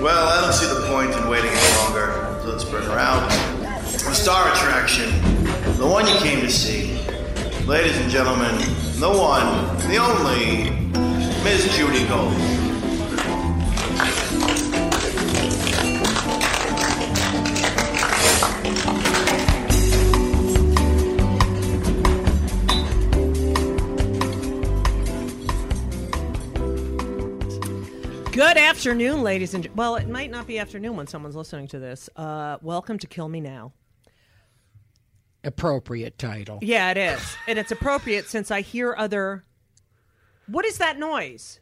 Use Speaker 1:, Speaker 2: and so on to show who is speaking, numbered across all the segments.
Speaker 1: Well, I don't see the point in waiting any longer, so let's bring her out. The star attraction, the one you came to see. Ladies and gentlemen, the one, the only, Miss Judy Gold.
Speaker 2: Good afternoon, ladies and gen- well, it might not be afternoon when someone's listening to this. Uh, welcome to Kill Me Now.
Speaker 3: Appropriate title.
Speaker 2: Yeah, it is, and it's appropriate since I hear other. What is that noise?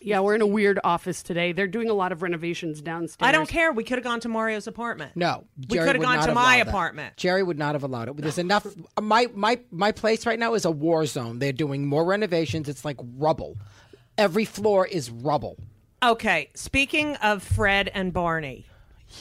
Speaker 4: Yeah, we're in a weird office today. They're doing a lot of renovations downstairs.
Speaker 2: I don't care. We could have gone to Mario's apartment.
Speaker 3: No,
Speaker 2: we
Speaker 3: Jerry
Speaker 2: could have
Speaker 3: would
Speaker 2: gone
Speaker 3: not
Speaker 2: to my
Speaker 3: allow that.
Speaker 2: apartment.
Speaker 3: Jerry would not have allowed it. There's enough. My my my place right now is a war zone. They're doing more renovations. It's like rubble. Every floor is rubble.
Speaker 2: Okay, speaking of Fred and Barney,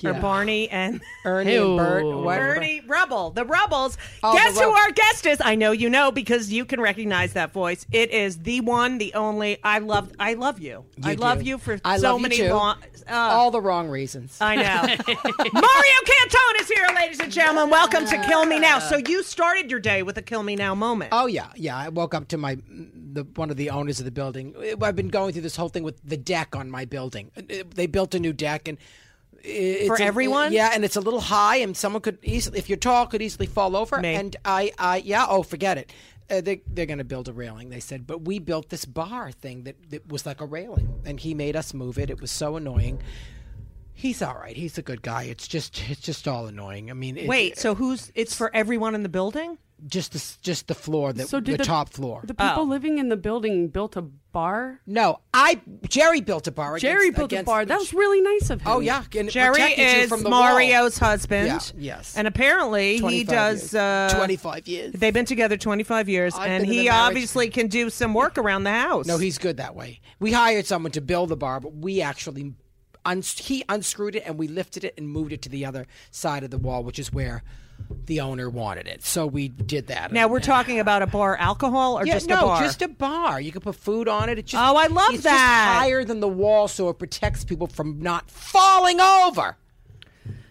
Speaker 2: or
Speaker 3: Yeah.
Speaker 2: Barney and
Speaker 3: Ernie and Bert.
Speaker 4: Ew.
Speaker 3: What?
Speaker 2: Bernie Rubble, the Rubbles.
Speaker 3: Oh, the
Speaker 2: Guess who
Speaker 3: Rub-
Speaker 2: our guest is? I know you know because you can recognize that voice. It is the one, the only. I love, I love you. I
Speaker 3: do.
Speaker 2: love you for
Speaker 3: I
Speaker 2: so
Speaker 3: love you
Speaker 2: many uh,
Speaker 3: too.
Speaker 2: long.
Speaker 3: All the wrong reasons.
Speaker 2: I know. Mario Cantone is here, ladies and gentlemen. Welcome to Kill Me Now. So you started your day with a Kill Me Now moment.
Speaker 3: Oh yeah, yeah. I woke up to my mm, the one of the owners of the building. I've been going through this whole thing with the deck on my building. Uh, They built a new deck and it's
Speaker 2: For
Speaker 3: a-
Speaker 2: everyone?
Speaker 3: yeah, and it's a little high, and someone could easily, if you're tall, could easily fall over.
Speaker 2: Me.
Speaker 3: And I, I, yeah, oh, forget it. Uh, they, they're going to build a railing, they said. But we built this bar thing that, that was like a railing, and he made us move it. It was so annoying. He's all right. He's a good guy. It's just, it's just all annoying. I mean, it,
Speaker 2: Wait, so who's? It's for everyone in the building.
Speaker 3: just the, s- just the floor, the,
Speaker 4: So did
Speaker 3: the, top floor.
Speaker 4: The people
Speaker 2: Oh.
Speaker 4: living in the building built a bar.
Speaker 3: No, I Jerry built a bar.
Speaker 4: Jerry
Speaker 3: against,
Speaker 4: built
Speaker 3: against,
Speaker 4: a bar. That was really nice of him.
Speaker 3: oh yeah, and it
Speaker 2: Jerry
Speaker 3: protected you
Speaker 2: is
Speaker 3: from the
Speaker 2: Mario's husband.
Speaker 3: Yeah, yes.
Speaker 2: and apparently
Speaker 3: Wall.
Speaker 2: he does. Uh,
Speaker 3: twenty five years.
Speaker 2: They've been together 25 years,
Speaker 3: I've
Speaker 2: and
Speaker 3: been in
Speaker 2: he
Speaker 3: a marriage-
Speaker 2: obviously can do some work around the house.
Speaker 3: No, he's good that way. We hired someone to build the bar, but we actually uns- he unscrewed it and we lifted it and moved it to the other side of the wall, which is where the owner wanted it. So we did that.
Speaker 2: Now we're talking about a bar alcohol or
Speaker 3: Yeah,
Speaker 2: just
Speaker 3: no,
Speaker 2: a bar?
Speaker 3: just a bar. You can put food on it. It just
Speaker 2: Oh, I love
Speaker 3: it's
Speaker 2: that.
Speaker 3: Just higher than the wall, so it protects people from not falling over.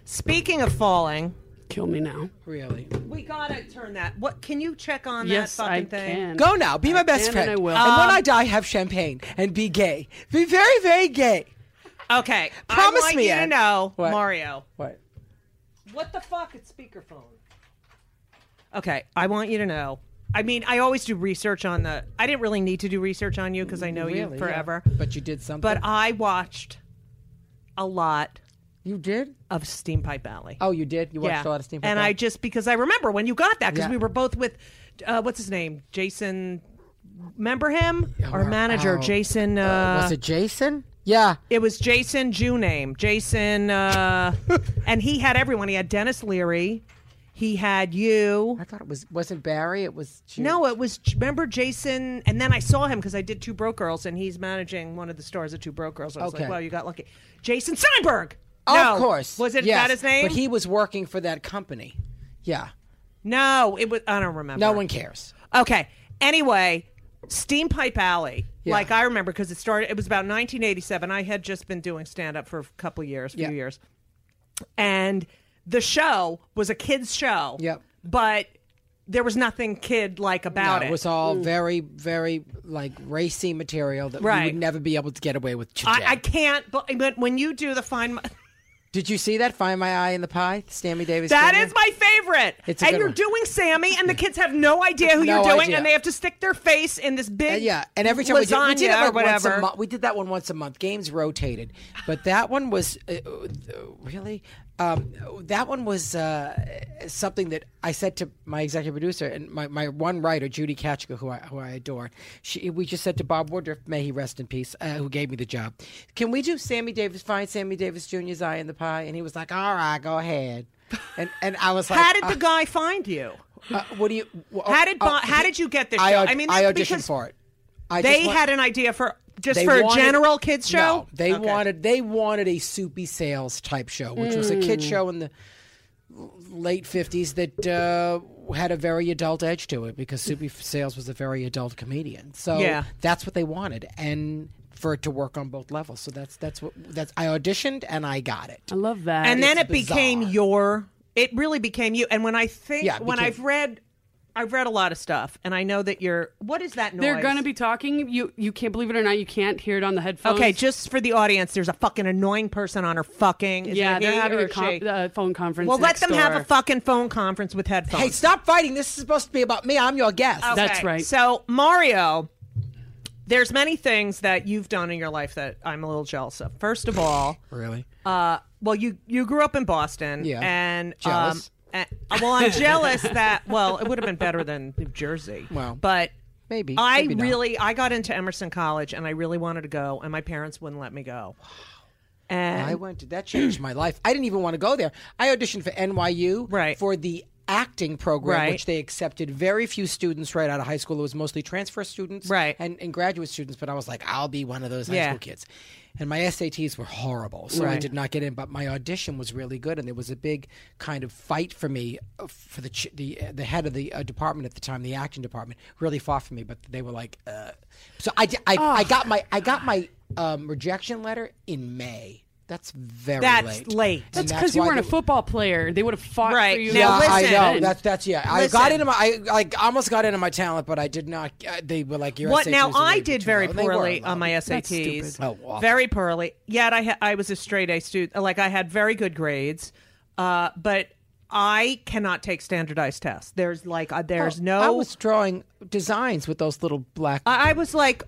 Speaker 2: Speaking of falling,
Speaker 4: Kill me now.
Speaker 3: Really.
Speaker 2: we gotta turn that. What can you check on
Speaker 4: yes,
Speaker 2: that
Speaker 4: I
Speaker 2: fucking thing?
Speaker 4: can.
Speaker 3: Go now. Be my best
Speaker 4: can and
Speaker 3: friend.
Speaker 4: I will.
Speaker 2: Uh,
Speaker 3: when I die, have champagne and be gay. Be very, very gay.
Speaker 2: Okay,
Speaker 3: Promise
Speaker 2: I want
Speaker 3: me,
Speaker 2: you to
Speaker 3: Ed.
Speaker 2: know,
Speaker 3: What?
Speaker 2: Mario.
Speaker 3: What?
Speaker 2: What the fuck? It's speakerphone. Okay, I want you to know. I mean, I always do research on the. I didn't really need to do research on you because I know you forever.
Speaker 3: But you did something.
Speaker 2: But I watched a lot
Speaker 3: you did?
Speaker 2: of Steampipe Valley.
Speaker 3: Oh, you did? You watched a lot of Steampunk?
Speaker 2: And I just because I remember when you got that because
Speaker 3: Yeah.
Speaker 2: we were both with uh, what's his name, Jason. Remember him? Our
Speaker 3: wow.
Speaker 2: manager, Jason. Uh,
Speaker 3: Was it Jason? Yeah.
Speaker 2: it was Jason Jew name. Jason, uh, and he had everyone. He had Dennis Leary. He had you.
Speaker 3: I thought it was, wasn't Barry? It was. Ju-
Speaker 2: No, it was remember Jason, and then I saw him because I did Two Broke Girls, and he's managing one of the stars of Two Broke Girls. I was like,
Speaker 3: Okay.
Speaker 2: "Wow, you got lucky." Jason Steinberg.
Speaker 3: Oh,
Speaker 2: no.
Speaker 3: of course.
Speaker 2: Was it
Speaker 3: Yes.
Speaker 2: that his name?
Speaker 3: But he was working for that company. Yeah.
Speaker 2: no, it was. I don't remember.
Speaker 3: No one cares.
Speaker 2: Okay. Anyway, Steampipe Alley.
Speaker 3: Yeah.
Speaker 2: Like I remember because it started. It was about 1987. I had just been doing stand up for a couple years, few
Speaker 3: Yeah.
Speaker 2: years, and the show was a kids show.
Speaker 3: Yep.
Speaker 2: But there was nothing kid like about
Speaker 3: No,
Speaker 2: it.
Speaker 3: it was all very, very like racy material that we
Speaker 2: Right.
Speaker 3: would never be able to get away with today.
Speaker 2: I, I can't. But but when you do the fine, my,
Speaker 3: Did you see that? Find my eye in the pie, Sammy Davis.
Speaker 2: that
Speaker 3: Jr.?
Speaker 2: is my favorite.
Speaker 3: It's a
Speaker 2: and
Speaker 3: good
Speaker 2: you're
Speaker 3: one.
Speaker 2: doing Sammy, and the kids have no idea who
Speaker 3: No
Speaker 2: you're doing,
Speaker 3: idea.
Speaker 2: and they have to stick their face in this big
Speaker 3: Uh, yeah, and every time we did, we did it
Speaker 2: lasagna
Speaker 3: like
Speaker 2: or whatever.
Speaker 3: Once a month. We did that one once a month. Games rotated, but that one was uh, uh, really um, that one was uh, something that I said to my executive producer and my, my one writer, Judy Kachka, who I who I adore. She, we just said to Bob Woodruff, may he rest in peace, uh, who gave me the job. Can we do Sammy Davis? Find Sammy Davis Jr.'s Eye in the Pie, and he was like, "All right, go ahead." And and I was like,
Speaker 2: How did the
Speaker 3: uh,
Speaker 2: guy find you?
Speaker 3: uh, what do you? well,
Speaker 2: How did
Speaker 3: uh,
Speaker 2: Bo- how did you get this
Speaker 3: I,
Speaker 2: show?
Speaker 3: aud-
Speaker 2: I mean,
Speaker 3: I
Speaker 2: that's
Speaker 3: auditioned
Speaker 2: because
Speaker 3: for it. I just
Speaker 2: They
Speaker 3: want-
Speaker 2: had an idea for just
Speaker 3: They
Speaker 2: for
Speaker 3: wanted-
Speaker 2: a general kids show.
Speaker 3: No, they
Speaker 2: Okay.
Speaker 3: wanted they wanted a soupy
Speaker 2: Hmm.
Speaker 3: sales type show, which was a kid show in the late fifties that uh, had a very adult edge to it because Soupy Sales was a very adult comedian. So
Speaker 2: Yeah.
Speaker 3: that's what they wanted, and for it to work on both levels. So that's that's what that's I auditioned and I got it.
Speaker 4: I love that.
Speaker 2: and then
Speaker 3: it's
Speaker 2: it became
Speaker 3: bizarre.
Speaker 2: your it really became you and when i think
Speaker 3: Yeah, it
Speaker 2: when
Speaker 3: became-
Speaker 2: i've read i've read a lot of stuff and i know that you're what is that noise
Speaker 4: they're going to be talking. You you can't believe it or not. You can't hear it on the headphones.
Speaker 2: okay just for the audience there's a fucking annoying person on her fucking is
Speaker 4: yeah,
Speaker 2: it
Speaker 4: they're
Speaker 2: he
Speaker 4: having
Speaker 2: or
Speaker 4: a
Speaker 2: she?
Speaker 4: con- uh, phone conference.
Speaker 2: well let
Speaker 4: next
Speaker 2: them have
Speaker 4: door.
Speaker 2: a fucking phone conference with headphones
Speaker 3: Hey, stop fighting! This is supposed to be about me. I'm your guest.
Speaker 4: That's
Speaker 2: Okay,
Speaker 4: right.
Speaker 2: So Mario, there's many things that you've done in your life that I'm a little jealous of. First of all,
Speaker 3: Really?
Speaker 2: uh, well, you you grew up in Boston,
Speaker 3: Yeah.
Speaker 2: and
Speaker 3: Jealous.
Speaker 2: Um, and, well, I'm jealous that well, it would have been better than New Jersey.
Speaker 3: Well,
Speaker 2: but
Speaker 3: maybe,
Speaker 2: I
Speaker 3: maybe not.
Speaker 2: really I got into Emerson College, and I really wanted to go, and my parents wouldn't let me go. And
Speaker 3: I went to that changed my life. I didn't even want to go there. I auditioned for NYU
Speaker 2: Right.
Speaker 3: for the acting program,
Speaker 2: Right.
Speaker 3: which they accepted very few students right out of high school. It was mostly transfer students
Speaker 2: Right.
Speaker 3: and, and graduate students, but I was like, I'll be one of those high
Speaker 2: Yeah.
Speaker 3: school kids. And my SATs were horrible, so I
Speaker 2: Right.
Speaker 3: did not get in. But my audition was really good, and there was a big kind of fight for me uh, for the ch- the uh, the head of the uh, department at the time, the acting department, really fought for me. But they were like, uh. so I, d- I- I got my I got my um, rejection letter in May. That's very
Speaker 2: That's
Speaker 3: late.
Speaker 2: late.
Speaker 3: And
Speaker 4: That's because you
Speaker 3: why
Speaker 4: weren't a
Speaker 3: they-
Speaker 4: football player. They would have fought
Speaker 2: Right.
Speaker 4: for you.
Speaker 2: Now,
Speaker 4: back
Speaker 2: listen.
Speaker 3: I know
Speaker 4: then.
Speaker 3: that's that's yeah. I
Speaker 2: Listen.
Speaker 3: got into my I like almost got into my talent, but I did not. Uh, they were like, "Your
Speaker 2: What
Speaker 3: SATs
Speaker 2: now?
Speaker 3: are way
Speaker 2: I
Speaker 3: too
Speaker 2: did very
Speaker 3: low. They were
Speaker 2: poorly
Speaker 3: low.
Speaker 2: on my
Speaker 4: stupid.
Speaker 2: SATs.
Speaker 3: Oh, awful.
Speaker 2: very poorly. Yet I ha- I was a straight A student. Like I had very good grades, uh, but I cannot take standardized tests. There's like uh, there's no.
Speaker 3: Oh, I was drawing designs with those little black
Speaker 2: I, I was like,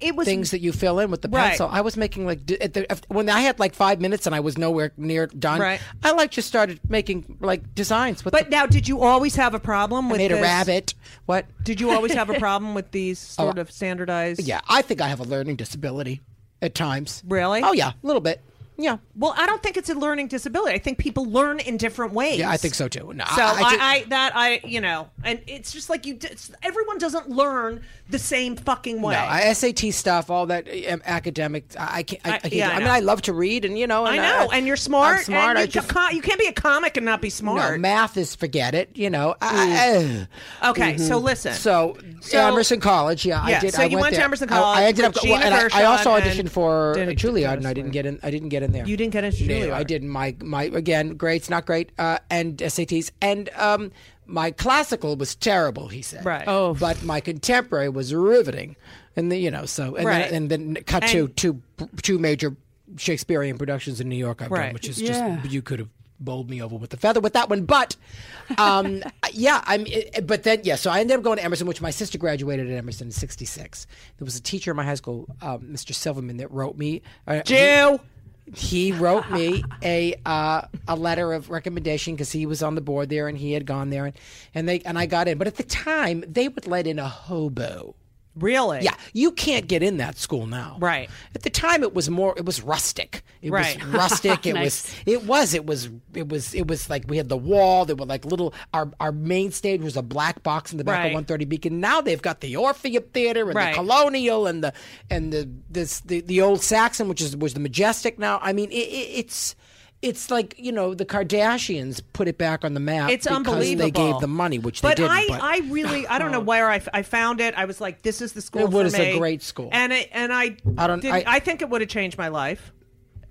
Speaker 2: it was
Speaker 3: things that you fill in with the
Speaker 2: Right.
Speaker 3: pencil. I was making like d- at the, if- when I had like five minutes and I was nowhere near done.
Speaker 2: Right.
Speaker 3: I like just started making like designs with.
Speaker 2: But
Speaker 3: the,
Speaker 2: now, did you always have a problem with
Speaker 3: made a
Speaker 2: this-
Speaker 3: rabbit. What?
Speaker 2: Did you always have a problem with these sort of standardized?
Speaker 3: Yeah, I think I have a learning disability at times.
Speaker 2: Really?
Speaker 3: Oh yeah, a little bit. Yeah.
Speaker 2: Well, I don't think it's a learning disability. I think people learn in different ways.
Speaker 3: Yeah, I think so too. No,
Speaker 2: So
Speaker 3: I-
Speaker 2: I,
Speaker 3: I
Speaker 2: I,
Speaker 3: think-
Speaker 2: that I you know, and it's just like you. d- It's, everyone doesn't learn the same fucking way.
Speaker 3: No, I- SAT stuff, all that um, academic. I I can't. I, I,
Speaker 2: I-
Speaker 3: can't
Speaker 2: yeah,
Speaker 3: do-
Speaker 2: I
Speaker 3: I mean,
Speaker 2: know.
Speaker 3: I love to read, and you know,
Speaker 2: I
Speaker 3: and uh,
Speaker 2: know, and you're smart.
Speaker 3: I'm smart.
Speaker 2: And
Speaker 3: I
Speaker 2: you,
Speaker 3: just
Speaker 2: ca- you can't be a comic and not be
Speaker 3: no,
Speaker 2: smart.
Speaker 3: math is forget it. You know.
Speaker 2: Mm.
Speaker 3: I-
Speaker 2: okay, so listen.
Speaker 3: Mm-hmm. so,
Speaker 2: So-
Speaker 3: Emerson College, yeah,
Speaker 2: Yeah,
Speaker 3: I did.
Speaker 2: so
Speaker 3: I
Speaker 2: you went to
Speaker 3: there.
Speaker 2: Emerson
Speaker 3: I-
Speaker 2: College
Speaker 3: I, ended up,
Speaker 2: with
Speaker 3: well,
Speaker 2: Gina
Speaker 3: and I, I also
Speaker 2: Gershon
Speaker 3: auditioned
Speaker 2: and
Speaker 3: for
Speaker 2: Denny
Speaker 3: Juilliard, and
Speaker 2: Dickinson.
Speaker 3: I didn't get in. I didn't get in there.
Speaker 2: You didn't get into Juilliard.
Speaker 3: No, I didn't. My my again, grades not great, uh, and SATs, and um, my classical was terrible. He said,
Speaker 2: Right.
Speaker 4: Oh.
Speaker 3: but my contemporary was riveting, and the, you know, so and
Speaker 2: Right.
Speaker 3: then, and then cut to two two major Shakespearean productions in New York. I've done,
Speaker 2: Right.
Speaker 3: which is
Speaker 4: Yeah.
Speaker 3: just you could have bowled me over with the feather with that one, but um, yeah, I'm. It, but then yeah, so I ended up going to Emerson, which my sister graduated at Emerson in '66. There was a teacher in my high school, um, Mr. Silverman, that wrote me. Uh,
Speaker 2: Jew.
Speaker 3: he wrote me a uh, a letter of recommendation because he was on the board there and he had gone there and, and they and I got in. But at the time, they would let in a hobo.
Speaker 2: Really?
Speaker 3: Yeah, you can't get in that school now.
Speaker 2: Right.
Speaker 3: At the time, it was more. It was rustic. It
Speaker 2: Right.
Speaker 3: was rustic. It
Speaker 4: Nice.
Speaker 3: was. It was. It was. It was. It was like we had the wall. There were like little. Our our main stage was a black box in the back
Speaker 2: Right.
Speaker 3: of 130 Beacon. Now they've got the Orpheum Theater and
Speaker 2: Right.
Speaker 3: the Colonial and the and the this the, the old Saxon, which is was the Majestic. Now, I mean, it, it, it's. It's like you know the Kardashians put it back on the map.
Speaker 2: It's
Speaker 3: because
Speaker 2: unbelievable.
Speaker 3: They gave the money, which
Speaker 2: but
Speaker 3: they didn't.
Speaker 2: I,
Speaker 3: but
Speaker 2: I really, I don't know where I, f- I found it. I was like, this is the school.
Speaker 3: It
Speaker 2: for
Speaker 3: was a
Speaker 2: me.
Speaker 3: great school.
Speaker 2: and it, and I,
Speaker 3: I don't-
Speaker 2: didn't-
Speaker 3: I-
Speaker 2: I, think it would have changed my life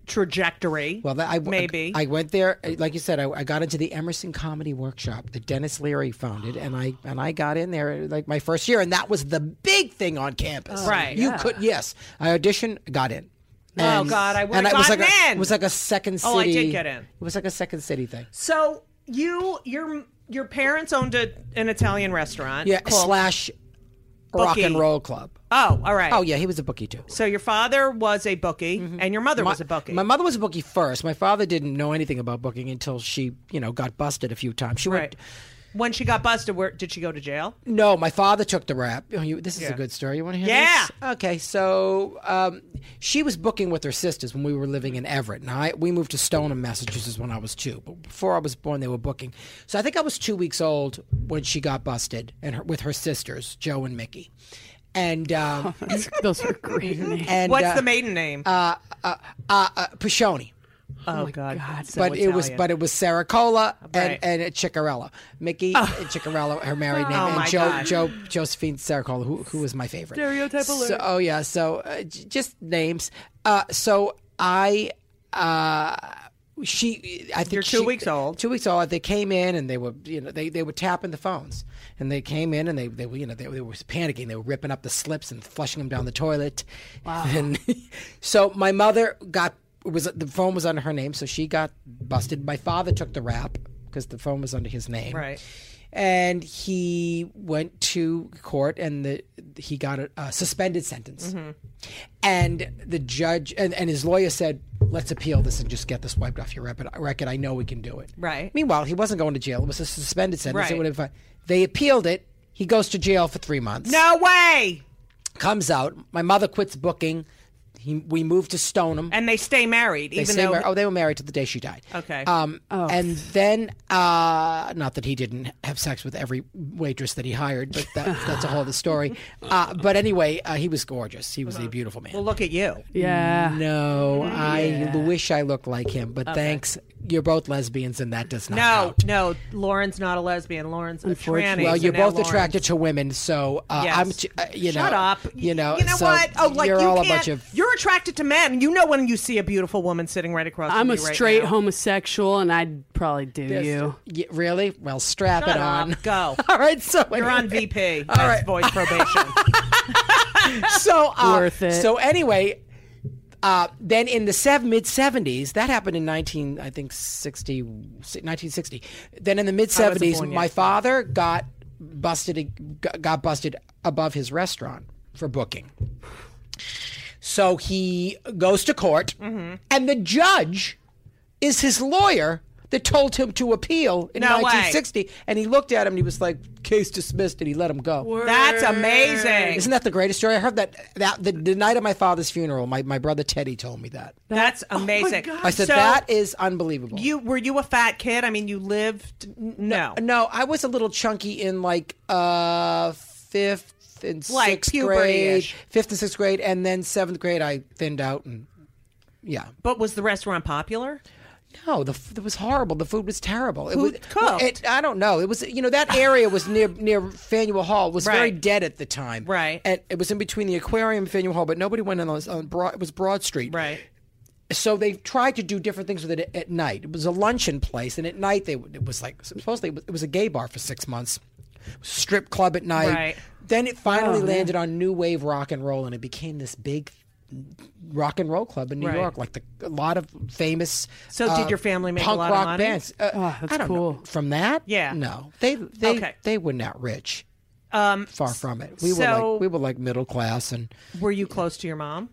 Speaker 2: trajectory.
Speaker 3: Well, that, I
Speaker 2: maybe.
Speaker 3: I went there, uh, like you said. I, I got into the Emerson Comedy Workshop that Dennis Leary founded, and I and I got in there like my first year, and that was the big thing on campus.
Speaker 2: Oh, Right.
Speaker 3: You could yes, I auditioned, got in.
Speaker 2: Oh, God, I would've
Speaker 3: and it was like
Speaker 2: gotten
Speaker 3: a,
Speaker 2: in.
Speaker 3: It was like a second city.
Speaker 2: Oh, I did get in.
Speaker 3: It was like a second city thing.
Speaker 2: so you, your, your parents owned a, an Italian restaurant.
Speaker 3: Yeah,
Speaker 2: called-
Speaker 3: slash rock and
Speaker 2: Bookie.
Speaker 3: roll club.
Speaker 2: Oh, all right.
Speaker 3: Oh yeah, he was a bookie too.
Speaker 2: So your father was a bookie, and your mother was a bookie.
Speaker 3: My mother was a bookie first. My father didn't know anything about booking until she, you know, got busted a few times. She
Speaker 2: right.
Speaker 3: went
Speaker 2: When she got busted, where did she go to jail?
Speaker 3: No, my father took the rap. Oh, you, this is a
Speaker 2: Yeah.
Speaker 3: good story. You want to hear
Speaker 2: Yeah.
Speaker 3: this? Okay, so um, she was booking with her sisters when we were living in Everett. And I, we moved to Stoneham, Massachusetts when I was two. But before I was born, they were booking. So I think I was two weeks old when she got busted and her, with her sisters, Joe and Mickey. And, um,
Speaker 4: Those are great. names.
Speaker 3: and
Speaker 2: What's
Speaker 3: uh,
Speaker 2: the maiden name?
Speaker 3: uh, uh, Pashoni.
Speaker 2: Oh, God. it's so
Speaker 3: but it was
Speaker 2: Italian.
Speaker 3: but it was Sarah Cola
Speaker 2: Right.
Speaker 3: and and Chicarella, Mickey Chicarella, her married name,
Speaker 2: Oh,
Speaker 3: and
Speaker 2: my
Speaker 3: Joe
Speaker 2: God.
Speaker 3: Joe Josephine Sarah Cola, who who was my favorite.
Speaker 4: Stereotype alert.
Speaker 3: So, oh yeah, so uh, j- just names. Uh, so I. Uh, she, I think
Speaker 2: You're two
Speaker 3: she-
Speaker 2: weeks old.
Speaker 3: Two weeks old. They came in and they were, you know, they, they were tapping the phones, and they came in and they, they were, you know, they, they were panicking. They were ripping up the slips and flushing them down the toilet. Wow. And so my mother got it was the phone was under her name, so she got busted. My father took the rap because the phone was under his name.
Speaker 2: Right.
Speaker 3: And he went to court, and the, he got a, a suspended sentence. And the judge and, and his lawyer said, "Let's appeal this and just get this wiped off your record. record. I know we can do it."
Speaker 2: Right.
Speaker 3: Meanwhile, he wasn't going to jail. It was a suspended sentence. It
Speaker 2: Right.
Speaker 3: would have. They appealed it. He goes to jail for three months
Speaker 2: No way.
Speaker 3: comes out. My mother quits booking. He, we moved to Stoneham.
Speaker 2: And they stay married,
Speaker 3: they
Speaker 2: even
Speaker 3: stay
Speaker 2: though.
Speaker 3: mar- oh, they were married to the day she died.
Speaker 2: Okay.
Speaker 3: Um, And then, uh, not that he didn't have sex with every waitress that he hired, but that, that's a whole other story. Uh, but anyway, uh, he was gorgeous. He was a beautiful man.
Speaker 2: Uh-huh. well, look at you.
Speaker 4: Yeah.
Speaker 3: no, I wish I looked like him, but thanks. You're both lesbians, and that does not
Speaker 2: No,
Speaker 3: count.
Speaker 2: no. Lauren's not a lesbian. Lauren's a tranny.
Speaker 4: Unfortunately.
Speaker 3: Well,
Speaker 2: so
Speaker 3: you're
Speaker 2: now
Speaker 3: both
Speaker 2: Lauren's-
Speaker 3: attracted to women, so uh,
Speaker 2: Yes.
Speaker 3: I'm. T- uh, you
Speaker 2: Shut
Speaker 3: know,
Speaker 2: up.
Speaker 3: You know.
Speaker 2: You know
Speaker 3: so
Speaker 2: what? Oh, like
Speaker 3: you're
Speaker 2: you
Speaker 3: all
Speaker 2: can't,
Speaker 3: a bunch of
Speaker 2: You're attracted to men. You know when you see a beautiful woman sitting right across.
Speaker 4: I'm
Speaker 2: from
Speaker 4: a
Speaker 2: you right
Speaker 4: straight
Speaker 2: now.
Speaker 4: homosexual, and I'd probably do you.
Speaker 3: Y- really? Well, strap
Speaker 2: Shut
Speaker 3: it on.
Speaker 2: up. Go.
Speaker 3: All right, so
Speaker 2: You're on
Speaker 3: anyway-
Speaker 2: VP. All right. Voice probation.
Speaker 3: So uh,
Speaker 4: Worth it.
Speaker 3: So anyway, uh, then in the sev- mid '70s, that happened in 19, I think 60, 1960. Then in the mid '70s,
Speaker 2: born yet.
Speaker 3: my father got busted. Got busted above his restaurant for booking. So he goes to court,
Speaker 2: Mm-hmm.
Speaker 3: and the judge is his lawyer that told him to appeal in
Speaker 2: No way.
Speaker 3: 1960. And he looked at him and he was like, case dismissed, and he let him go.
Speaker 2: That's amazing.
Speaker 3: Isn't that the greatest story? I heard that that the, the night of my father's funeral, my, my brother Teddy told me that. Oh
Speaker 2: That's amazing.
Speaker 3: I said,
Speaker 2: so
Speaker 3: that is unbelievable.
Speaker 2: you were you a fat kid? I mean, you lived. n- No.
Speaker 3: no, I was a little chunky in like uh fifth and
Speaker 2: Like
Speaker 3: sixth grade.
Speaker 2: puberty-ish.
Speaker 3: Fifth and sixth grade, and then seventh grade I thinned out and yeah.
Speaker 2: But was the restaurant popular?
Speaker 3: No, the f- it was horrible. The food was terrible. It
Speaker 2: Who
Speaker 3: was well, it-
Speaker 2: cooked?
Speaker 3: I don't know. It was you know that area was near near Faneuil Hall was very
Speaker 2: Right.
Speaker 3: dead at the time.
Speaker 2: Right.
Speaker 3: and it was in between the aquarium and Faneuil Hall, but nobody went in on, on broad, it was Broad Street.
Speaker 2: Right.
Speaker 3: So they tried to do different things with it at, at night. It was a luncheon place, and at night they would- it was like supposedly it was, it was a gay bar for six months, strip club at night.
Speaker 2: Right.
Speaker 3: Then it finally
Speaker 4: Oh,
Speaker 3: landed on new wave rock and roll, and it became this big rock and roll club in New
Speaker 2: Right.
Speaker 3: York, like the, a lot of famous.
Speaker 2: So did
Speaker 3: uh,
Speaker 2: your family make a
Speaker 3: punk
Speaker 2: lot of
Speaker 3: rock
Speaker 2: money?
Speaker 3: bands? Uh,
Speaker 4: Oh, that's
Speaker 3: I don't know.
Speaker 4: cool.
Speaker 3: From that,
Speaker 2: Yeah.
Speaker 3: no, they they
Speaker 2: Okay.
Speaker 3: they were not rich.
Speaker 2: Um,
Speaker 3: Far from it. We were
Speaker 2: so-
Speaker 3: like we were like middle class, and
Speaker 2: Were you close to your mom?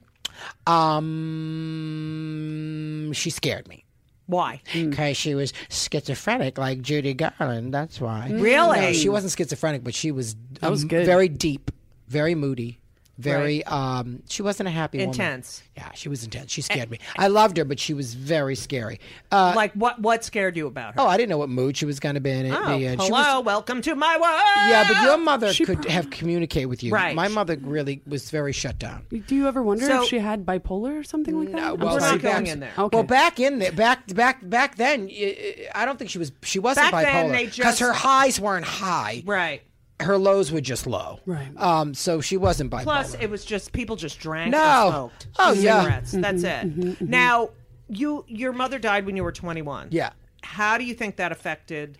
Speaker 3: um, she scared me.
Speaker 2: Why?
Speaker 3: because she was schizophrenic, like Judy Garland. That's why.
Speaker 2: Really?
Speaker 3: No, she wasn't schizophrenic, but she was,
Speaker 4: was
Speaker 3: um,
Speaker 4: good.
Speaker 3: very deep, very moody, very. um She wasn't a happy woman.
Speaker 2: Intense.
Speaker 3: Yeah, she was intense. She scared me. I loved her, but she was very scary. Uh,
Speaker 2: like what? What scared you about her?
Speaker 3: oh, I didn't know what mood she was going to be in.
Speaker 2: Oh,
Speaker 3: yeah,
Speaker 2: hello,
Speaker 3: She was,
Speaker 2: welcome to my world.
Speaker 3: yeah, but your mother could have communicated with you.
Speaker 2: Right.
Speaker 3: My mother really was very shut down.
Speaker 4: Do you ever wonder
Speaker 2: So-
Speaker 4: if she had bipolar or something like that? I'm
Speaker 3: well,
Speaker 2: We're
Speaker 4: sorry.
Speaker 2: not
Speaker 3: back-
Speaker 2: going in there.
Speaker 4: Okay.
Speaker 3: Well, back in there, back back back then, y- I don't think she was. She wasn't
Speaker 2: Back then, they
Speaker 3: bipolar
Speaker 2: just-
Speaker 3: her highs weren't high.
Speaker 2: Right.
Speaker 3: her lows were just low.
Speaker 4: Right.
Speaker 3: Um, so she wasn't bipolar.
Speaker 2: Plus, it was just people just drank
Speaker 3: No.
Speaker 2: and smoked.
Speaker 3: Oh, yeah. mm-hmm,
Speaker 2: cigarettes. That's it. Now, you your mother died when you were 21.
Speaker 3: yeah.
Speaker 2: How do you think that affected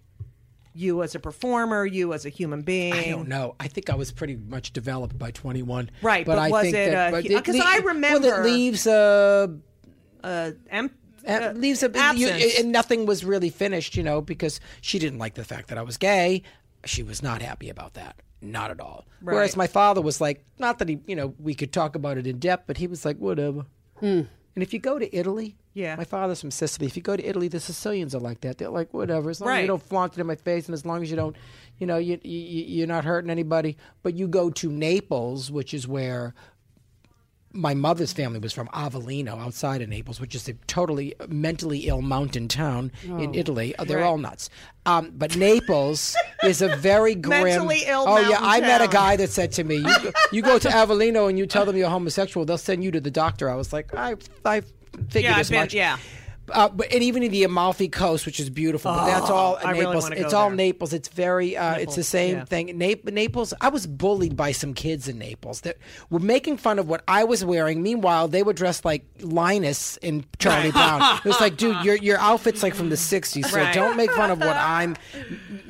Speaker 2: you as a performer, you as a human being?
Speaker 3: I don't know. I think I was pretty much developed by 21.
Speaker 2: Right,
Speaker 3: but,
Speaker 2: but
Speaker 3: I
Speaker 2: was
Speaker 3: think
Speaker 2: it
Speaker 3: that
Speaker 2: a-
Speaker 3: but
Speaker 2: because I
Speaker 3: well,
Speaker 2: remember-
Speaker 3: it leaves a
Speaker 2: Em-
Speaker 3: uh, leaves a you,
Speaker 2: absence.
Speaker 3: and nothing was really finished, you know, because she didn't like the fact that I was gay. She was not happy about that, not at all. Whereas
Speaker 2: Right.
Speaker 3: my father was like, not that he, you know, we could talk about it in depth, but he was like, whatever. And if you go to Italy,
Speaker 2: Hmm. Yeah.
Speaker 3: my father's from Sicily. If you go to Italy, the Sicilians are like that. They're like, whatever, as long as
Speaker 2: Right.
Speaker 3: you don't flaunt it in my face, and as long as you don't, you know, you, you you're not hurting anybody. But you go to Naples, which is where my mother's family was from Avellino, outside of Naples, which is a totally mentally ill mountain town in Italy. Oh, they're all nuts. Um, but Naples is a very grim.
Speaker 2: Mentally ill
Speaker 3: oh yeah,
Speaker 2: mountain
Speaker 3: I met a
Speaker 2: town.
Speaker 3: guy that said to me, you, go- "You go to Avellino and you tell them you're homosexual, they'll send you to the doctor." I was like, "I, I figured
Speaker 2: yeah, I've
Speaker 3: as
Speaker 2: been,
Speaker 3: much."
Speaker 2: yeah.
Speaker 3: uh, but, and even in the Amalfi Coast, which is beautiful. but that's all
Speaker 2: Oh, I really
Speaker 3: Naples.
Speaker 2: wanna go
Speaker 3: it's all
Speaker 2: there.
Speaker 3: Naples. It's very. Uh, It's the same
Speaker 2: yeah.
Speaker 3: thing. Nap- Naples. I was bullied by some kids in Naples that were making fun of what I was wearing. Meanwhile, they were dressed like Linus and Charlie Brown. It was like, dude, your your outfit's like from the '60s. So
Speaker 2: Right.
Speaker 3: don't make fun of what I'm.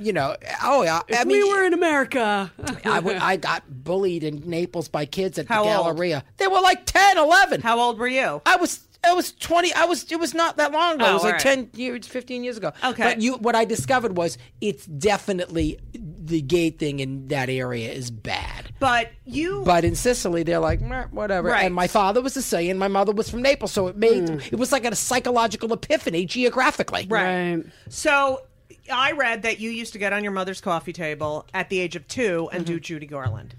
Speaker 3: You know. Oh yeah. I mean,
Speaker 4: we were in America.
Speaker 3: I, w- I got bullied in Naples by kids at
Speaker 2: How
Speaker 3: the
Speaker 2: old?
Speaker 3: Galleria. They were like 10, 11.
Speaker 2: How old were you?
Speaker 3: I was I was 20 I was it was not that long ago.
Speaker 2: Oh,
Speaker 3: it was like
Speaker 2: all right.
Speaker 3: 10 years 15 years ago.
Speaker 2: Okay.
Speaker 3: But you what I discovered was it's definitely the gay thing in that area is bad.
Speaker 2: But you.
Speaker 3: But in Sicily they're like "Meh, whatever.
Speaker 2: Right. Hmm.
Speaker 3: And my father was Sicilian, my mother was from Naples, so it made it was like a psychological epiphany geographically.
Speaker 2: Right.
Speaker 4: Right.
Speaker 2: So I read that you used to get on your mother's coffee table at the age of two and
Speaker 3: Mm-hmm.
Speaker 2: do Judy Garland.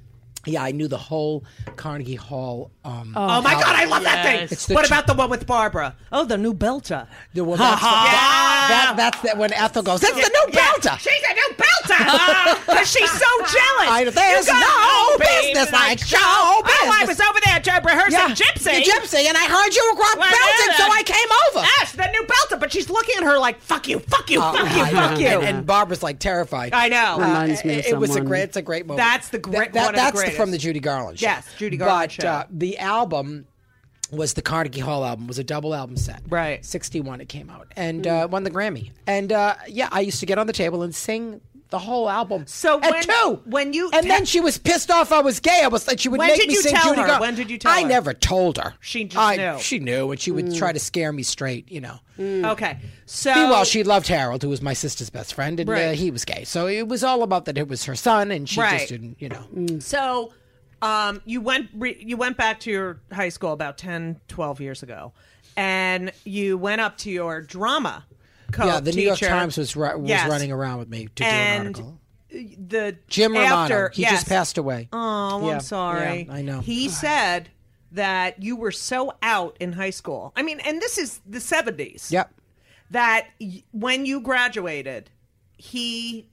Speaker 3: Yeah, I knew the whole Carnegie Hall um
Speaker 2: Oh, my God, I love that
Speaker 4: Yes.
Speaker 2: thing.
Speaker 4: It's
Speaker 3: the
Speaker 2: what
Speaker 3: ch-
Speaker 2: about the one with Barbara? Oh, the new Belter.
Speaker 3: the- well, that's, that, that, that's that when Ethel goes, That's the new
Speaker 2: Yeah,
Speaker 3: Belter.
Speaker 2: She's a new belter. But she's so jealous.
Speaker 3: I-
Speaker 2: You
Speaker 3: there's
Speaker 2: gotta
Speaker 3: no
Speaker 2: know, babe,
Speaker 3: business
Speaker 2: that I
Speaker 3: like show
Speaker 2: Oh, I
Speaker 3: business.
Speaker 2: was over there to rehearsing
Speaker 3: Yeah,
Speaker 2: Gypsy.
Speaker 3: you're gypsy, and I heard you were rock
Speaker 2: Well, yeah.
Speaker 3: belting, so I came over.
Speaker 2: Yes, the new belter. But she's looking at her like, fuck you, fuck you,
Speaker 3: Oh,
Speaker 2: Ah, fuck you,
Speaker 3: I know.
Speaker 2: fuck you.
Speaker 3: And, and Barbara's like terrified.
Speaker 2: I know.
Speaker 4: Reminds me
Speaker 3: it,
Speaker 4: of
Speaker 3: it was a
Speaker 4: someone.
Speaker 3: great. It's a great moment.
Speaker 2: That's the great-
Speaker 3: That,
Speaker 2: one of the
Speaker 3: that's
Speaker 2: greatest.
Speaker 3: from the Judy Garland. Show.
Speaker 2: Yes, Judy Garland
Speaker 3: But
Speaker 2: show.
Speaker 3: Uh, the album was the Carnegie Hall album. Was a double album set.
Speaker 2: Right.
Speaker 3: Sixty one. It came out and uh, won the Grammy. And uh, yeah, I used to get on the table and sing. The whole album.
Speaker 2: So
Speaker 3: at
Speaker 2: when-
Speaker 3: two,
Speaker 2: when you
Speaker 3: and
Speaker 2: te-
Speaker 3: then she was pissed off I was gay. I was like, she would
Speaker 2: When
Speaker 3: make
Speaker 2: did
Speaker 3: me
Speaker 2: you
Speaker 3: sing
Speaker 2: tell
Speaker 3: Judy
Speaker 2: her?
Speaker 3: Garland.
Speaker 2: When did you tell
Speaker 3: I
Speaker 2: her?
Speaker 3: never told her.
Speaker 2: She just
Speaker 3: I,
Speaker 2: knew.
Speaker 3: She knew, and she would try
Speaker 4: Mm.
Speaker 3: to scare me straight. You know.
Speaker 2: Okay. So
Speaker 3: Meanwhile, she loved Harold, who was my sister's best friend, and uh,
Speaker 2: Um, Right.
Speaker 3: he was gay. So it was all about that it was her son, and she
Speaker 2: Right. Mm.
Speaker 3: just didn't, you know.
Speaker 2: So um, you went re- you went back to your high school about 10, 12 years ago, and you went up to your drama coach.
Speaker 3: Yeah, the New York Times was ru- was
Speaker 2: Yes.
Speaker 3: running around with me to do an
Speaker 2: and
Speaker 3: article.
Speaker 2: the
Speaker 3: Jim
Speaker 2: after,
Speaker 3: Romano, he
Speaker 2: yes.
Speaker 3: just passed away.
Speaker 2: Oh,
Speaker 3: Yeah,
Speaker 2: I'm sorry.
Speaker 3: yeah, I know.
Speaker 2: He said that you were so out in high school. I mean, and this is the 70s.
Speaker 3: Yep.
Speaker 2: That y- when you graduated, he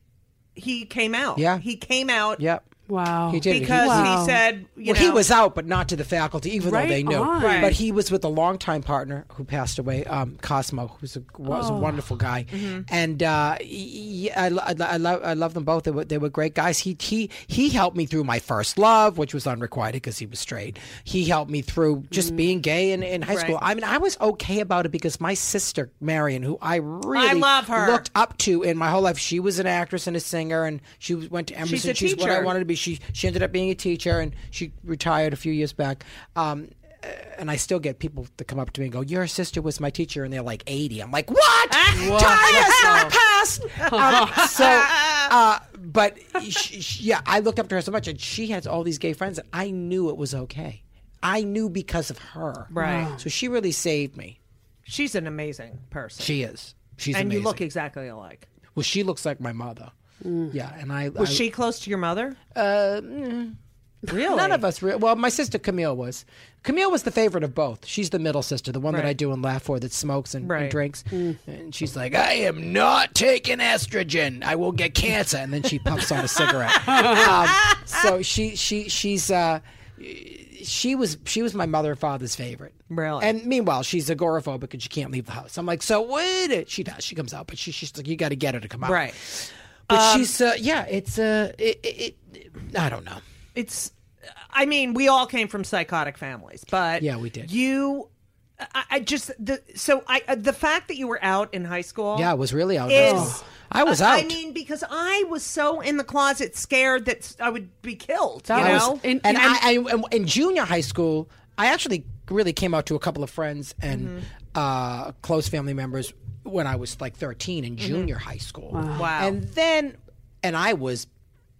Speaker 2: he came out.
Speaker 3: Yeah.
Speaker 2: He came out.
Speaker 3: Yep.
Speaker 4: Wow.
Speaker 3: He did it.
Speaker 2: Because
Speaker 3: was-
Speaker 4: Wow.
Speaker 2: he said, you
Speaker 3: well, he
Speaker 2: know-
Speaker 3: was out, but not to the faculty, even
Speaker 4: Right
Speaker 3: though they knew.
Speaker 4: on. Right.
Speaker 3: But he was with a longtime partner who passed away, um, Cosmo, who's a, was a wonderful guy, and uh, he- I, lo- I, lo- I love I love them both. They were, they were great guys. He he he helped me through my first love, which was unrequited because he was straight. He helped me through just being gay in, in high school. I mean, I was okay about it because my sister Marion, who I really
Speaker 2: love her.
Speaker 3: looked up to in my whole life, she was an actress and a singer, and she was- went to Emerson.
Speaker 2: She's a
Speaker 3: what I
Speaker 2: teacher.
Speaker 3: wanted to be. She she ended up being a teacher, and she retired a few years back. Um, uh, and I still get people that come up to me and go, "Your sister was my teacher," and they're like eighty. I'm like, "What?
Speaker 2: Ah,
Speaker 3: Time has not passed." Um, so, uh, but she, she- yeah, I looked up to her so much, and she has all these gay friends. And I knew it was okay. I knew because of her.
Speaker 2: Right.
Speaker 3: So she really saved me.
Speaker 2: She's an amazing person.
Speaker 3: She is. She's
Speaker 2: and
Speaker 3: amazing.
Speaker 2: you look exactly alike.
Speaker 3: well. She looks like my mother. Yeah, and I
Speaker 2: Was
Speaker 3: I- Uh, mm.
Speaker 2: she close to your mother? really?
Speaker 3: None of us. Re- well, my sister Camille was. Camille was the favorite of both. She's the middle sister, the one that I
Speaker 2: Right.
Speaker 3: do and laugh for that smokes and, and
Speaker 2: Right. Mm.
Speaker 3: drinks. And she's like, I am not taking estrogen. I will get cancer. And then she puffs on a cigarette. Um, so she she she's. Uh, she was she was my mother and father's favorite.
Speaker 2: Really?
Speaker 3: And meanwhile, she's agoraphobic and she can't leave the house. I'm like, so wait. it-" She does. She comes out, but she, she's like, you got to get her to come out.
Speaker 2: Right. Um,
Speaker 3: But she's uh, yeah. It's uh, it, it, it, I don't know.
Speaker 2: It's, I mean, we all came from psychotic families, but
Speaker 3: Yeah, we did.
Speaker 2: You, I, I just the so I uh, the fact that you were out in high school.
Speaker 3: Yeah, I was really out.
Speaker 2: Is,
Speaker 3: I was
Speaker 2: uh,
Speaker 3: out.
Speaker 2: I mean, because I was so in the closet, scared that s- I would be killed. You
Speaker 3: I was-
Speaker 2: know,
Speaker 4: in-
Speaker 3: and, I, I and in junior high school, I actually really came out to a couple of friends and
Speaker 2: Mm-hmm.
Speaker 3: uh, close family members when I was like 13 in junior high school.
Speaker 2: Mm-hmm. Wow.
Speaker 3: And then, and I was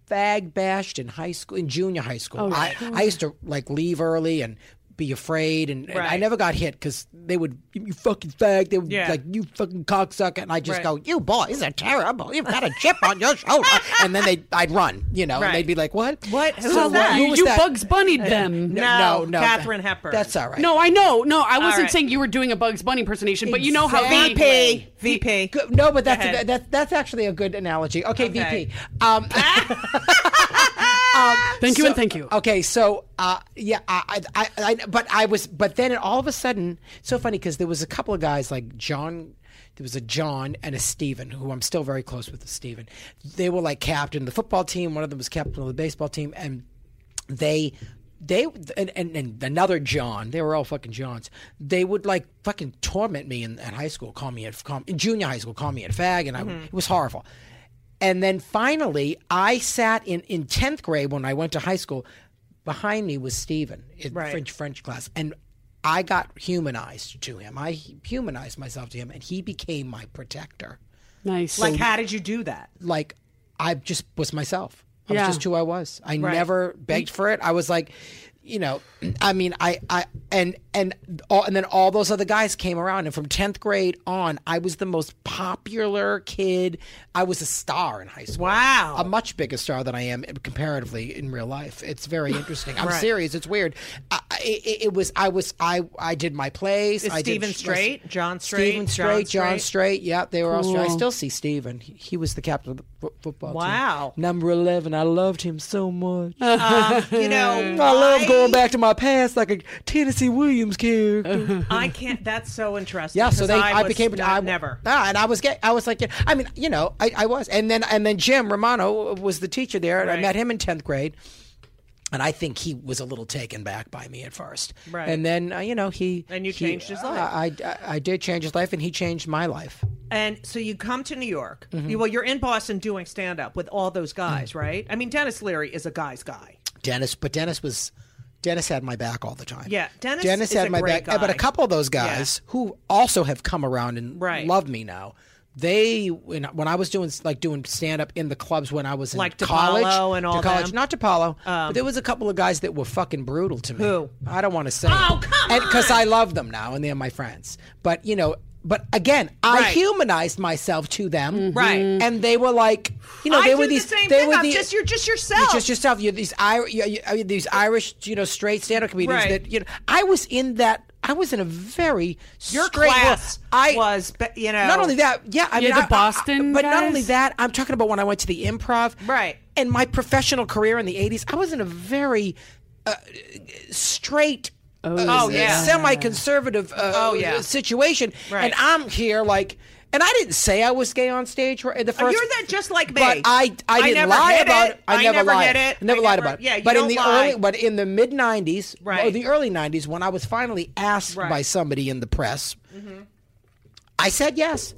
Speaker 3: fag bashed in high school, in junior high
Speaker 2: Oh,
Speaker 3: school. I, I used to like leave early and be afraid, and, and I
Speaker 2: Right.
Speaker 3: never got hit because they would you fucking fag, they would
Speaker 2: Yeah.
Speaker 3: like you fucking cocksucker, and I just
Speaker 2: Right.
Speaker 3: go, you boys are terrible, you've got a chip on your shoulder, and then they I'd run, you know, and
Speaker 2: Right.
Speaker 3: they'd be like, what,
Speaker 2: What? Who
Speaker 3: so
Speaker 2: was that?
Speaker 3: what- who
Speaker 4: you
Speaker 3: was
Speaker 4: you
Speaker 3: that?
Speaker 4: Bugs Bunnied them.
Speaker 3: No,
Speaker 2: No,
Speaker 3: no, no.
Speaker 2: Katharine
Speaker 3: that-
Speaker 2: Hepburn.
Speaker 3: That's all right.
Speaker 4: No, I know. No, I wasn't
Speaker 2: right.
Speaker 4: saying you were doing a Bugs Bunny impersonation, but you know how
Speaker 3: Exactly.
Speaker 4: they.
Speaker 2: VP, VP.
Speaker 3: Go- no, but that's
Speaker 2: ahead.
Speaker 4: Um,
Speaker 3: that's that's actually a good analogy. Okay,
Speaker 2: Okay.
Speaker 3: VP. Um,
Speaker 4: Thank you
Speaker 3: So- oh,
Speaker 4: and thank you.
Speaker 3: Okay, so uh, yeah, I, I, I, I, but I was, but then all of a sudden, so funny because there was a couple of guys like John. There was a John and a Steven, who I'm still very close with. Steven, they were like captain of the football team. One of them was captain of the baseball team, and they. They and, and, and another John. They were all fucking Johns. They would like fucking torment me in, at high school. Call me at call, in junior high school. Call me a fag, and I
Speaker 4: Mm-hmm.
Speaker 3: it was horrible. And then finally, I sat in in tenth grade when I went to high school. Behind me was Stephen in
Speaker 2: Right.
Speaker 3: French French class, and I got humanized to him. I humanized myself to him, and he became my protector.
Speaker 4: Nice.
Speaker 2: Like, how did you do that?
Speaker 3: Like I just was myself. I
Speaker 4: Yeah.
Speaker 3: was just who I was. I never begged for it. I was like, you know, I mean, I, I, and and all, and then all those other guys came around, and from tenth grade on, I was the most popular kid. I was a star in high school
Speaker 2: Wow.
Speaker 3: a much bigger star than I am comparatively in real life. It's very interesting. I'm serious. It's weird. I, I- it, it was. I was. I. I did my plays.
Speaker 2: Is
Speaker 3: I did
Speaker 2: Stephen
Speaker 3: sh- my-
Speaker 2: straight? John straight? John
Speaker 3: Stephen straight. John
Speaker 2: straight?
Speaker 3: straight. Yeah, they were all straight. I
Speaker 4: Cool.
Speaker 3: still see Stephen. He, he was the captain of the fo- football team.
Speaker 2: Wow.
Speaker 3: Number eleven. I loved him so much.
Speaker 2: you know,
Speaker 3: I love going back to my past like a Tennessee Williams character.
Speaker 2: I can't. That's so interesting.
Speaker 3: Yeah, so
Speaker 2: 'cause
Speaker 3: they, I,
Speaker 2: was
Speaker 3: became,
Speaker 2: not-
Speaker 3: I
Speaker 2: never.
Speaker 3: Ah, and I was gay. I was like, I mean, you know, I, I was, and then, and then Jim Romano was the teacher there, and I
Speaker 2: Right.
Speaker 3: met him in tenth grade, and I think he was a little taken back by me at first,
Speaker 2: Right.
Speaker 3: And then, uh, you know, he
Speaker 2: And you
Speaker 3: he-
Speaker 2: changed his life.
Speaker 3: I, I, I did change his life, and he changed my life.
Speaker 2: And so you come to New York. You, well, you're in Boston doing stand up with all those guys, right? I mean, Dennis Leary is a guy's guy.
Speaker 3: Dennis, but Dennis was. Dennis had my back all the time.
Speaker 2: Yeah, Dennis is
Speaker 3: had
Speaker 2: a
Speaker 3: my
Speaker 2: great
Speaker 3: back. eh, But
Speaker 2: guy.
Speaker 3: a couple of those guys who also have come around and
Speaker 2: Right.
Speaker 3: love me now. They when, when I was doing like doing stand up in the clubs when I was in
Speaker 2: Like
Speaker 3: college
Speaker 2: DiPaolo and all
Speaker 3: to college,
Speaker 2: them? Um,
Speaker 3: not DiPaolo. but there was a couple of guys that were fucking brutal to me.
Speaker 2: Who?
Speaker 3: I don't want to say.
Speaker 2: Oh, come
Speaker 3: Because
Speaker 2: on!
Speaker 3: I love them now and they're my friends. But you know, but again, I
Speaker 2: Right.
Speaker 3: humanized myself to them.
Speaker 2: Right.
Speaker 3: And they were like, you know,
Speaker 2: I
Speaker 3: they
Speaker 2: do
Speaker 3: were
Speaker 2: the
Speaker 3: these.
Speaker 2: same
Speaker 3: they
Speaker 2: thing.
Speaker 3: were
Speaker 2: I'm
Speaker 3: the-
Speaker 2: just- you're just
Speaker 3: You're
Speaker 2: yourself.
Speaker 3: just yourself. You're these Irish, you, you, these Irish, you know, straight stand-up comedians.
Speaker 2: Right.
Speaker 3: That you know, I was in that. I was in a very
Speaker 2: Your
Speaker 3: straight world.
Speaker 2: class
Speaker 3: I
Speaker 2: was, but, you know,
Speaker 3: not only that, yeah. I
Speaker 4: You're
Speaker 3: mean,
Speaker 4: the
Speaker 3: I- I-
Speaker 4: Boston
Speaker 3: but not
Speaker 4: guys?
Speaker 3: only that, I'm talking about when I went to the Improv,
Speaker 2: Right.
Speaker 3: And my professional career in the '80s, I was in a very uh, straight. Oh,
Speaker 2: Oh, yeah.
Speaker 3: semi-conservative uh,
Speaker 2: Oh, yeah.
Speaker 3: situation,
Speaker 2: Right.
Speaker 3: and I'm here like, and I didn't say I was gay on stage. right, The first,
Speaker 2: you're that just like me.
Speaker 3: But I, I
Speaker 2: I
Speaker 3: didn't
Speaker 2: never
Speaker 3: lie
Speaker 2: hid
Speaker 3: about
Speaker 2: it.
Speaker 3: it. I,
Speaker 2: I
Speaker 3: never,
Speaker 2: never
Speaker 3: lied.
Speaker 2: hid it.
Speaker 3: I never
Speaker 2: I
Speaker 3: lied
Speaker 2: never-
Speaker 3: about it.
Speaker 2: yeah, you
Speaker 3: but in
Speaker 2: don't
Speaker 3: the
Speaker 2: lie.
Speaker 3: early, but in the mid '90s,
Speaker 2: Right.
Speaker 3: or the early '90s, when I was finally asked
Speaker 2: Right. Mm-hmm.
Speaker 3: by somebody in the press, I said yes.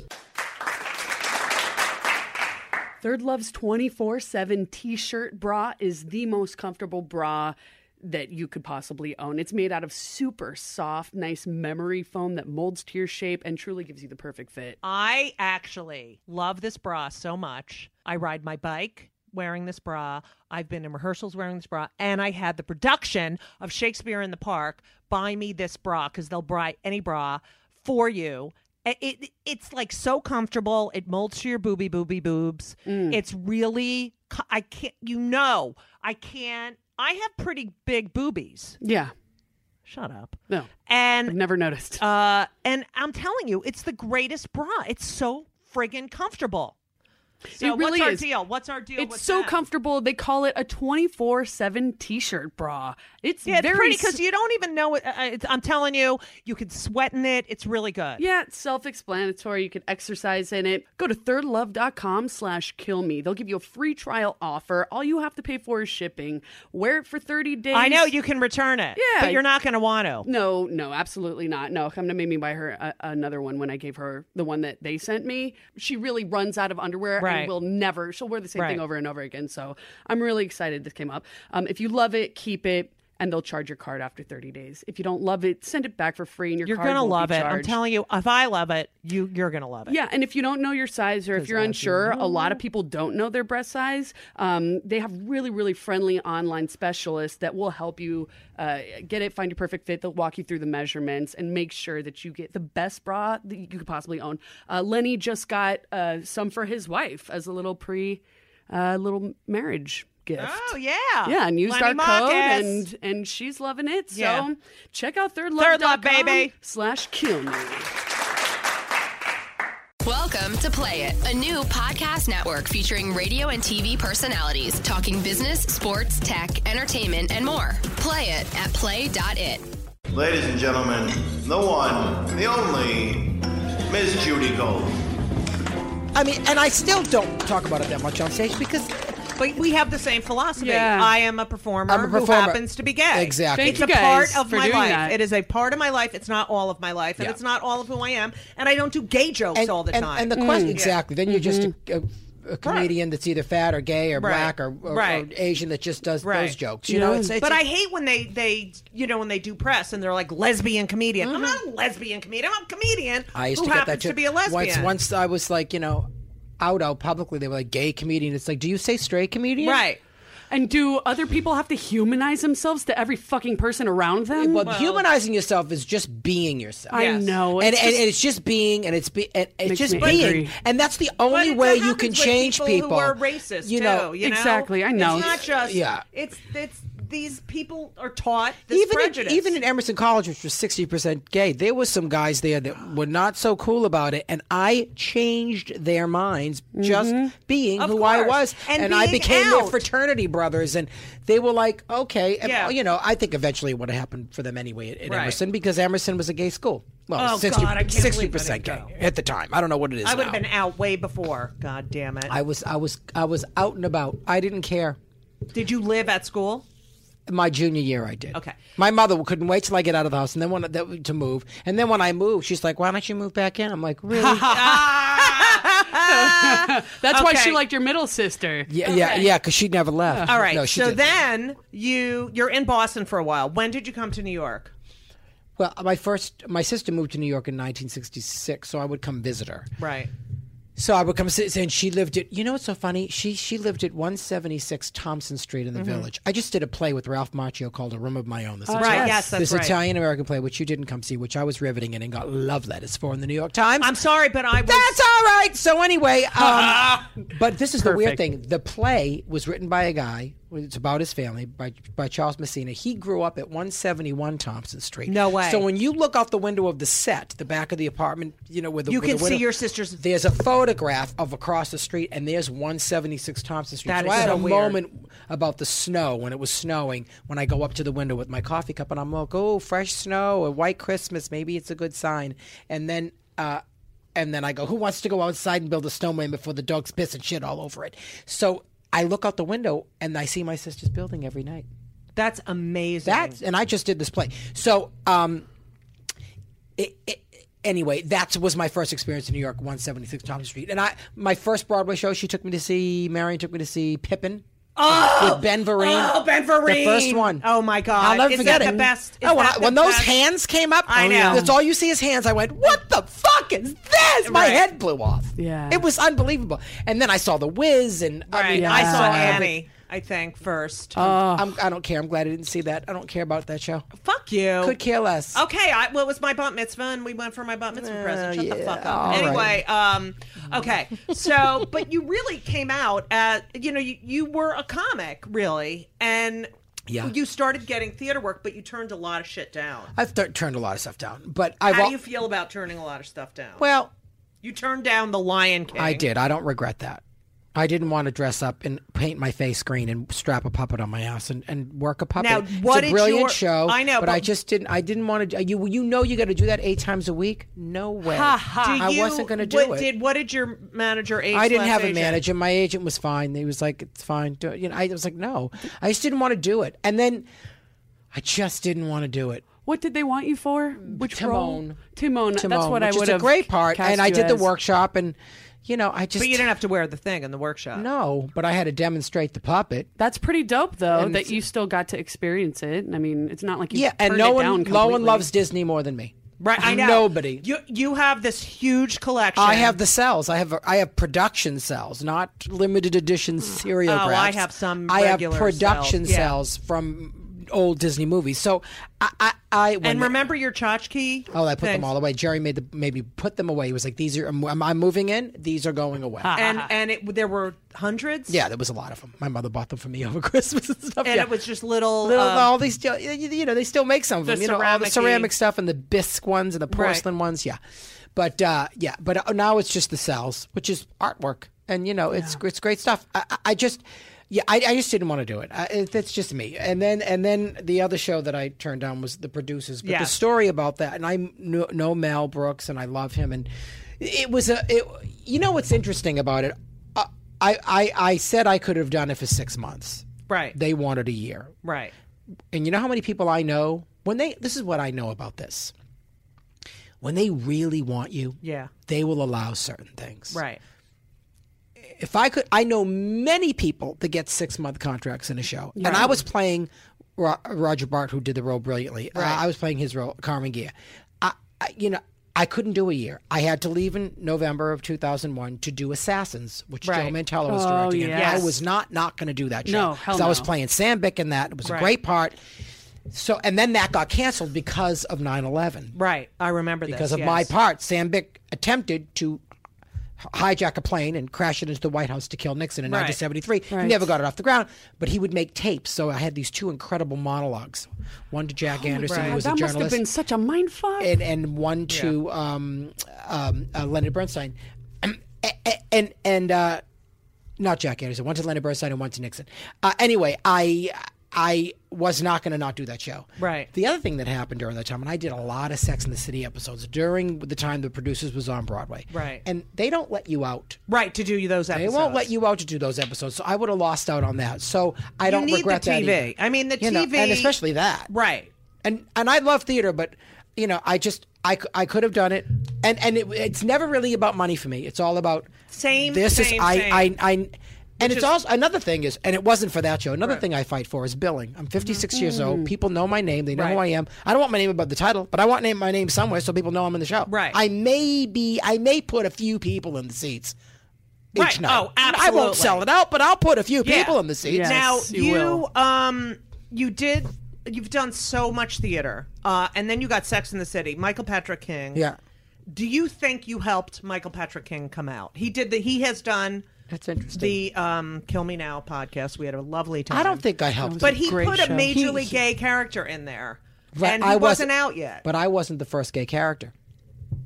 Speaker 4: Third Love's 24 7 t shirt bra is the most comfortable bra that you could possibly own. It's made out of super soft, nice memory foam that molds to your shape and truly gives you the perfect fit.
Speaker 2: I actually love this bra so much. I ride my bike wearing this bra. I've been in rehearsals wearing this bra, and I had the production of Shakespeare in the Park buy me this bra because they'll buy any bra for you. I- It, it's like so comfortable. It molds to your booby booby boobs. It's really co- I can't you know I can't. I have pretty big boobies.
Speaker 4: Yeah,
Speaker 2: Shut up.
Speaker 4: no,
Speaker 2: And
Speaker 4: I've never noticed.
Speaker 2: uh, and I'm telling you, it's the greatest bra. It's so friggin' comfortable. So
Speaker 4: It really
Speaker 2: what's our
Speaker 4: is.
Speaker 2: deal? What's our deal? with
Speaker 4: It's so
Speaker 2: that?
Speaker 4: comfortable. They call it a 24 7 t shirt bra. It's
Speaker 2: Yeah, it's
Speaker 4: very
Speaker 2: pretty
Speaker 4: s-
Speaker 2: because you don't even know. It, uh, it's, I'm telling you, you can sweat in it. It's really good.
Speaker 4: Yeah, it's self-explanatory. You can exercise in it. Go to thirdlove.com slash kill me. They'll give you a free trial offer. All you have to pay for is shipping. Wear it for 30 days.
Speaker 2: I know you can return it.
Speaker 4: Yeah.
Speaker 2: but you're not going to want to.
Speaker 4: No, no, absolutely not. No, come to Mimi buy her a- another one when I gave her the one that they sent me. She really runs out of underwear
Speaker 2: Right.
Speaker 4: and will never, she'll wear the same
Speaker 2: Right.
Speaker 4: thing over and over again. So I'm really excited this came up. Um, if you love it, keep it. And they'll charge your card after 30 days. If you don't love it, send it back for free and your
Speaker 2: You're
Speaker 4: card
Speaker 2: going to
Speaker 4: won't be
Speaker 2: love it. I'm
Speaker 4: charged.
Speaker 2: telling you, if I love it, you you're going to love it.
Speaker 4: Yeah, and if you don't know your size or if you're unsure, a lot of people don't know their breast size. Um, they have really, really friendly online specialists that will help you uh, get it, find your perfect fit. They'll walk you through the measurements and make sure that you get the best bra that you could possibly own. Uh, Lenny just got uh, some for his wife as a little pre, uh, little marriage gift.
Speaker 2: Oh yeah.
Speaker 4: Yeah, and used
Speaker 2: Lenny
Speaker 4: our code,
Speaker 2: Marcus.
Speaker 4: and and she's loving it. So
Speaker 2: Yeah.
Speaker 4: check out
Speaker 2: Third Love,
Speaker 4: thirdlove.com
Speaker 2: baby.
Speaker 4: slash kill me.
Speaker 5: Welcome to Play It, a new podcast network featuring radio and TV personalities talking business, sports, tech, entertainment, and more. Play it at play.it.
Speaker 1: Ladies and gentlemen, the one, the only, Miss Judy Gold.
Speaker 3: I mean, and I still don't talk about it that much on stage because
Speaker 2: But we have the same philosophy.
Speaker 4: Yeah.
Speaker 2: I am a performer,
Speaker 3: I'm a performer.
Speaker 2: who happens to be gay.
Speaker 3: Exactly.
Speaker 2: it's
Speaker 4: Thank you
Speaker 2: a part
Speaker 4: guys
Speaker 2: of
Speaker 4: for
Speaker 2: my
Speaker 4: doing
Speaker 2: life.
Speaker 4: that.
Speaker 2: It is a part of my life. It's not all of my life, and
Speaker 3: Yeah.
Speaker 2: it's not all of who I am. And I don't do gay jokes
Speaker 3: and,
Speaker 2: all the
Speaker 3: and-
Speaker 2: time. Mm. Mm-hmm.
Speaker 3: And the question exactly. Then you're just a, a, a comedian that's either fat or gay or
Speaker 2: Right.
Speaker 3: black or, or,
Speaker 2: Right.
Speaker 3: or Asian that just does those
Speaker 2: Right.
Speaker 3: jokes. You know, it's, it's
Speaker 2: but I hate when they they you know when they do press and they're like lesbian comedian. I'm not a lesbian comedian. I'm a comedian
Speaker 3: Mm-hmm. I used
Speaker 2: who
Speaker 3: to get
Speaker 2: happens
Speaker 3: that too.
Speaker 2: to be a lesbian.
Speaker 3: Once, once I was like, you know, out out publicly, they were like gay comedian. It's like, do you say straight comedian?
Speaker 2: right.
Speaker 4: And do other people have to humanize themselves to every fucking person around them?
Speaker 3: Well, humanizing yourself is just being yourself.
Speaker 4: I
Speaker 2: Yes.
Speaker 4: know.
Speaker 3: and,
Speaker 4: It's
Speaker 3: and,
Speaker 4: just-
Speaker 3: and it's just being, and it's be, and it's
Speaker 4: Makes
Speaker 3: just
Speaker 4: me
Speaker 3: being,
Speaker 4: angry.
Speaker 3: and that's the only
Speaker 2: But it
Speaker 3: way
Speaker 2: that
Speaker 3: you can
Speaker 2: happens with
Speaker 3: change
Speaker 2: people, who are racist
Speaker 3: you
Speaker 2: too,
Speaker 3: know,
Speaker 2: you know?
Speaker 4: Exactly, I know.
Speaker 2: It's not just
Speaker 3: Yeah.
Speaker 2: It's it's these people are taught this
Speaker 3: even at,
Speaker 2: prejudice.
Speaker 3: even at Emerson College, which was sixty percent gay, there was some guys there that were not so cool about it, and I changed their minds just being
Speaker 2: Mm-hmm. Of
Speaker 3: who I
Speaker 2: course.
Speaker 3: was,
Speaker 2: And
Speaker 3: I
Speaker 2: being
Speaker 3: became their
Speaker 2: out.
Speaker 3: fraternity brothers, and they were like, okay, and,
Speaker 2: Yeah.
Speaker 3: you know, I think eventually it would have happened for them anyway at, at
Speaker 2: Right.
Speaker 3: Emerson because Emerson was a gay school. Well,
Speaker 2: Oh, God, I can't believe I didn't
Speaker 3: percent gay
Speaker 2: go.
Speaker 3: at the time. I don't know what it is.
Speaker 2: I would have
Speaker 3: now.
Speaker 2: been out way before. God damn it!
Speaker 3: I was, I was, I was out and about. I didn't care.
Speaker 2: Did you live at school?
Speaker 3: My junior year, I did.
Speaker 2: Okay.
Speaker 3: My mother couldn't wait till I get out of the house, and then when that, to move, and then when I moved, she's like, "Why don't you move back in?" I'm like, "Really? yeah,
Speaker 4: that's why she
Speaker 2: okay.
Speaker 4: liked your middle sister.
Speaker 3: yeah, yeah," because she never left.
Speaker 2: All right.
Speaker 3: No, she
Speaker 2: so
Speaker 3: didn't.
Speaker 2: then you you're in Boston for a while. When did you come to New York?
Speaker 3: well, my first, my sister moved to New York in 1966, so I would come visit her.
Speaker 2: Right.
Speaker 3: So I would come sit, and she lived at. You know what's so funny? She she lived at 176 Thompson
Speaker 2: Mm-hmm.
Speaker 3: Street in the Village. I just did a play with Ralph Macchio called A Room of My Own. This
Speaker 2: Right, yes, that's
Speaker 3: this
Speaker 2: right.
Speaker 3: Italian American play, which you didn't come see, which I was riveting in and got love letters for in the New York Times.
Speaker 2: I'm sorry, but I was.
Speaker 3: That's all right. So anyway, um, but this is the weird
Speaker 4: Perfect.
Speaker 3: thing. The play was written by a guy. It's about his family by by Charles Messina. He grew up at 171 Thompson Street.
Speaker 2: No way.
Speaker 3: So when you look out the window of the set, the back of the apartment, you know where the
Speaker 2: You
Speaker 3: where the
Speaker 2: can see
Speaker 3: window-
Speaker 2: your sister's-
Speaker 3: There's a photograph of across the street, and there's 176 Thompson Street.
Speaker 2: That
Speaker 3: so
Speaker 2: is
Speaker 3: I had
Speaker 2: so
Speaker 3: a
Speaker 2: weird.
Speaker 3: moment about the snow when it was snowing. When I go up to the window with my coffee cup, and I'm like, "Oh, fresh snow, a white Christmas. Maybe it's a good sign." And then. Uh, and then I go, who wants to go outside and build a snowman before the dogs piss and shit all over it? So I look out the window and I see my sister's building every night.
Speaker 2: That's amazing.
Speaker 3: That's and I just did this play. So um, it, it, anyway, that was my first experience in New York, 176 Thompson Street, and I my first Broadway show. She took me to see Marion took me to see Pippin. Oh, with Ben Vereen.
Speaker 2: Oh, Ben Vereen.
Speaker 3: The first one.
Speaker 2: Oh, my God.
Speaker 3: I'll never
Speaker 2: Is
Speaker 3: forget
Speaker 2: that
Speaker 3: it.
Speaker 2: the best? Is
Speaker 3: oh, when,
Speaker 2: that
Speaker 3: I-
Speaker 2: the
Speaker 3: when those
Speaker 2: best?
Speaker 3: hands came up,
Speaker 2: I know.
Speaker 3: That's all you see is hands. I went, "What the fuck is this?" My
Speaker 2: Right.
Speaker 3: head blew off.
Speaker 4: Yeah.
Speaker 3: it was unbelievable. And then I saw The Wiz, and I
Speaker 2: right. Oh.
Speaker 3: mean,
Speaker 2: I saw
Speaker 3: every-
Speaker 2: Annie. I think first.
Speaker 3: I'm, I don't care. I'm glad I didn't see that. I don't care about that show.
Speaker 2: Fuck you.
Speaker 3: Could care less.
Speaker 2: Okay, I, well, it was my bat mitzvah, and we went for my bat mitzvah present. Shut the
Speaker 3: yeah,
Speaker 2: fuck up.
Speaker 3: all
Speaker 2: anyway, um, okay, so but you really came out at you know you, you were a comic really, and
Speaker 3: Yeah.
Speaker 2: you started getting theater work, but you turned a lot of shit down.
Speaker 3: I've th- turned a lot of stuff down, but I've
Speaker 2: How
Speaker 3: al-
Speaker 2: do you feel about turning a lot of stuff down?
Speaker 3: well,
Speaker 2: you turned down the Lion King.
Speaker 3: I did. I don't regret that. I didn't want to dress up and paint my face green and strap a puppet on my ass and, and work a puppet.
Speaker 2: Now, what
Speaker 3: it's a
Speaker 2: is
Speaker 3: brilliant
Speaker 2: your-
Speaker 3: show.
Speaker 2: I know,
Speaker 3: but,
Speaker 2: but-
Speaker 3: I just didn't. I didn't want to. You you know you got to do that eight times a week. No way.
Speaker 2: Do
Speaker 3: I
Speaker 2: you-
Speaker 3: wasn't going to do
Speaker 2: what
Speaker 3: it.
Speaker 2: Did what did your manager? Age
Speaker 3: I didn't
Speaker 2: slash
Speaker 3: have a
Speaker 2: agent-
Speaker 3: manager. My agent was fine. He was like, "It's fine." Do it. You know, I was like, "No, I just didn't want to do it." And then I just didn't want to do it.
Speaker 4: What did they want you for? Which role?
Speaker 3: Timon.
Speaker 4: Timon.
Speaker 3: Timon,
Speaker 4: That's what
Speaker 3: which
Speaker 4: I would
Speaker 3: is a
Speaker 4: have.
Speaker 3: great part.
Speaker 4: cast
Speaker 3: And I
Speaker 4: you
Speaker 3: did the
Speaker 4: as.
Speaker 3: workshop, and you know, I just
Speaker 2: But you didn't have to wear the thing in the workshop.
Speaker 3: no. But I had to demonstrate the puppet.
Speaker 4: That's pretty dope, though, that you still got to experience it. I mean, it's not like you
Speaker 3: Yeah, and
Speaker 4: turned
Speaker 3: no
Speaker 4: it
Speaker 3: one,
Speaker 4: down
Speaker 3: no one
Speaker 4: completely.
Speaker 3: loves Disney more than me.
Speaker 2: Right, I know.
Speaker 3: Nobody.
Speaker 2: You you have this huge collection.
Speaker 3: I have the cells. I have I have production cells, not limited edition serial.
Speaker 2: I have some
Speaker 3: I have
Speaker 2: regular
Speaker 3: production
Speaker 2: cells, yeah.
Speaker 3: cells from old Disney movies. So I I, I when
Speaker 2: And remember your tchotchke?
Speaker 3: Oh, I put them
Speaker 2: things?
Speaker 3: all away. Jerry made the maybe put them away. He was like, "These are I'm, I'm moving in. These are going away."
Speaker 2: And and it, there were hundreds.
Speaker 3: yeah, there was a lot of them. My mother bought them for me over Christmas and stuff.
Speaker 2: And
Speaker 3: yeah.
Speaker 2: it was just little.
Speaker 3: little
Speaker 2: um,
Speaker 3: all these. You you know, they still make some of
Speaker 2: the
Speaker 3: them. You know, all the
Speaker 2: ceramic-y-
Speaker 3: ceramic stuff and the bisque ones and the porcelain ones. Yeah, But uh, yeah, but uh, now it's just the cells, which is artwork, and you know it's it's great stuff. I, I- I just. Yeah, I, I just didn't want to do it. I, it. That's just me. And then, and then the other show that I turned down was the producers. But the
Speaker 2: Yes.
Speaker 3: story about that, and I kno- know Mel Brooks, and I love him, and it was a. It, you know what's interesting about it? I, I, I- I said I could have done it for six months.
Speaker 2: Right.
Speaker 3: They wanted a year.
Speaker 2: right.
Speaker 3: And you know how many people I know when they this is what I know about this. When they really want you,
Speaker 2: Yeah.
Speaker 3: they will allow certain things.
Speaker 2: Right.
Speaker 3: If I could I know many people that get 6-month contracts in a show. And I was playing Ro- Roger Bart who did the role brilliantly. Uh, I was playing his role Carmen Gear. I, I you know I couldn't do a year. I had to leave in November of 2001 to do Assassins, which Joe
Speaker 2: Right.
Speaker 3: Mantello was
Speaker 4: Oh,
Speaker 3: directing. and
Speaker 4: yes.
Speaker 3: I was not not going to do that show.
Speaker 4: No, hell
Speaker 3: 'Cause I was
Speaker 4: no.
Speaker 3: playing Sambic in that. It was a
Speaker 2: Right.
Speaker 3: great part. So and then that got canceled because of 9/11.
Speaker 2: Right. I remember this.
Speaker 3: Because of
Speaker 2: yes.
Speaker 3: my part, Sam Bick attempted to hijack a plane and crash it into the White House to kill Nixon in
Speaker 2: Right.
Speaker 3: 1973. He never got it off the ground, but he would make tapes. So I had these two incredible monologues. One to Jack Anderson,
Speaker 2: God,
Speaker 3: who was
Speaker 4: that
Speaker 3: a
Speaker 4: must
Speaker 3: journalist,
Speaker 4: have been such a mind fuck.
Speaker 3: and, and one to um, um, uh, Leonard Bernstein. Um, a- a- And, and uh, not Jack Anderson, one to Leonard Bernstein and one to Nixon. Uh, anyway, I I was not going to not do that show.
Speaker 2: Right.
Speaker 3: The other thing that happened during that time, and I did a lot of Sex in the City episodes during the time the producers was on Broadway.
Speaker 2: Right.
Speaker 3: And they don't let you out.
Speaker 2: Right to do those
Speaker 3: They
Speaker 2: episodes.
Speaker 3: won't let you out to do those episodes. So I would have lost out on that. So I don't
Speaker 2: need the
Speaker 3: regret
Speaker 2: TV.
Speaker 3: that. either.
Speaker 2: I mean, the
Speaker 3: You know,
Speaker 2: TV
Speaker 3: and especially that.
Speaker 2: Right.
Speaker 3: And and I love theater, but you know, I just I, c- I could have done it. And and it, it's never really about money for me. It's all about
Speaker 2: Same,
Speaker 3: This is
Speaker 2: same,
Speaker 3: I
Speaker 2: same.
Speaker 3: I I. and it's also another thing is, and it wasn't for that show. Another thing I fight for is billing. I'm 56 years old. People know my name. They know who I
Speaker 2: Right.
Speaker 3: am. I don't want my name above the title, but I want name, my name somewhere so people know I'm in the show.
Speaker 2: Right.
Speaker 3: I may be. I may put a few people in the seats. Each
Speaker 2: Right.
Speaker 3: night.
Speaker 2: Oh,
Speaker 3: I won't
Speaker 2: absolutely.
Speaker 3: sell it out, but I'll put a few
Speaker 2: Yeah.
Speaker 3: people in the seats.
Speaker 4: Yes,
Speaker 2: now
Speaker 4: you
Speaker 2: you,
Speaker 4: will.
Speaker 2: um you did you've done so much theater. Uh and then you got Sex in the City, Michael Patrick King.
Speaker 3: Yeah.
Speaker 2: Do you think you helped Michael Patrick King come out? He did the he has done
Speaker 3: That's interesting.
Speaker 2: the um Kill Me Now podcast. We had a lovely time.
Speaker 3: I don't think I helped.
Speaker 2: but he
Speaker 4: Great
Speaker 2: put a
Speaker 4: show.
Speaker 2: majorly
Speaker 3: He-
Speaker 2: gay character in there.
Speaker 3: But
Speaker 2: and he
Speaker 3: I
Speaker 2: wasn't
Speaker 3: wasn't-
Speaker 2: out yet.
Speaker 3: But I wasn't the first gay character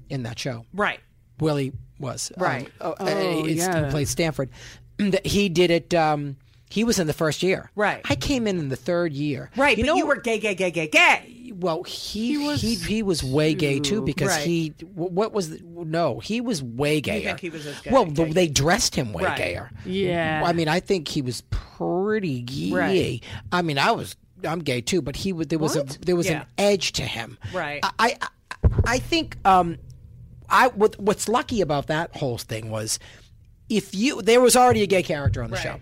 Speaker 3: in that show.
Speaker 2: right.
Speaker 3: Willie was.
Speaker 2: Right.
Speaker 3: Um, oh, uh, it's-
Speaker 4: yeah.
Speaker 3: Played Stanford. That He did it. Um, he was in the first year.
Speaker 2: Right.
Speaker 3: I came in in the third year.
Speaker 2: Right,
Speaker 3: You
Speaker 2: but
Speaker 3: know,
Speaker 2: you were gay, gay, gay, gay, gay.
Speaker 3: well. He he was, he, was way gay too because
Speaker 2: Right.
Speaker 3: he wh- what was the, no he was way gayer.
Speaker 2: think he was as gay,
Speaker 3: Well,
Speaker 2: gay,
Speaker 3: the-
Speaker 2: gay.
Speaker 3: they dressed him way
Speaker 2: Right.
Speaker 3: gayer.
Speaker 4: Yeah.
Speaker 3: I mean, I think he was pretty gay.
Speaker 2: Right.
Speaker 3: I mean, I was I'm gay too, but he was there was a there was
Speaker 2: Yeah.
Speaker 3: an edge to him.
Speaker 2: Right.
Speaker 3: I I, I- I think um I what, what's lucky about that whole thing was if you there was already a gay character on the show.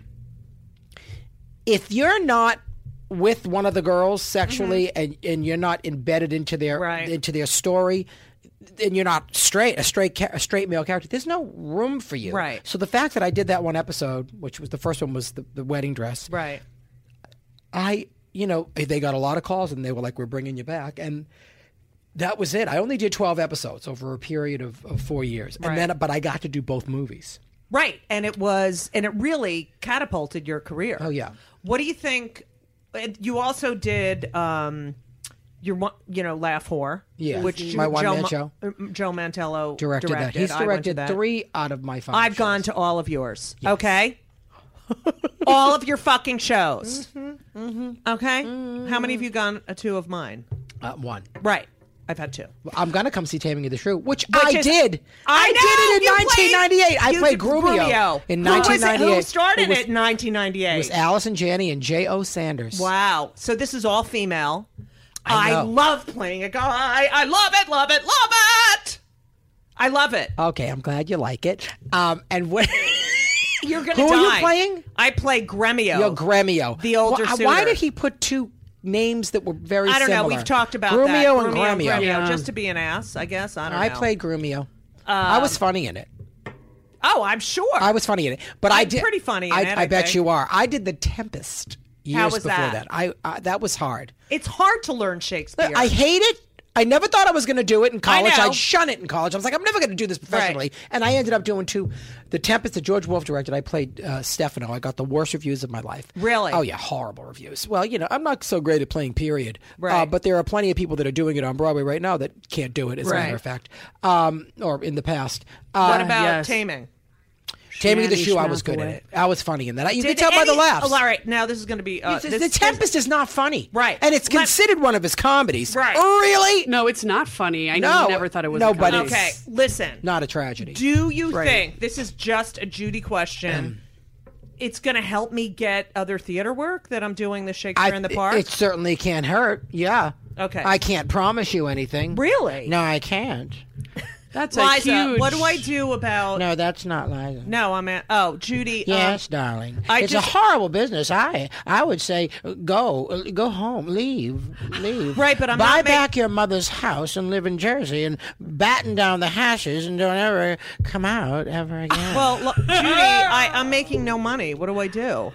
Speaker 3: If you're not with one of the girls sexually and and you're not embedded into their
Speaker 2: Mm-hmm. Right.
Speaker 3: into their story and you're not straight a straight cha- a straight male character there's no room for you
Speaker 2: Right.
Speaker 3: so the fact that i did that one episode which was the first one was the, the wedding dress
Speaker 2: Right.
Speaker 3: I, you know, eh, they got a lot of calls and they were like, we're bringing you back. And that was it. I only did 12 episodes over a period of, of four years. And then, but I got to do both movies.
Speaker 2: Right. And it was, and it really catapulted your career. Oh,
Speaker 3: yeah.
Speaker 2: What do you think? and You also did um, your, one- you know, Laugh Whore.
Speaker 3: Yeah.
Speaker 2: Which
Speaker 3: Mhm. My one-man
Speaker 2: Ma-
Speaker 3: show.
Speaker 2: uh, Joe Mantello
Speaker 3: Directed,
Speaker 2: directed.
Speaker 3: that. He's
Speaker 2: I went to
Speaker 3: directed
Speaker 2: that.
Speaker 3: three out of my five.
Speaker 2: I've gone to all of yours. Okay. all of your fucking shows.
Speaker 3: Mm-hmm.
Speaker 2: Okay. How many have you gone to of mine?
Speaker 3: uh, one.
Speaker 2: Right. I've had two.
Speaker 3: I'm gonna come see Taming of the Shrew, which,
Speaker 2: Which
Speaker 3: I
Speaker 2: is-
Speaker 3: did.
Speaker 2: I, know,
Speaker 3: did it in
Speaker 2: you
Speaker 3: 1998.
Speaker 2: Played,
Speaker 3: I
Speaker 2: you
Speaker 3: played
Speaker 2: did
Speaker 3: Grumio, in 1998.
Speaker 2: Who, was it, who started
Speaker 3: was,
Speaker 2: it in 1998?
Speaker 3: It was Allison Janney and J.O. Sanders.
Speaker 2: Wow. So this is all female. I,
Speaker 3: I know.
Speaker 2: love playing a guy. I love it, love it, love it. I love it.
Speaker 3: Okay, I'm glad you like it. Um, and what?
Speaker 2: You're gonna
Speaker 3: who
Speaker 2: die.
Speaker 3: are you playing?
Speaker 2: I play Gremio.
Speaker 3: Yo, Gremio.
Speaker 2: The older
Speaker 3: why,
Speaker 2: suitor.
Speaker 3: why did he put two names that were very
Speaker 2: I don't
Speaker 3: similar?
Speaker 2: know. We've talked about
Speaker 3: Grumio
Speaker 2: that.
Speaker 3: and Gremio.
Speaker 2: Gremio, just to be an ass, I guess. I don't
Speaker 3: I
Speaker 2: know.
Speaker 3: played Grumio. I
Speaker 2: Um,
Speaker 3: was funny in it.
Speaker 2: Oh, I'm sure.
Speaker 3: I was funny in it. But i
Speaker 2: I'm
Speaker 3: did
Speaker 2: pretty funny in
Speaker 3: I,
Speaker 2: it,
Speaker 3: I
Speaker 2: I
Speaker 3: bet
Speaker 2: think.
Speaker 3: you are. I did the Tempest years
Speaker 2: was
Speaker 3: before that.
Speaker 2: that?
Speaker 3: I, I that was hard.
Speaker 2: it's hard to learn Shakespeare.
Speaker 3: I hate it. I never thought I was going to do it in college.
Speaker 2: know.
Speaker 3: I'd shun it in college. I was like, I'm never going to do this professionally. And I ended up doing two. The Tempest that George Wolfe directed, I played uh, Stefano. I got the worst reviews of my life.
Speaker 2: Really?
Speaker 3: Oh, yeah, horrible reviews. Well, you know, I'm not so great at playing period.
Speaker 2: Right.
Speaker 3: Uh, but there are plenty of people that are doing it on Broadway right now that can't do it, as a
Speaker 2: Right.
Speaker 3: matter of fact, um, or in the past.
Speaker 2: What
Speaker 3: Uh,
Speaker 2: about
Speaker 4: yes.
Speaker 2: taming?
Speaker 3: Taming of the
Speaker 4: Shannon
Speaker 3: Shoe, I was good at
Speaker 4: Schnappaway.
Speaker 3: it. I was funny in that. You
Speaker 2: Did
Speaker 3: can tell by the
Speaker 2: any-
Speaker 3: laughs.
Speaker 2: Oh, all right, now this is going to be uh,
Speaker 3: It's-
Speaker 2: this-
Speaker 3: the Tempest is not funny,
Speaker 2: Right.
Speaker 3: And it's
Speaker 2: Let-
Speaker 3: considered one of his comedies,
Speaker 2: Right.
Speaker 3: Really?
Speaker 4: No, it's not funny. I
Speaker 3: No,
Speaker 4: never thought it was.
Speaker 3: nobody-
Speaker 4: A
Speaker 2: this-
Speaker 4: comedy.
Speaker 2: Okay, listen.
Speaker 3: Not a tragedy.
Speaker 2: Do you think this is just a Judy question? it's going to help me get other theater work that I'm doing the Shakespeare in the Park.
Speaker 3: It certainly can't hurt. Yeah.
Speaker 2: Okay.
Speaker 3: I can't promise you anything.
Speaker 2: Really?
Speaker 3: No, I can't.
Speaker 4: that's a
Speaker 2: Liza,
Speaker 4: huge.
Speaker 2: what do I do about? No,
Speaker 3: No, that's not Liza.
Speaker 2: I'm at. Oh, Judy. um,
Speaker 3: Yes, darling.
Speaker 2: I
Speaker 3: it's
Speaker 2: just-
Speaker 3: a horrible business. I I would say uh, go uh, go home, leave, leave.
Speaker 2: Right, but I'm
Speaker 3: buy
Speaker 2: not ma-
Speaker 3: back your mother's house and live in Jersey and batten down the hashes and don't ever come out ever again.
Speaker 2: well, look, Judy, I, I'm making no money. What do I do?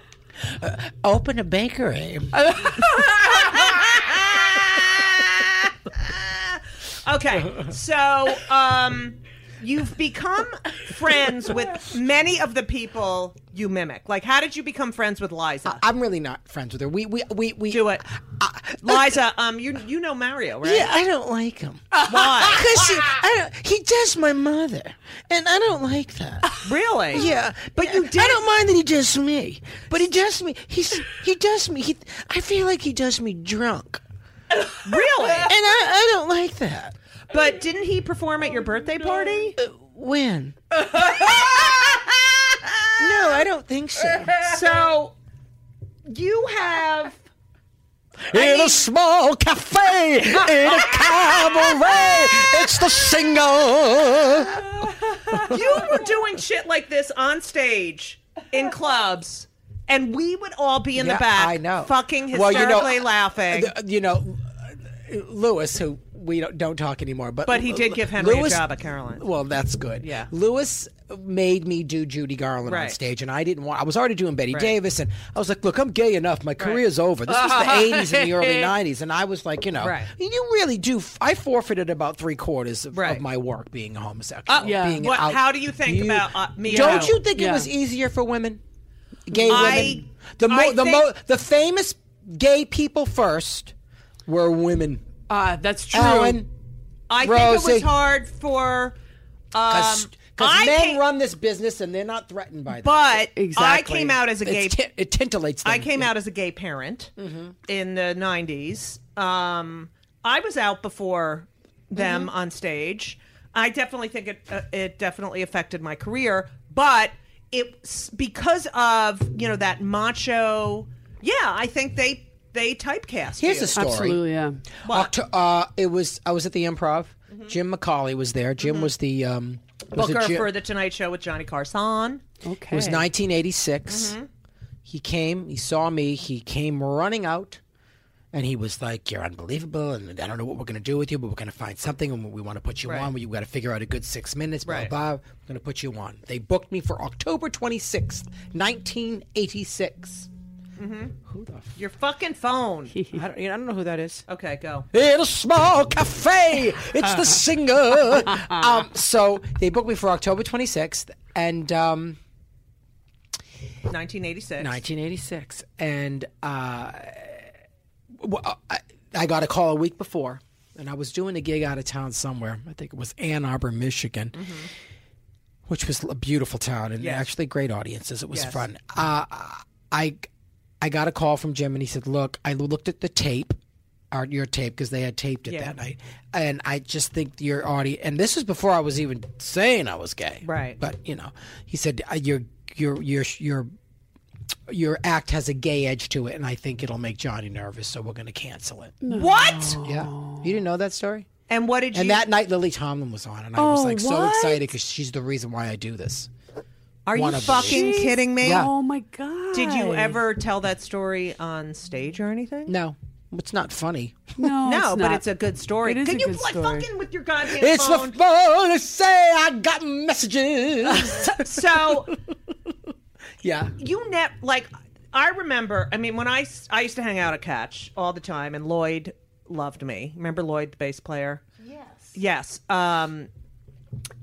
Speaker 3: open a bakery.
Speaker 2: Oh, Okay, so um, you've become friends with many of the people you mimic. Like, how did you become friends with Liza?
Speaker 3: I'm really not friends with her. We we we we
Speaker 2: do it, Liza. Um, you you know Mario, right?
Speaker 3: Yeah, I don't like him.
Speaker 2: Why?
Speaker 3: Because he, I don't, he does my mother, and I don't like that.
Speaker 2: Really?
Speaker 3: Yeah,
Speaker 2: But you
Speaker 3: I
Speaker 2: did-
Speaker 3: don't mind that he does me, but he does me. He's he does me. He, I feel like he does me drunk,
Speaker 2: Really?
Speaker 3: and I, I don't like that.
Speaker 2: But didn't he perform at your birthday party?
Speaker 3: When? no, I don't think so.
Speaker 2: So you have
Speaker 3: in a small cafe in a cabaret, it's the single.
Speaker 2: you were doing shit like this on stage in clubs. And we would all be in
Speaker 3: Yeah,
Speaker 2: the back,
Speaker 3: I know.
Speaker 2: fucking
Speaker 3: Well, you
Speaker 2: hysterically
Speaker 3: know,
Speaker 2: laughing.
Speaker 3: Uh, you know, Lewis, who we don't, don't talk anymore, but
Speaker 2: But he did give Henry
Speaker 3: Lewis-
Speaker 2: a job at Carolyn.
Speaker 3: Well, that's good.
Speaker 2: Yeah.
Speaker 3: Lewis made me do Judy Garland on
Speaker 2: Right.
Speaker 3: stage, and I didn't want. I was already doing Betty Davis, and I was like, "Look, I'm gay enough. My career's over. This was the '80s and the early '90s, and I was like, you know,
Speaker 2: Right.
Speaker 3: you really do. f- I forfeited about three quarters of,
Speaker 2: Right. Uh,
Speaker 3: of my work being a homosexual.
Speaker 4: yeah.
Speaker 3: being
Speaker 2: What-
Speaker 3: out-
Speaker 2: how do you think about, uh, me
Speaker 3: Don't
Speaker 2: out?
Speaker 3: you think it
Speaker 4: Yeah.
Speaker 3: was easier for women, gay
Speaker 2: I-
Speaker 3: women? The mo-
Speaker 2: I
Speaker 3: the
Speaker 2: think-
Speaker 3: mo- the famous gay people first were women.
Speaker 4: Uh, that's true.
Speaker 2: Um,
Speaker 3: Ellen,
Speaker 2: I think it
Speaker 3: Rosie.
Speaker 2: was hard for. Um,
Speaker 3: because
Speaker 2: I
Speaker 3: men
Speaker 2: came-
Speaker 3: run this business and they're not threatened by that.
Speaker 2: But
Speaker 4: Exactly.
Speaker 2: I came out as a gay.
Speaker 3: It's tin- it titillates them.
Speaker 2: I came out as a gay parent in the '90s. Um, I was out before them on stage. I definitely think it uh, it definitely affected my career, but it's because of you know that macho. Yeah, I think they they typecast.
Speaker 3: Here's
Speaker 2: you.
Speaker 3: a story.
Speaker 4: Absolutely, yeah.
Speaker 3: Octo- uh, it was I was at the improv. Jim McCauley was there. Jim was the um, was it
Speaker 2: Mm-hmm. booker
Speaker 3: Jim-
Speaker 2: for the Tonight Show with Johnny Carson.
Speaker 4: Okay.
Speaker 3: It was 1986. He came, he saw me, he came running out, and he was like, You're unbelievable, and I don't know what we're going to do with you, but we're going to find something, and we want to put you on. We've got to figure out a good six minutes, blah,
Speaker 2: Right.
Speaker 3: blah. We're going to put you on. They booked me for October 26th, 1986. Who the f-
Speaker 2: Your fucking phone.
Speaker 3: I, don't, you know, I don't know who that is.
Speaker 2: Okay, go.
Speaker 3: In a small cafe, it's the singer. Um, so they booked me for October 26th, and. Um,
Speaker 2: 1986.
Speaker 3: 1986, and uh, w- I, I got a call a week before, and I was doing a gig out of town somewhere. I think it was Ann Arbor, Michigan, which was a beautiful town and actually great audiences. It was fun. Uh, I I got a call from Jim, and he said, "Look, I looked at the tape." Our, your tape because they had taped it that night, and I just think your audience. And this was before I was even saying I was gay,
Speaker 2: Right.
Speaker 3: But you know, he said "Uh, your your your your your act has a gay edge to it, and I think it'll make Johnny nervous, so we're going to cancel it.
Speaker 2: What?
Speaker 3: Yeah, you didn't know that story.
Speaker 2: And what did you?
Speaker 3: And that night, Lily Tomlin was on, and I was
Speaker 4: Oh,
Speaker 3: like so
Speaker 4: what?
Speaker 3: excited because she's the reason why I do this.
Speaker 2: are you
Speaker 3: one of
Speaker 2: fucking
Speaker 3: these.
Speaker 2: kidding me?
Speaker 3: Yeah.
Speaker 4: Oh my god.
Speaker 2: Did you ever tell that story on stage or anything?
Speaker 3: No, it's not funny.
Speaker 4: No,
Speaker 2: no,
Speaker 4: it's
Speaker 2: but
Speaker 4: not.
Speaker 2: it's a good story.
Speaker 4: It is
Speaker 2: Can
Speaker 4: a
Speaker 2: you
Speaker 4: good
Speaker 2: play
Speaker 4: story.
Speaker 2: fucking with your goddamn
Speaker 3: It's the
Speaker 2: phone?
Speaker 3: phone to say I got messages.
Speaker 2: so
Speaker 3: yeah,
Speaker 2: you net like I remember. I mean, when I s- I used to hang out at Catch all the time, and Lloyd loved me. Remember Lloyd, the bass player? Yes. Yes. Um,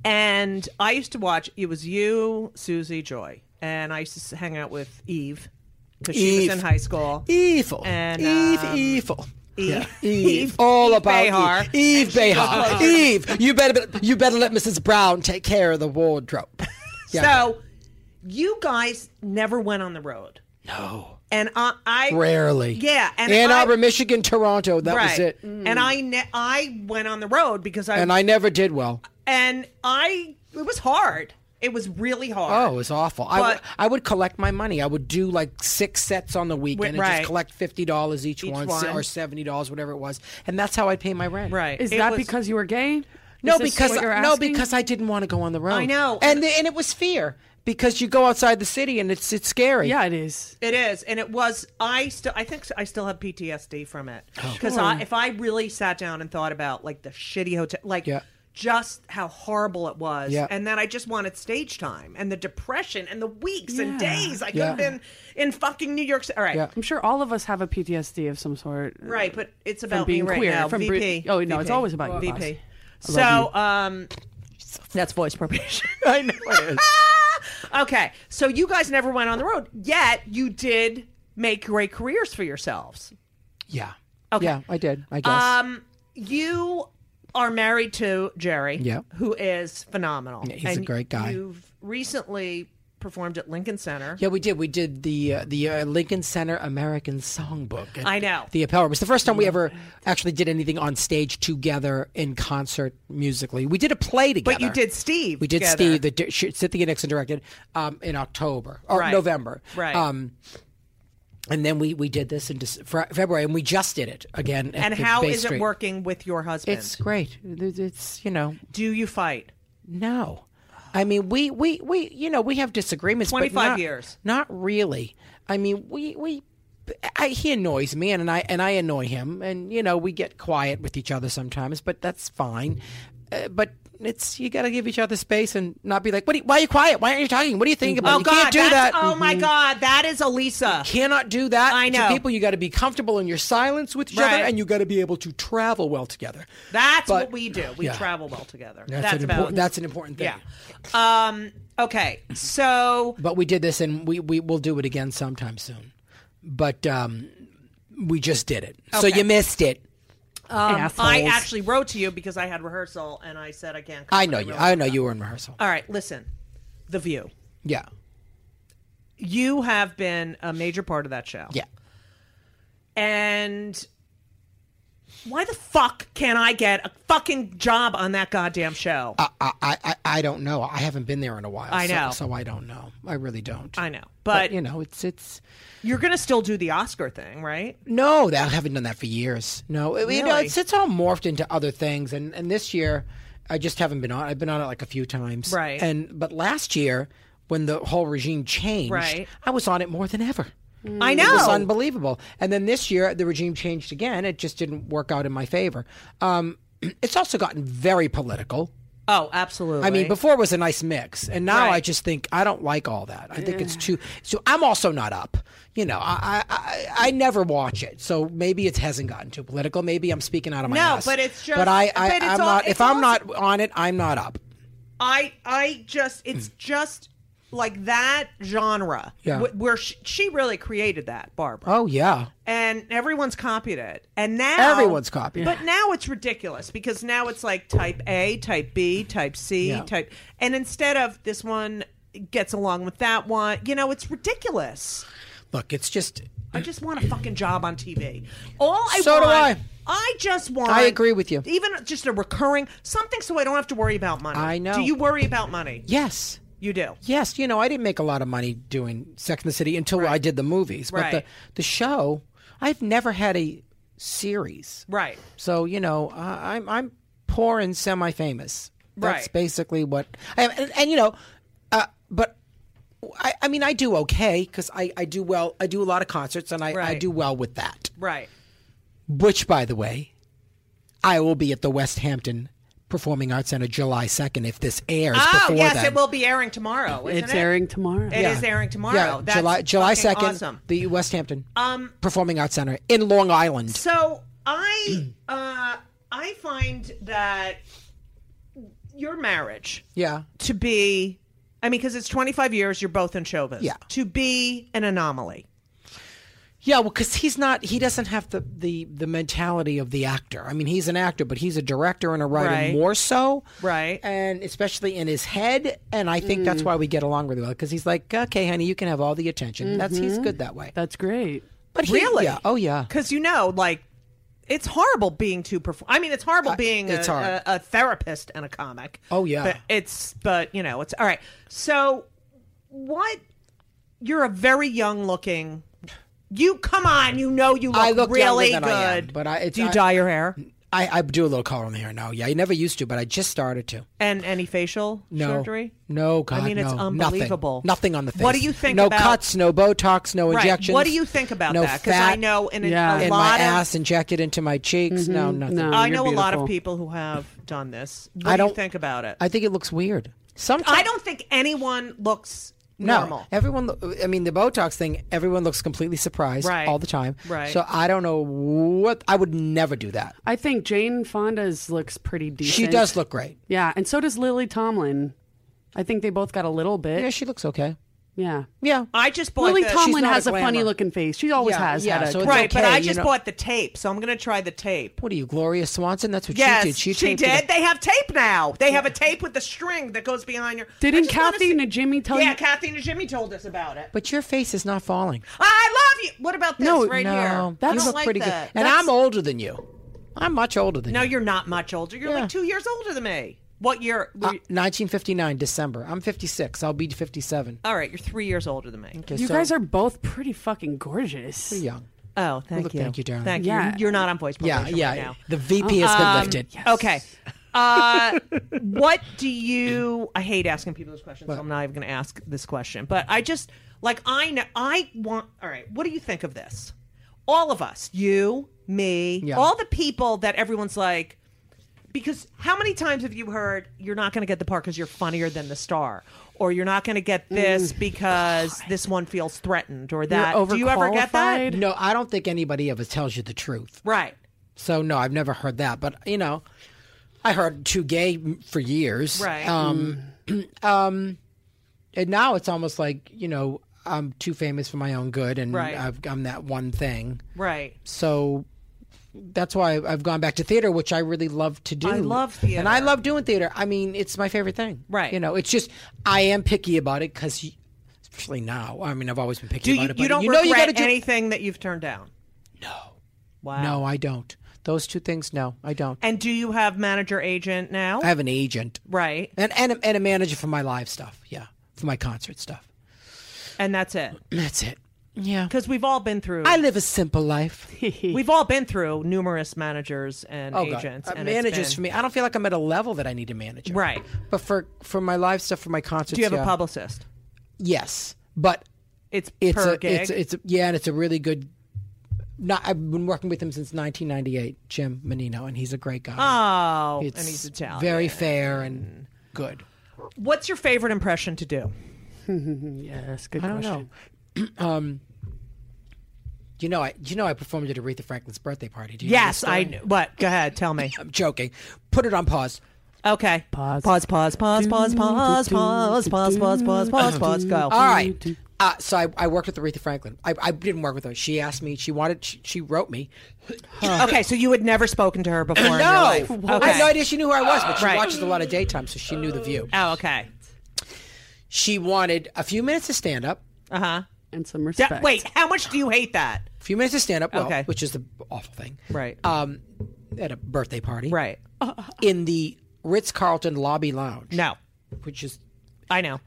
Speaker 2: and I used to watch. It was you, Susie Joy, and I used to s- hang out with Eve because she
Speaker 3: Eve.
Speaker 2: was in high school.
Speaker 3: Evil.
Speaker 2: And,
Speaker 3: Eve,
Speaker 2: um,
Speaker 3: evil.
Speaker 2: Eve.
Speaker 3: Eve, all about
Speaker 2: Behar.
Speaker 3: Eve. Eve Behar. Eve, you better, you better let Mrs. Brown take care of the wardrobe.
Speaker 2: So you guys never went on the road. No. And I, I
Speaker 3: Rarely.
Speaker 2: Yeah, and
Speaker 3: Ann
Speaker 2: I-
Speaker 3: Arbor, Michigan, Toronto. That
Speaker 2: right. Mm.
Speaker 3: was it.
Speaker 2: And I ne- I went on the road because I
Speaker 3: And I never did well.
Speaker 2: and I it was hard. It was really hard.
Speaker 3: Oh, it was awful. I w-
Speaker 2: But-
Speaker 3: I would collect my money. I would do like six sets on the weekend and
Speaker 2: right.
Speaker 3: just collect fifty dollars each,
Speaker 2: Each
Speaker 3: one,
Speaker 2: one.
Speaker 3: or seventy dollars, whatever it was, and that's how I'd pay my rent.
Speaker 2: right.
Speaker 4: Is
Speaker 2: It
Speaker 4: that
Speaker 2: was-
Speaker 4: because you were gay?
Speaker 3: No,
Speaker 4: Is this
Speaker 3: because
Speaker 4: what you're
Speaker 3: no,
Speaker 4: asking?
Speaker 3: because I didn't want to go on the road.
Speaker 2: I know.
Speaker 3: and the, and it was fear because you go outside the city and it's it's scary.
Speaker 4: yeah, it is.
Speaker 2: It is, and it was. I still, I think, I still have PTSD from it
Speaker 3: Oh,
Speaker 2: because I, if I really sat down and thought about like the shitty hotel, like
Speaker 3: Yeah.
Speaker 2: just how horrible it was,
Speaker 3: Yeah.
Speaker 2: and then I just wanted stage time and the depression and the weeks and
Speaker 4: Yeah.
Speaker 2: days I could
Speaker 3: Yeah.
Speaker 2: have been in fucking New York. Ci- All right,
Speaker 3: Yeah.
Speaker 4: I'm sure all of us have a PTSD of some sort.
Speaker 2: right, but it's about
Speaker 4: being
Speaker 2: me right
Speaker 4: queer,
Speaker 2: now.
Speaker 4: from
Speaker 2: VP.
Speaker 4: Brit- oh, no, it's
Speaker 2: VP.
Speaker 4: always about
Speaker 2: VP.
Speaker 4: you, boss. I love
Speaker 2: So, um, that's voice probation.
Speaker 3: I know it is.
Speaker 2: Okay, so you guys never went on the road, yet you did make great careers for yourselves.
Speaker 3: Yeah.
Speaker 2: Okay.
Speaker 3: Yeah, I did. I guess.
Speaker 2: Um, you are married to Jerry,
Speaker 3: Yeah.
Speaker 2: who is phenomenal.
Speaker 3: he's a great guy.
Speaker 2: You've recently performed at Lincoln Center.
Speaker 3: yeah, we did. We did the uh, the uh, Lincoln Center American Songbook. at
Speaker 2: I know.
Speaker 3: The Appel Room. It's the first time we ever actually did anything on stage together in concert musically. We did a play together.
Speaker 2: but you did Steve.
Speaker 3: We did
Speaker 2: together.
Speaker 3: Steve, the di- sh- Cynthia Nixon directed, um, in October or
Speaker 2: Right.
Speaker 3: November,
Speaker 2: Right.
Speaker 3: Um, and then we we did this in Dec- Fe- February, and we just did it again.
Speaker 2: and
Speaker 3: At the
Speaker 2: how
Speaker 3: Bay
Speaker 2: is
Speaker 3: Street.
Speaker 2: it working with your husband?
Speaker 3: It's great. It- It's you know
Speaker 2: Do you fight?
Speaker 3: no. I mean, we, we, we, you know, we have disagreements. but
Speaker 2: 25
Speaker 3: not-
Speaker 2: years.
Speaker 3: Not really. I mean, we, we, I, he annoys me and, and I, and I annoy him and, you know, we get quiet with each other sometimes, but that's fine. Uh, but it's, you got to give each other space and not be like, what, are you, why are you quiet? Why aren't you talking? What do you think about?
Speaker 2: oh
Speaker 3: you
Speaker 2: God!
Speaker 3: can't do
Speaker 2: that's-
Speaker 3: that. mm-hmm.
Speaker 2: Oh my God! That is Elisa.
Speaker 3: Cannot do that.
Speaker 2: I
Speaker 3: to
Speaker 2: know.
Speaker 3: people. You got to be comfortable in your silence with each
Speaker 2: Right.
Speaker 3: other, and you got to be able to travel well together.
Speaker 2: That's
Speaker 3: But-
Speaker 2: what we do. We
Speaker 3: Yeah.
Speaker 2: travel well together.
Speaker 3: That's,
Speaker 2: That's,
Speaker 3: an
Speaker 2: about.
Speaker 3: important. That's an important thing.
Speaker 2: yeah. Um. Okay. So
Speaker 3: but we did this and we, we will do it again sometime soon but um, we just did it so you missed it
Speaker 2: um,
Speaker 3: Um,
Speaker 2: I
Speaker 4: Assholes.
Speaker 2: actually wrote to you because I had rehearsal and I said I can't. Come
Speaker 3: i know you i know you were in rehearsal
Speaker 2: All right, listen. The View.
Speaker 3: yeah
Speaker 2: You have been a major part of that show.
Speaker 3: yeah
Speaker 2: And why the fuck can I get a fucking job on that goddamn show?
Speaker 3: I, I, I, I don't know i haven't been there in a while
Speaker 2: I
Speaker 3: so-
Speaker 2: know.
Speaker 3: so, i don't know i really don't
Speaker 2: I know. But,
Speaker 3: you know it's it's
Speaker 2: you are going to still do the Oscar thing, right?
Speaker 3: no that, i haven't done that for years no It- you know
Speaker 2: Really?
Speaker 3: it's, it's all morphed into other things and and this year i just haven't been on i've been on it like a few times
Speaker 2: Right.
Speaker 3: and but last year when the whole regime changed
Speaker 2: Right.
Speaker 3: i was on it more than ever
Speaker 2: I
Speaker 3: Mm, It was
Speaker 2: know.
Speaker 3: unbelievable. And then this year, the regime changed again. It just didn't work out in my favor. Um, it's also gotten very political.
Speaker 2: oh, absolutely.
Speaker 3: I mean, before it was a nice mix, and now I
Speaker 2: Right.
Speaker 3: just think I don't like all that. I think it's too. So I'm also not up. You know, I I, I I never watch it, so maybe it hasn't gotten too political. Maybe I'm speaking out of my
Speaker 2: No,
Speaker 3: ass.
Speaker 2: but it's just-
Speaker 3: But I, I
Speaker 2: but it's
Speaker 3: I'm
Speaker 2: all-
Speaker 3: not.
Speaker 2: it's
Speaker 3: If I'm
Speaker 2: also-
Speaker 3: not on it, I'm not up.
Speaker 2: I I just it's just like that genre
Speaker 3: Hmm. Yeah.
Speaker 2: wh- where she, she really created that, Barbara.
Speaker 3: Oh yeah,
Speaker 2: and everyone's copied it. And now
Speaker 3: Everyone's copied it.
Speaker 2: But now it's ridiculous because now it's like type A, type B, type C,
Speaker 3: Yeah.
Speaker 2: type and instead of this one gets along with that one, you know, it's ridiculous.
Speaker 3: look, it's just.
Speaker 2: I just want a fucking job on TV. All I
Speaker 3: So do
Speaker 2: want
Speaker 3: I.
Speaker 2: I just want
Speaker 3: I agree with you.
Speaker 2: Even just a recurring something so I don't have to worry about money.
Speaker 3: I know.
Speaker 2: Do you worry about money?
Speaker 3: Yes.
Speaker 2: You do.
Speaker 3: Yes, you know, I didn't make a lot of money doing Sex in the City until I did the movies, but the
Speaker 2: Right.
Speaker 3: the show, I've never had a series.
Speaker 2: Right.
Speaker 3: So you know, I, I'm I'm poor and semi-famous. That's
Speaker 2: Right.
Speaker 3: basically what I am, and, and you know, uh, but I, I mean, I do okay because I, I do well. I do a lot of concerts, and I, I
Speaker 2: Right.
Speaker 3: do well with that.
Speaker 2: Right.
Speaker 3: Which, by the way, I will be at the West Hampton Performing Arts Center July second if this airs.
Speaker 2: Oh
Speaker 3: before
Speaker 2: yes,
Speaker 3: then.
Speaker 2: it will be airing tomorrow. Isn't
Speaker 4: It's
Speaker 2: it?
Speaker 4: airing tomorrow.
Speaker 2: It is airing tomorrow.
Speaker 3: Yeah,
Speaker 2: That's
Speaker 3: July July
Speaker 2: fucking
Speaker 3: second,
Speaker 2: Awesome.
Speaker 3: Um, the West Hampton Performing Arts Center in Long Island.
Speaker 2: So I uh, I find that your marriage
Speaker 3: Yeah.
Speaker 2: to be, I mean, because it's 25 years, you're both in showbiz.
Speaker 3: Yeah.
Speaker 2: To be an anomaly.
Speaker 3: Yeah, well, because he's not, he doesn't have the, the, the mentality of the actor. I mean, he's an actor, but he's a director and a writer
Speaker 2: Right.
Speaker 3: more so.
Speaker 2: Right.
Speaker 3: And especially in his head. And I think that's why we get along really well because he's like, okay, honey, you can have all the attention. That's He's good that way.
Speaker 4: That's great.
Speaker 3: But he,
Speaker 2: Really?
Speaker 3: Yeah. Oh, yeah.
Speaker 2: Because you know, like, it's horrible being two perform. I mean, it's horrible being
Speaker 3: it's
Speaker 2: a,
Speaker 3: hard.
Speaker 2: A, a therapist and a comic.
Speaker 3: Oh, yeah.
Speaker 2: But it's but you know it's all right. So what? You're a very young looking. You come on, you know you look
Speaker 3: I look younger
Speaker 2: really
Speaker 3: than
Speaker 2: good.
Speaker 3: I am, but I- it's-
Speaker 2: do you
Speaker 3: I- Mm.
Speaker 2: dye your hair
Speaker 3: I, I do a little color on the hair now. Yeah, I never used to, but I just started to.
Speaker 2: and any facial
Speaker 3: No,
Speaker 2: surgery?
Speaker 3: no, God,
Speaker 2: I mean, it's
Speaker 3: no.
Speaker 2: unbelievable.
Speaker 3: Nothing, nothing on the face.
Speaker 2: What do you think
Speaker 3: No
Speaker 2: about-
Speaker 3: cuts, no Botox, no
Speaker 2: Right.
Speaker 3: injections.
Speaker 2: What do you think about
Speaker 3: no
Speaker 2: that? Because I
Speaker 3: fat
Speaker 2: know in a,
Speaker 4: Yeah.
Speaker 2: a
Speaker 3: and my
Speaker 2: lot of Uh,
Speaker 3: ass injected into my cheeks. Mm-hmm. No, nothing.
Speaker 4: No.
Speaker 2: I
Speaker 4: You're
Speaker 2: know a lot of
Speaker 4: beautiful.
Speaker 2: people who have done this. What
Speaker 3: I
Speaker 2: do you
Speaker 3: don't-
Speaker 2: think about it?
Speaker 3: I think it looks weird. Sometimes
Speaker 2: I don't think anyone looks
Speaker 3: no.
Speaker 2: normal.
Speaker 3: Everyone, lo- I mean, the Botox thing. Everyone looks completely surprised
Speaker 2: Right.
Speaker 3: all the time.
Speaker 2: Right.
Speaker 3: So I don't know what I would never do that.
Speaker 4: I think Jane Fonda's looks pretty decent.
Speaker 3: She does look great.
Speaker 4: Yeah, and so does Lily Tomlin. I think they both got a little bit.
Speaker 3: Yeah, she looks okay.
Speaker 4: yeah.
Speaker 3: Yeah.
Speaker 2: I just bought
Speaker 4: Lily
Speaker 2: the,
Speaker 4: Tomlin
Speaker 3: not
Speaker 4: has
Speaker 3: a
Speaker 4: a, funny
Speaker 3: glamour.
Speaker 4: looking face. She always
Speaker 3: Yeah,
Speaker 4: has
Speaker 3: yeah,
Speaker 4: had a
Speaker 3: so it's
Speaker 2: right, but
Speaker 3: okay,
Speaker 2: I
Speaker 3: you
Speaker 2: just
Speaker 3: know.
Speaker 2: bought the tape, so I'm going to try the tape.
Speaker 3: What are you, Gloria Swanson? That's what
Speaker 2: Yes,
Speaker 3: she did. She, taped it
Speaker 2: did.
Speaker 3: up-
Speaker 2: They have tape now. They have a tape with the string that goes behind your. I
Speaker 4: Didn't
Speaker 2: just wanna
Speaker 4: Kathy Najimy tell
Speaker 2: yeah,
Speaker 4: you-
Speaker 2: Kathy and Jimmy told us about it.
Speaker 3: But your face is not falling.
Speaker 2: I love you. What about this
Speaker 3: no,
Speaker 2: right
Speaker 3: no,
Speaker 2: here?
Speaker 3: That
Speaker 2: I
Speaker 3: you
Speaker 2: don't
Speaker 3: look
Speaker 2: like
Speaker 3: pretty
Speaker 2: that.
Speaker 3: good. And
Speaker 2: That's-
Speaker 3: I'm older than you. I'm much older than
Speaker 2: No,
Speaker 3: you.
Speaker 2: you're not much older. You're
Speaker 3: Yeah.
Speaker 2: like two years older than me. What year? were
Speaker 3: Uh,
Speaker 2: you-
Speaker 3: 1959 December. I'm 56. I'll be 57.
Speaker 2: All right, you're three years older than me.
Speaker 4: You guys are both pretty fucking gorgeous.
Speaker 3: pretty young.
Speaker 2: Oh, thank
Speaker 3: look,
Speaker 2: you.
Speaker 3: thank you, darling.
Speaker 2: Thank
Speaker 4: Yeah.
Speaker 2: you. You're not on voice
Speaker 3: Yeah,
Speaker 2: probation
Speaker 3: yeah.
Speaker 2: right now.
Speaker 3: The VP has
Speaker 2: Um,
Speaker 3: been lifted. Oh,
Speaker 2: Okay. Uh, what do you? I hate asking people this question, so I'm not even going to ask this question. But I just like I know I want. All right, what do you think of this? All of us, you, me,
Speaker 3: Yeah.
Speaker 2: all the people that everyone's like. Because how many times have you heard you're not going to get the part because you're funnier than the star, or you're not going to get this because this one feels threatened, or that? Do you ever get that?
Speaker 4: overqualified.
Speaker 3: No, I don't think anybody ever tells you the truth.
Speaker 2: Right.
Speaker 3: So no, I've never heard that. But you know, I heard too gay m- for years.
Speaker 2: Right. Mm.
Speaker 3: Um, um, and now it's almost like you know I'm too famous for my own good, and
Speaker 2: Right.
Speaker 3: I've, I'm that one thing.
Speaker 2: Right.
Speaker 3: so that's why I've gone back to theater, which I really love to do.
Speaker 2: I love theater.
Speaker 3: and I love doing theater. I mean, it's my favorite thing.
Speaker 2: Right.
Speaker 3: You know, it's just I am picky about it because, especially now. I mean, I've always been
Speaker 2: Do
Speaker 3: picky about
Speaker 2: you?
Speaker 3: it.
Speaker 2: You
Speaker 3: but
Speaker 2: don't
Speaker 3: you know
Speaker 2: regret
Speaker 3: you gotta do-
Speaker 2: anything that you've turned down. No. Wow.
Speaker 3: No, I don't. Those two things, no, I don't.
Speaker 2: And do you have manager agent now?
Speaker 3: I have an agent,
Speaker 2: right.
Speaker 3: and and a, and a manager for my live stuff. Yeah, for my concert stuff.
Speaker 2: And that's it.
Speaker 3: That's it. Yeah.
Speaker 2: Because we've all been through.
Speaker 3: I live a simple life.
Speaker 2: we've all been through numerous managers and
Speaker 3: Oh, God.
Speaker 2: agents.
Speaker 3: Uh,
Speaker 2: and it's
Speaker 3: managers
Speaker 2: been-
Speaker 3: for me. I don't feel like I'm at a level that I need a manager.
Speaker 2: Right.
Speaker 3: But for for my live stuff, for my concerts,
Speaker 2: Do you have
Speaker 3: yeah.
Speaker 2: a publicist?
Speaker 3: Yes, but
Speaker 2: It's,
Speaker 3: it's
Speaker 2: per
Speaker 3: a,
Speaker 2: gig.
Speaker 3: it's it's a, yeah, and it's a really good. Not, I've been working with him since 1998, Jim Menino, and he's a great guy.
Speaker 2: oh,
Speaker 3: it's
Speaker 2: and he's Italian. Mm.
Speaker 3: very fair and good.
Speaker 2: What's your favorite impression to do?
Speaker 4: Yeah, that's a good
Speaker 3: I don't
Speaker 4: question.
Speaker 3: know. um, you know, I you know I performed at Aretha Franklin's birthday party. Do you know
Speaker 2: Yes,
Speaker 3: this
Speaker 2: I.
Speaker 3: story?
Speaker 2: kn- What? Go ahead. Tell me.
Speaker 3: I'm joking. Put it on pause.
Speaker 2: Okay.
Speaker 4: Pause.
Speaker 2: Pause. Pause. Pause. Pause. Pause. Pause. Pause. Pause. Pause. Pause. Pause. Go.
Speaker 3: All right. Uh, so I, I worked with Aretha Franklin. I, I didn't work with her. She asked me. She wanted. She, she wrote me.
Speaker 2: Okay. So you had never spoken to her before in your life.
Speaker 3: I had no
Speaker 2: Okay.
Speaker 3: idea she knew who I was, but she
Speaker 2: Right.
Speaker 3: watches a lot of daytime, so she knew the view.
Speaker 2: Oh, okay.
Speaker 3: She wanted a few minutes of stand up,
Speaker 2: Uh huh.
Speaker 4: And some
Speaker 2: Da-
Speaker 4: respect.
Speaker 2: wait, how much do you hate that?
Speaker 3: a few minutes of stand up, well,
Speaker 2: Okay.
Speaker 3: which is the awful thing.
Speaker 2: Right.
Speaker 3: Um, at a birthday party.
Speaker 2: Right.
Speaker 3: In the Ritz Carlton lobby lounge.
Speaker 2: No,
Speaker 3: Which is,
Speaker 2: I know.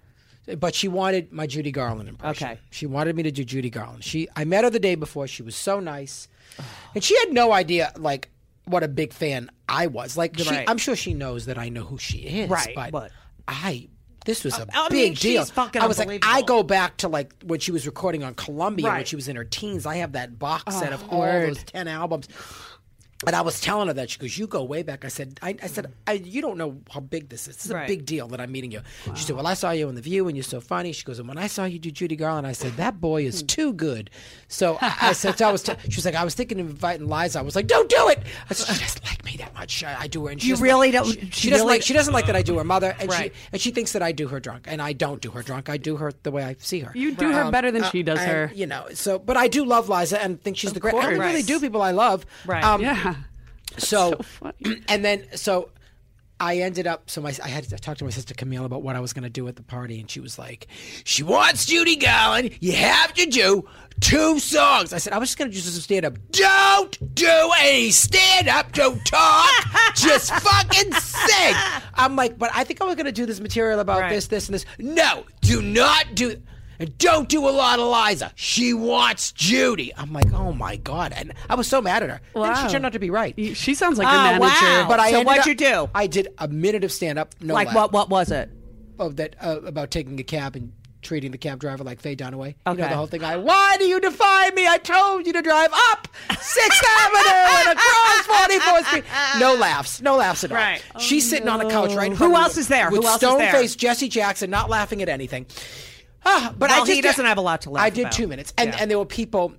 Speaker 3: but she wanted my Judy Garland impression.
Speaker 2: Okay.
Speaker 3: She wanted me to do Judy Garland. She, I met her the day before. She was so nice, and she had no idea like what a big fan I was. Like, she,
Speaker 2: Right.
Speaker 3: I'm sure she knows that I know who she is.
Speaker 2: Right,
Speaker 3: But,
Speaker 2: but-
Speaker 3: I. This was a
Speaker 2: I mean,
Speaker 3: big
Speaker 2: she's
Speaker 3: deal.
Speaker 2: fucking
Speaker 3: I was like, I
Speaker 2: unbelievable.
Speaker 3: go back to like when she was recording on Columbia when
Speaker 2: Right. Oh,
Speaker 3: she was in her teens. I have that box set of all
Speaker 4: word.
Speaker 3: those ten albums. And I was telling her that she goes, "You go way back." I said, "I, I said I, you don't know how big this is. This is
Speaker 2: Right.
Speaker 3: a big deal that I'm meeting you." She said, "Well, I saw you in the View, and you're so funny." She goes, "And when I saw you do Judy Garland, I said that boy is too good." So I, I said, so "I was." T- she was like, "I was thinking of inviting Liza." I was like, "Don't do it." I said, "She doesn't like me that much. I, I do her." And she
Speaker 2: You
Speaker 3: doesn't
Speaker 2: really
Speaker 3: like-
Speaker 2: don't-
Speaker 3: She,
Speaker 2: she
Speaker 3: she doesn't
Speaker 2: really-
Speaker 3: like. She doesn't like that I do her mother, and
Speaker 2: Right.
Speaker 3: she and she thinks that I do her drunk, and I don't do her drunk. I do her the way I see her. Um, uh,
Speaker 4: You do her better than she does
Speaker 3: and,
Speaker 4: her.
Speaker 3: You know, so but I do love Liza and think she's the great. I only
Speaker 4: course.
Speaker 3: really do people I love. Um,
Speaker 2: Right.
Speaker 4: Yeah.
Speaker 3: So,
Speaker 4: funny.
Speaker 3: and then so I ended up. So my I had to talk to my sister Camille about what I was going to do at the party, and she was like, "She wants Judy Garland. You have to do two songs." I said, "I was just going to do some stand up. Don't do any stand up. Don't talk. just fucking sing." I'm like, "But I think I was going to do this material about
Speaker 2: Right.
Speaker 3: this, this, and this." No, do not do. And don't do a lot of Liza. She wants Judy. I'm like, oh my god! And I was so mad at her. Then
Speaker 4: Wow.
Speaker 3: she turned out to be right.
Speaker 4: You- She sounds like
Speaker 2: Oh,
Speaker 4: your manager.
Speaker 2: wow.
Speaker 3: But I
Speaker 2: So
Speaker 3: ended
Speaker 2: what'd
Speaker 3: up-
Speaker 2: you do?
Speaker 3: I did a minute of stand up. No
Speaker 2: like
Speaker 3: laugh,
Speaker 2: what? What was it?
Speaker 3: of that uh, about taking a cab and treating the cab driver like Faye Dunaway. You know
Speaker 2: Okay.
Speaker 3: the whole thing. I why do you defy me? I told you to drive up Sixth Avenue and across Forty Fourth Street. No laughs. No laughs at all.
Speaker 2: Right. Oh,
Speaker 3: She's sitting on a couch right. in
Speaker 2: Who
Speaker 3: front of me
Speaker 2: else is there? Who
Speaker 3: With
Speaker 2: else is there?
Speaker 3: stone-faced Jesse Jackson, not laughing at anything. Ah, but I
Speaker 2: Well,
Speaker 3: just
Speaker 2: he doesn't have a lot to laugh
Speaker 3: I did
Speaker 2: about.
Speaker 3: two minutes, and
Speaker 2: Yeah.
Speaker 3: and there were people.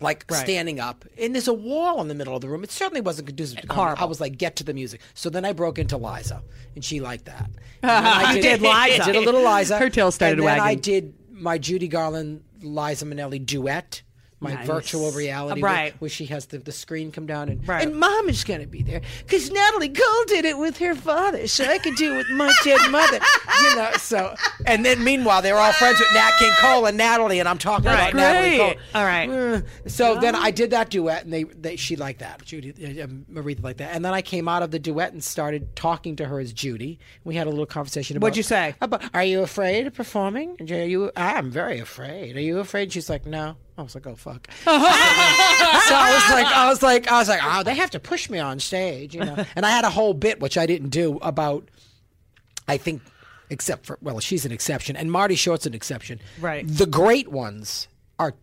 Speaker 3: Like
Speaker 2: Right.
Speaker 3: standing up, and there's a wall in the middle of the room. It certainly wasn't conducive to comedy.
Speaker 2: Horrible.
Speaker 3: I was like, "Get to the music." So then I broke into Liza, and she liked that. And then I
Speaker 2: You did Liza.
Speaker 3: I did a little Liza.
Speaker 4: Her tail started
Speaker 3: and then
Speaker 4: wagging.
Speaker 3: I did my Judy Garland Liza Minnelli duet, my
Speaker 4: Nice.
Speaker 3: virtual reality,
Speaker 2: Uh, right.
Speaker 3: where, where she has the, the screen come down and
Speaker 2: Right.
Speaker 3: and mom is gonna be there because Natalie Cole did it with her father, so I could do it with my dead mother. You know, so and then meanwhile they're all friends with Nat King Cole and Natalie, and I'm talking
Speaker 2: Right.
Speaker 3: about Natalie
Speaker 4: Great.
Speaker 3: Cole.
Speaker 2: All right.
Speaker 3: Uh, So then I did that duet, and they, they she liked that. Judy uh, um, Aretha liked that, and then I came out of the duet and started talking to her as Judy. We had a little conversation. about
Speaker 2: What'd you say?
Speaker 3: About are you afraid of performing? Are you? I'm very afraid. Are you afraid? She's like, no. I was like, oh fuck. so I was like, I was like, I was like, oh, they have to push me on stage, you know. And I had a whole bit which I didn't do about I think, except for well, she's an exception, and Marty Short's an exception.
Speaker 2: Right.
Speaker 3: The great ones are.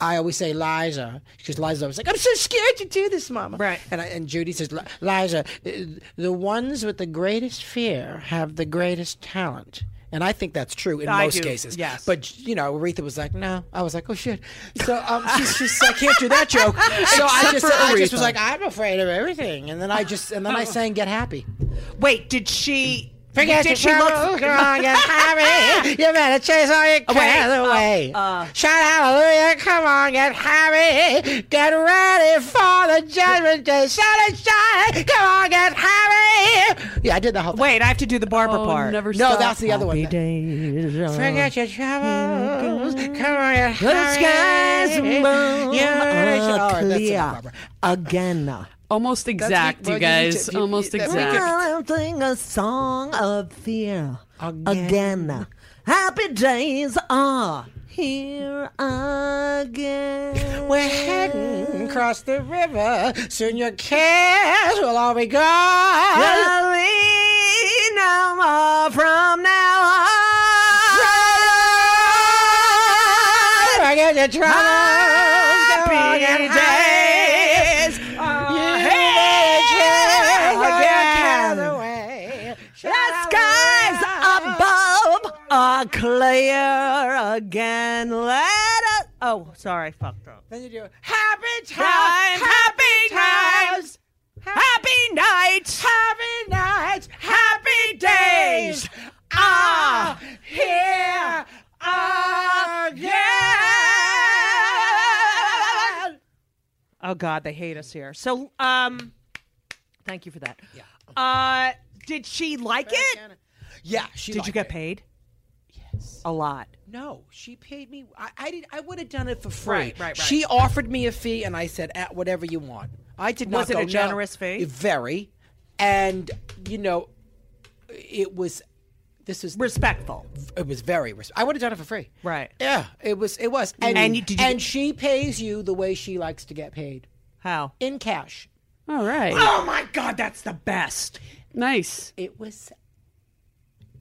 Speaker 3: I always say Liza because Liza was like, "I'm so scared to do this, Mama."
Speaker 2: Right.
Speaker 3: And I, and Judy says, "Li- "Liza, uh, the ones with the greatest fear have the greatest talent." And I think that's true in
Speaker 2: I
Speaker 3: most
Speaker 2: do,
Speaker 3: cases.
Speaker 2: yes.
Speaker 3: But you know, Aretha was like, "No." I was like, "Oh shit!" So um, she's just, I can't do that joke. So I just,
Speaker 4: for
Speaker 3: I just
Speaker 4: Aretha.
Speaker 3: was like, "I'm afraid of everything," and then I just, and then I sang "Get Happy."
Speaker 2: Wait, did she?
Speaker 3: Forget
Speaker 2: did
Speaker 3: your
Speaker 2: she look?
Speaker 3: troubles, come on, get happy. You better chase all your cares
Speaker 2: uh,
Speaker 3: away. Shout hallelujah, come on, get happy. Get ready for the judgment day. Shout and shine, come on, get happy. Yeah, I did the whole thing.
Speaker 2: Wait, I have to do the barber
Speaker 4: Oh,
Speaker 2: part.
Speaker 4: never
Speaker 3: No,
Speaker 4: stop.
Speaker 3: that's the other one. Forget your troubles, come on, get happy. The
Speaker 2: skies above
Speaker 3: Oh,
Speaker 2: are clear
Speaker 3: Again.
Speaker 4: almost exact,
Speaker 3: well, you need
Speaker 4: you
Speaker 3: to-
Speaker 4: guys.
Speaker 3: you-
Speaker 4: almost
Speaker 3: that- we
Speaker 4: exact.
Speaker 6: I'll sing a song of fear again. Happy days are here again.
Speaker 3: We're heading across the river. Soon your cares will all be gone.
Speaker 6: Darling, no more from now on.
Speaker 3: Forget your troubles.
Speaker 6: Happy days Oh, are here again. The skies above are clear again. Let us.
Speaker 2: Oh, sorry, fucked up.
Speaker 3: Then you do happy
Speaker 2: Time,
Speaker 3: times,
Speaker 2: happy times, happy nights,
Speaker 3: happy nights,
Speaker 2: happy days.
Speaker 3: Ah, here again.
Speaker 2: Oh God, they hate us here. So, um, thank you for that. Yeah. Uh, did she like it?
Speaker 3: Yeah, she
Speaker 2: Did
Speaker 3: liked
Speaker 2: you get
Speaker 3: it.
Speaker 2: paid? Yes. A lot.
Speaker 3: No, she paid me. I, I did. I would have done it for free.
Speaker 2: Right, right, right.
Speaker 3: She offered me a fee, and I said, "At whatever you want." I did not.
Speaker 2: Was it
Speaker 3: go,
Speaker 2: a
Speaker 3: "No."
Speaker 2: generous fee?
Speaker 3: Very, and you know, it was. This is
Speaker 2: Respectful.
Speaker 3: it was very. Res- I would have done it for free.
Speaker 2: Right.
Speaker 3: Yeah, it was. It was. And
Speaker 2: And
Speaker 3: and,
Speaker 2: you- did you-
Speaker 3: she pays you the way she likes to get paid
Speaker 2: How?
Speaker 3: in cash.
Speaker 4: All right.
Speaker 2: Oh my God, that's the best.
Speaker 4: Nice.
Speaker 3: It was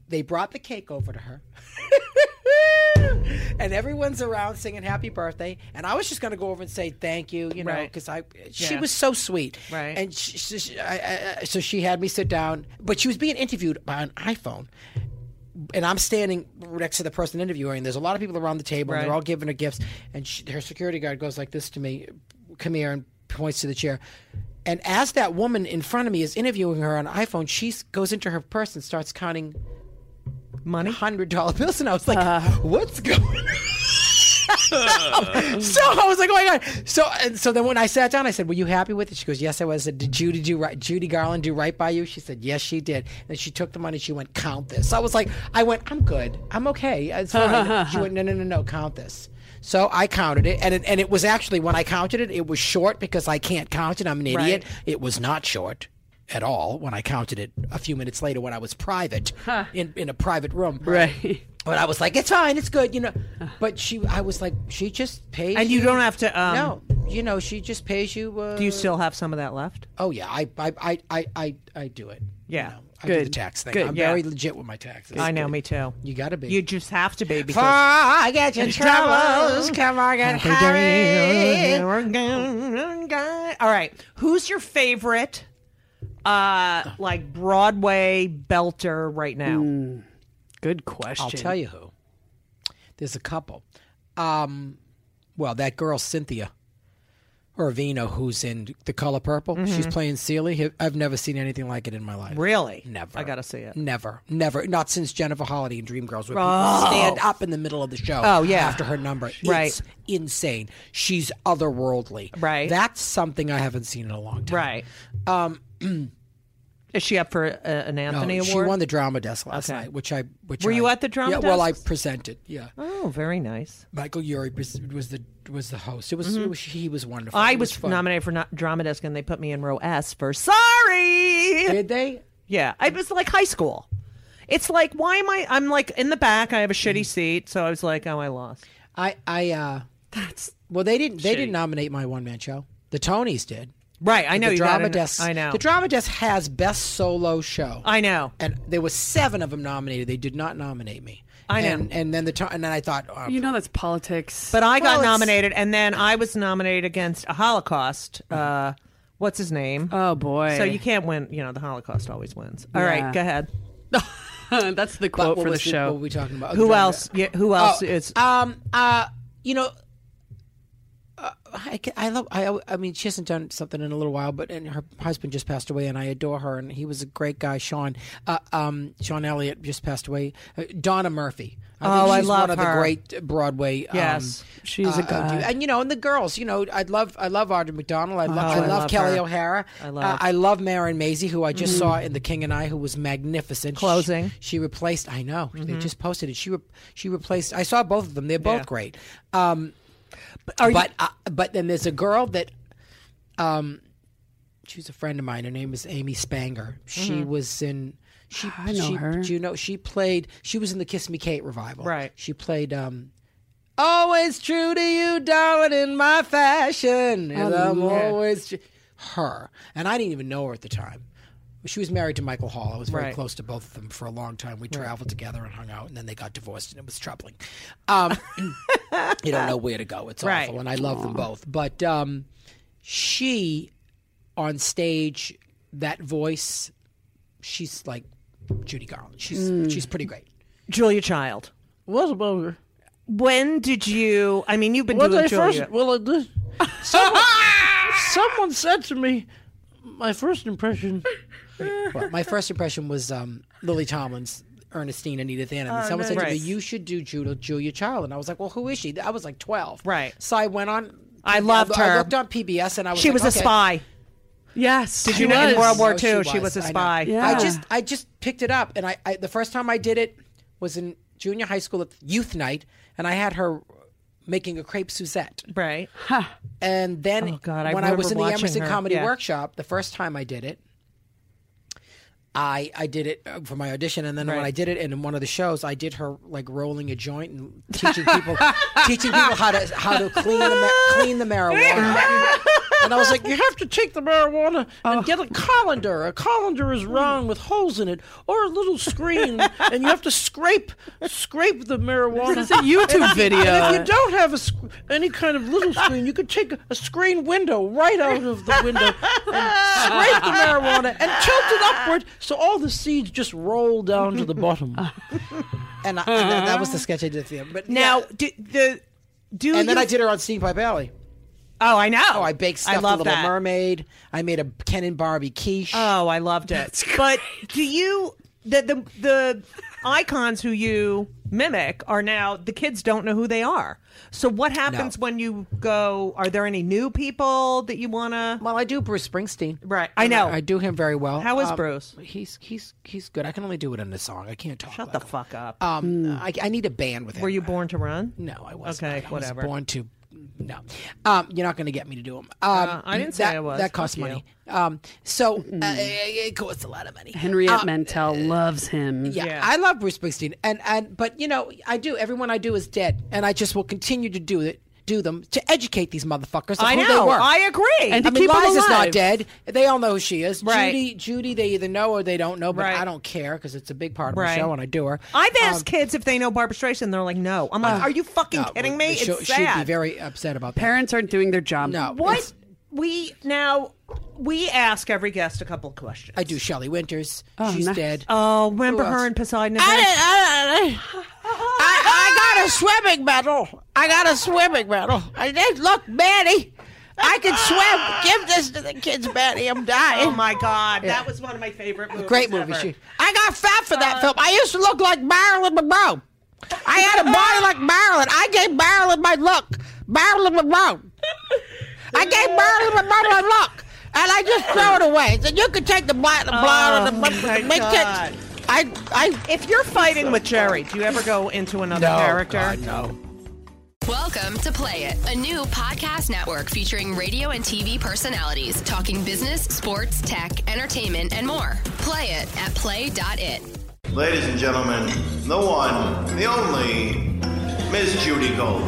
Speaker 3: they brought the cake over to her. and everyone's around singing happy birthday. And I was just going to go over and say thank you, you know,
Speaker 2: Right.
Speaker 3: because I she
Speaker 2: Yeah.
Speaker 3: was so sweet.
Speaker 2: Right.
Speaker 3: And she, she- she- I, I, so she had me sit down, but she was being interviewed by an iPhone. And I'm standing next to the person interviewing. There's a lot of people around the table, and they're
Speaker 2: Right.
Speaker 3: all giving her gifts. And she, her security guard goes like this to me, "Come here," and points to the chair. And as that woman in front of me is interviewing her on iPhone, she s- goes into her purse and starts counting
Speaker 2: Money?
Speaker 3: hundred dollar bills, and I was like, "What's going?" on? so I was like, "Oh my god!" So and so then when I sat down, I said, "Were you happy with it?" She goes, "Yes, I was." I said, "Did Judy do right? Judy Garland do right by you?" She said, "Yes, she did." And she took the money. She went, "Count this." So I was like, "I went, I'm good. I'm okay. It's fine." she went, "No, no, no, no, count this." So I counted it, and it, and it was actually when I counted it, it was short because I can't count it. I'm an idiot. It was not short at all when I counted it a few minutes later when I was private in, in a private room.
Speaker 4: Right.
Speaker 3: But I was like, it's fine, it's good, you know. But she, I was like, she just pays.
Speaker 2: And you don't have to. Um,
Speaker 3: No, you know, she just pays you. Uh,
Speaker 2: Do you still have some of that left?
Speaker 3: Oh yeah, I, I, I, I, I, I do it.
Speaker 2: Yeah.
Speaker 3: you know, I do
Speaker 4: Good.
Speaker 3: the tax thing.
Speaker 4: Good,
Speaker 3: I'm
Speaker 2: yeah.
Speaker 3: very legit with my taxes.
Speaker 2: I know, me too.
Speaker 3: You gotta be.
Speaker 2: You just have to be because.
Speaker 3: Before I get your troubles, come on, get hurry.
Speaker 2: All right. Who's your favorite, uh, like Broadway belter right now?
Speaker 3: Mm.
Speaker 4: Good question.
Speaker 3: I'll tell you who. There's a couple. Um, well, that girl Cynthia Irvino, who's in The Color Purple,
Speaker 2: Mm-hmm.
Speaker 3: she's playing Celie. I've never seen anything like it in my life.
Speaker 2: Really?
Speaker 3: Never.
Speaker 2: I gotta see it.
Speaker 3: Never, never, not since Jennifer Holiday and Dreamgirls, where people stand up in the middle of the show.
Speaker 2: Oh, yeah.
Speaker 3: after her number,
Speaker 2: Right.
Speaker 3: It's insane. She's otherworldly.
Speaker 2: Right.
Speaker 3: That's something I haven't seen in a long time.
Speaker 2: Right. Um, Is she up for a, an
Speaker 3: No,
Speaker 2: Anthony
Speaker 3: Oh, she
Speaker 2: Award?
Speaker 3: won the drama desk last
Speaker 2: Okay.
Speaker 3: night, which I which
Speaker 2: Were
Speaker 3: I-
Speaker 2: you at the drama
Speaker 3: Yeah, well, I
Speaker 2: desk?
Speaker 3: presented. Yeah,
Speaker 2: oh, very nice.
Speaker 3: Michael Yuri pres- was the was the host. It was, it was he was wonderful.
Speaker 2: Mm-hmm. I
Speaker 3: It
Speaker 2: was,
Speaker 3: fun.
Speaker 2: nominated for not, drama desk, and they put me in row S for sorry.
Speaker 3: Did they?
Speaker 2: Yeah, I was like high school. It's like why am I? I'm like in the back. I have a shitty seat, so I was like, oh, I lost.
Speaker 3: I I uh
Speaker 4: That's
Speaker 3: well they didn't they didn't nominate my one man show. The Tonys did.
Speaker 2: Right, I know
Speaker 3: the
Speaker 2: you
Speaker 3: drama
Speaker 2: got an-
Speaker 3: desk.
Speaker 2: I know.
Speaker 3: The drama desk has best solo show.
Speaker 2: I know.
Speaker 3: and there were seven of them nominated. They did not nominate me.
Speaker 2: I know.
Speaker 3: And, and then the to- and then I thought, oh,
Speaker 4: You know that's politics.
Speaker 2: But uh, I
Speaker 3: Well,
Speaker 2: got
Speaker 3: it's-
Speaker 2: nominated, and then I was nominated against a Holocaust. Uh, what's his name?
Speaker 4: oh boy.
Speaker 2: so you can't win. You know, the Holocaust always wins. All right,
Speaker 4: Yeah.
Speaker 2: go ahead.
Speaker 4: that's the quote
Speaker 3: what
Speaker 4: for the
Speaker 3: was
Speaker 4: show.
Speaker 3: What were we talking about?
Speaker 2: Who
Speaker 3: Drama-
Speaker 2: else? Yeah, who else
Speaker 3: Oh,
Speaker 2: is?
Speaker 3: um uh you know. uh, I, ca- I love I I mean she hasn't done something in a little while but and her husband just passed away and I adore her and he was a great guy Sean uh, um Sean Elliott just passed away Uh, Donna Murphy I
Speaker 2: Oh,
Speaker 3: think
Speaker 2: I
Speaker 3: she's
Speaker 2: love
Speaker 3: one of
Speaker 2: her.
Speaker 3: the great Broadway um,
Speaker 2: yes.
Speaker 4: She's a
Speaker 3: Uh,
Speaker 4: god.
Speaker 3: and you know, and the girls, you know, I love I love Audra McDonald. I, lo- I, love
Speaker 2: love
Speaker 3: Kelly
Speaker 2: her.
Speaker 3: O'Hara. I
Speaker 2: love-
Speaker 3: I love Maren Maisie, who I just saw in The King and I, who was magnificent. She-
Speaker 2: Closing.
Speaker 3: She, replaced. I know they just posted it. She re- she replaced. I saw both of them. They're both
Speaker 2: Yeah.
Speaker 3: great. Um, but uh, but then there's a girl that um, she's a friend of mine. Her name is Amy Spanger. She was in. She,
Speaker 4: I know
Speaker 3: she,
Speaker 4: her.
Speaker 3: Do you know she played? She was in the Kiss Me Kate revival.
Speaker 2: Right.
Speaker 3: She played. um Always true to you, darling, in my fashion. And I'm always tr- her. And I didn't even know her at the time. She was married to Michael Hall. I was very
Speaker 2: Right.
Speaker 3: close to both of them for a long time. We traveled together and hung out, and then they got divorced, and it was troubling. Um, you don't know where to go. It's
Speaker 2: Right.
Speaker 3: awful, and I love them both. But um, she on stage, that voice, she's like Judy Garland. She's
Speaker 2: Hmm.
Speaker 3: she's pretty great.
Speaker 2: Julia Child.
Speaker 7: What's about her?
Speaker 2: When did you? I mean, you've been
Speaker 7: Well,
Speaker 2: doing
Speaker 7: they
Speaker 2: Julia.
Speaker 7: first. Well, it did. Someone, someone said to me, my first impression.
Speaker 3: Well, my first impression was um, Lily Tomlin's Ernestine and Edith Ann. And
Speaker 2: Oh,
Speaker 3: someone said to me,
Speaker 2: nice.
Speaker 3: You should do Judah, Julia Child. And I was like, Well, who is she? I was like 12.
Speaker 2: Right.
Speaker 3: So I went on.
Speaker 2: I loved her.
Speaker 3: I looked on PBS and I was
Speaker 2: she
Speaker 3: like,
Speaker 2: was a
Speaker 3: "Okay."
Speaker 2: spy.
Speaker 4: yes.
Speaker 2: Did you
Speaker 4: she
Speaker 2: know in
Speaker 4: was.
Speaker 2: World War
Speaker 3: No,
Speaker 2: II she, was a
Speaker 3: I know.
Speaker 2: spy?
Speaker 4: Yeah.
Speaker 3: I just I just picked it up, and I, I the first time I did it was in junior high school at youth night, and I had her making a crepe Suzette.
Speaker 2: Right.
Speaker 3: And then
Speaker 2: Oh, God, I
Speaker 3: when I was
Speaker 2: remember
Speaker 3: in the
Speaker 2: watching
Speaker 3: Emerson
Speaker 2: her.
Speaker 3: Comedy
Speaker 2: Yeah.
Speaker 3: Workshop, the first time I did it, I I did it uh, for my audition, and then when
Speaker 2: Right.
Speaker 3: I did it, and in one of the shows, I did her like rolling a joint and teaching people teaching people how to how to clean the ma- clean the marijuana.
Speaker 7: And I was like, you have to take the marijuana
Speaker 8: Oh.
Speaker 7: and get a colander. A colander is round with holes in it, or a little screen, and you have to scrape, scrape the marijuana.
Speaker 8: This is a YouTube
Speaker 7: And if
Speaker 8: video.
Speaker 7: you don't have a sc- any kind of little screen, you could take a screen window right out of the window and scrape the marijuana and tilt it upward so all the seeds just roll down to the bottom.
Speaker 3: and, I, and that- that was the sketch I did for them. But
Speaker 2: Now,
Speaker 3: yeah.
Speaker 2: do, the do
Speaker 3: and then
Speaker 2: you-
Speaker 3: I did her on Steam Pipe Alley.
Speaker 2: Oh, I know.
Speaker 3: Oh, I baked stuffed
Speaker 2: I love
Speaker 3: a Little
Speaker 2: that.
Speaker 3: Mermaid. I made a Ken and Barbie quiche.
Speaker 2: Oh, I loved it. but do you the the the icons who you mimic are now the kids don't know who they are. So what happens when you go? Are there any new people that you want to?
Speaker 3: well, I do Bruce Springsteen.
Speaker 2: Right, I know.
Speaker 3: I um, do him very well.
Speaker 2: How is Bruce?
Speaker 3: He's he's he's good. I can only do it in a song. I can't talk.
Speaker 2: Shut
Speaker 3: like
Speaker 2: the
Speaker 3: him.
Speaker 2: fuck up.
Speaker 3: Um, I, I need a band with him.
Speaker 2: Were you born to run?
Speaker 3: No, I wasn't.
Speaker 2: Okay,
Speaker 3: I
Speaker 2: whatever.
Speaker 3: Was born to. No, um, you're not going to get me to do them. Um,
Speaker 2: Uh, I didn't
Speaker 3: that,
Speaker 2: say I was.
Speaker 3: That costs
Speaker 2: Fuck you.
Speaker 3: money. Um, so uh, it costs a lot of money.
Speaker 4: Henriette
Speaker 3: Um,
Speaker 4: Mantel loves him.
Speaker 3: Yeah,
Speaker 2: Yeah.
Speaker 3: I love Bruce Springsteen, and and but you know I do. Everyone I do is dead, and I just will continue to do it, do them to educate these motherfuckers. Of
Speaker 2: I
Speaker 3: who
Speaker 2: know.
Speaker 3: They were.
Speaker 2: I agree.
Speaker 4: And
Speaker 3: I
Speaker 4: to
Speaker 3: mean,
Speaker 4: keep 'em
Speaker 3: Liza's
Speaker 4: alive.
Speaker 3: not dead. They all know who she is.
Speaker 2: Right.
Speaker 3: Judy, Judy, they either know or they don't know, but
Speaker 2: Right.
Speaker 3: I don't care because it's a big part of
Speaker 2: Right.
Speaker 3: my show, and I do her.
Speaker 2: I've asked
Speaker 3: Um, Uh,
Speaker 2: kids if they know Barbara Streisand. They're like, no. I'm like, are you fucking
Speaker 3: no,
Speaker 2: kidding me?
Speaker 3: she'll-
Speaker 2: it's
Speaker 3: She'd be
Speaker 2: sad.
Speaker 3: very upset about that.
Speaker 4: Parents aren't doing their job.
Speaker 3: No,
Speaker 2: what
Speaker 3: it's-
Speaker 2: we now we ask every guest a couple of questions.
Speaker 3: I do Shelley Winters. She's
Speaker 4: nice.
Speaker 3: dead.
Speaker 2: Oh, remember
Speaker 3: Who
Speaker 2: her
Speaker 3: else?
Speaker 2: in Poseidon?
Speaker 7: I,
Speaker 2: Adventure?
Speaker 7: didn't- I, I, I got a swimming medal. I got a swimming medal. I did. Look, Manny, I can swim. Give this to the kids, Manny. I'm dying.
Speaker 2: Oh my God, that was one of my favorite movies.
Speaker 3: Great movie.
Speaker 2: ever.
Speaker 3: She,
Speaker 7: I got fat for
Speaker 2: Uh,
Speaker 7: that film. I used to look like Marilyn Monroe. I had a body like Marilyn. I gave Marilyn my look. Marilyn Monroe. I gave Marilyn Monroe my look. And I just threw it away. So you could take the black, the blonde, and the,
Speaker 2: Oh,
Speaker 7: the,
Speaker 2: my
Speaker 7: the big
Speaker 2: God.
Speaker 7: tits. I, I
Speaker 2: If you're fighting with Jerry, do you ever go into another character?
Speaker 3: no.
Speaker 5: Welcome to Play It, a new podcast network featuring radio and TV personalities talking business, sports, tech, entertainment, and more. Play it at play.it.
Speaker 1: Ladies and gentlemen, the one, the only, Miss Judy Gold.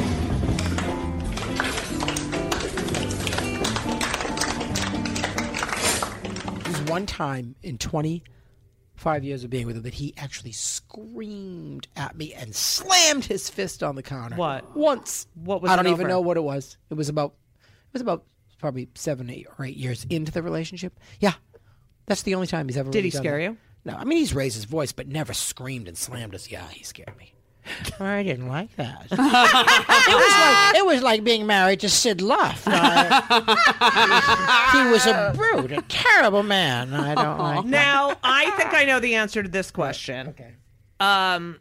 Speaker 3: There's one time in 25 years of being with him that he actually screamed at me and slammed his fist on the counter.
Speaker 2: What?
Speaker 3: Once.
Speaker 2: What was
Speaker 3: I
Speaker 2: it
Speaker 3: don't even
Speaker 2: over?
Speaker 3: know what it was. It was about. It was about probably seven, eight, or eight years into the relationship. Yeah, that's the only time he's ever.
Speaker 2: Did
Speaker 3: really
Speaker 2: he
Speaker 3: done
Speaker 2: scare
Speaker 3: that.
Speaker 2: you?
Speaker 3: No, I mean he's raised his voice, but never screamed and slammed us. Yeah, he scared me. I didn't like that. it was like it was like being married to Sid Luff. he was
Speaker 2: Ah.
Speaker 3: a brute, a terrible man. I don't like that.
Speaker 2: Now, I think I know the answer to this question. Okay. Um,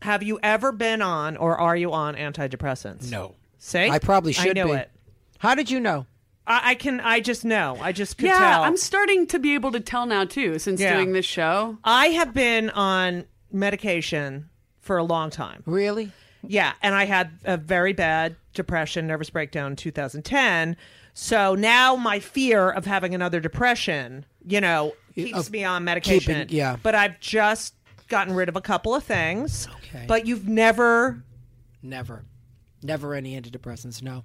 Speaker 2: have you ever been on or are you on antidepressants?
Speaker 3: No,
Speaker 2: See,
Speaker 3: I probably should
Speaker 2: I know
Speaker 3: be.
Speaker 2: it.
Speaker 3: How did you know?
Speaker 2: I, I can. I just know. I just could
Speaker 4: Yeah,
Speaker 2: tell.
Speaker 4: I'm starting to be able to tell now too since
Speaker 2: Yeah.
Speaker 4: doing this show.
Speaker 2: I have been on medication for a long time.
Speaker 3: Really?
Speaker 2: Yeah, and I had a very bad depression, nervous breakdown in 2010. So now my fear of having another depression, you know, keeps
Speaker 3: of
Speaker 2: me on medication.
Speaker 3: keeping- yeah.
Speaker 2: But I've just gotten rid of a couple of things.
Speaker 3: Okay.
Speaker 2: But you've never
Speaker 3: Never. Never any antidepressants, no.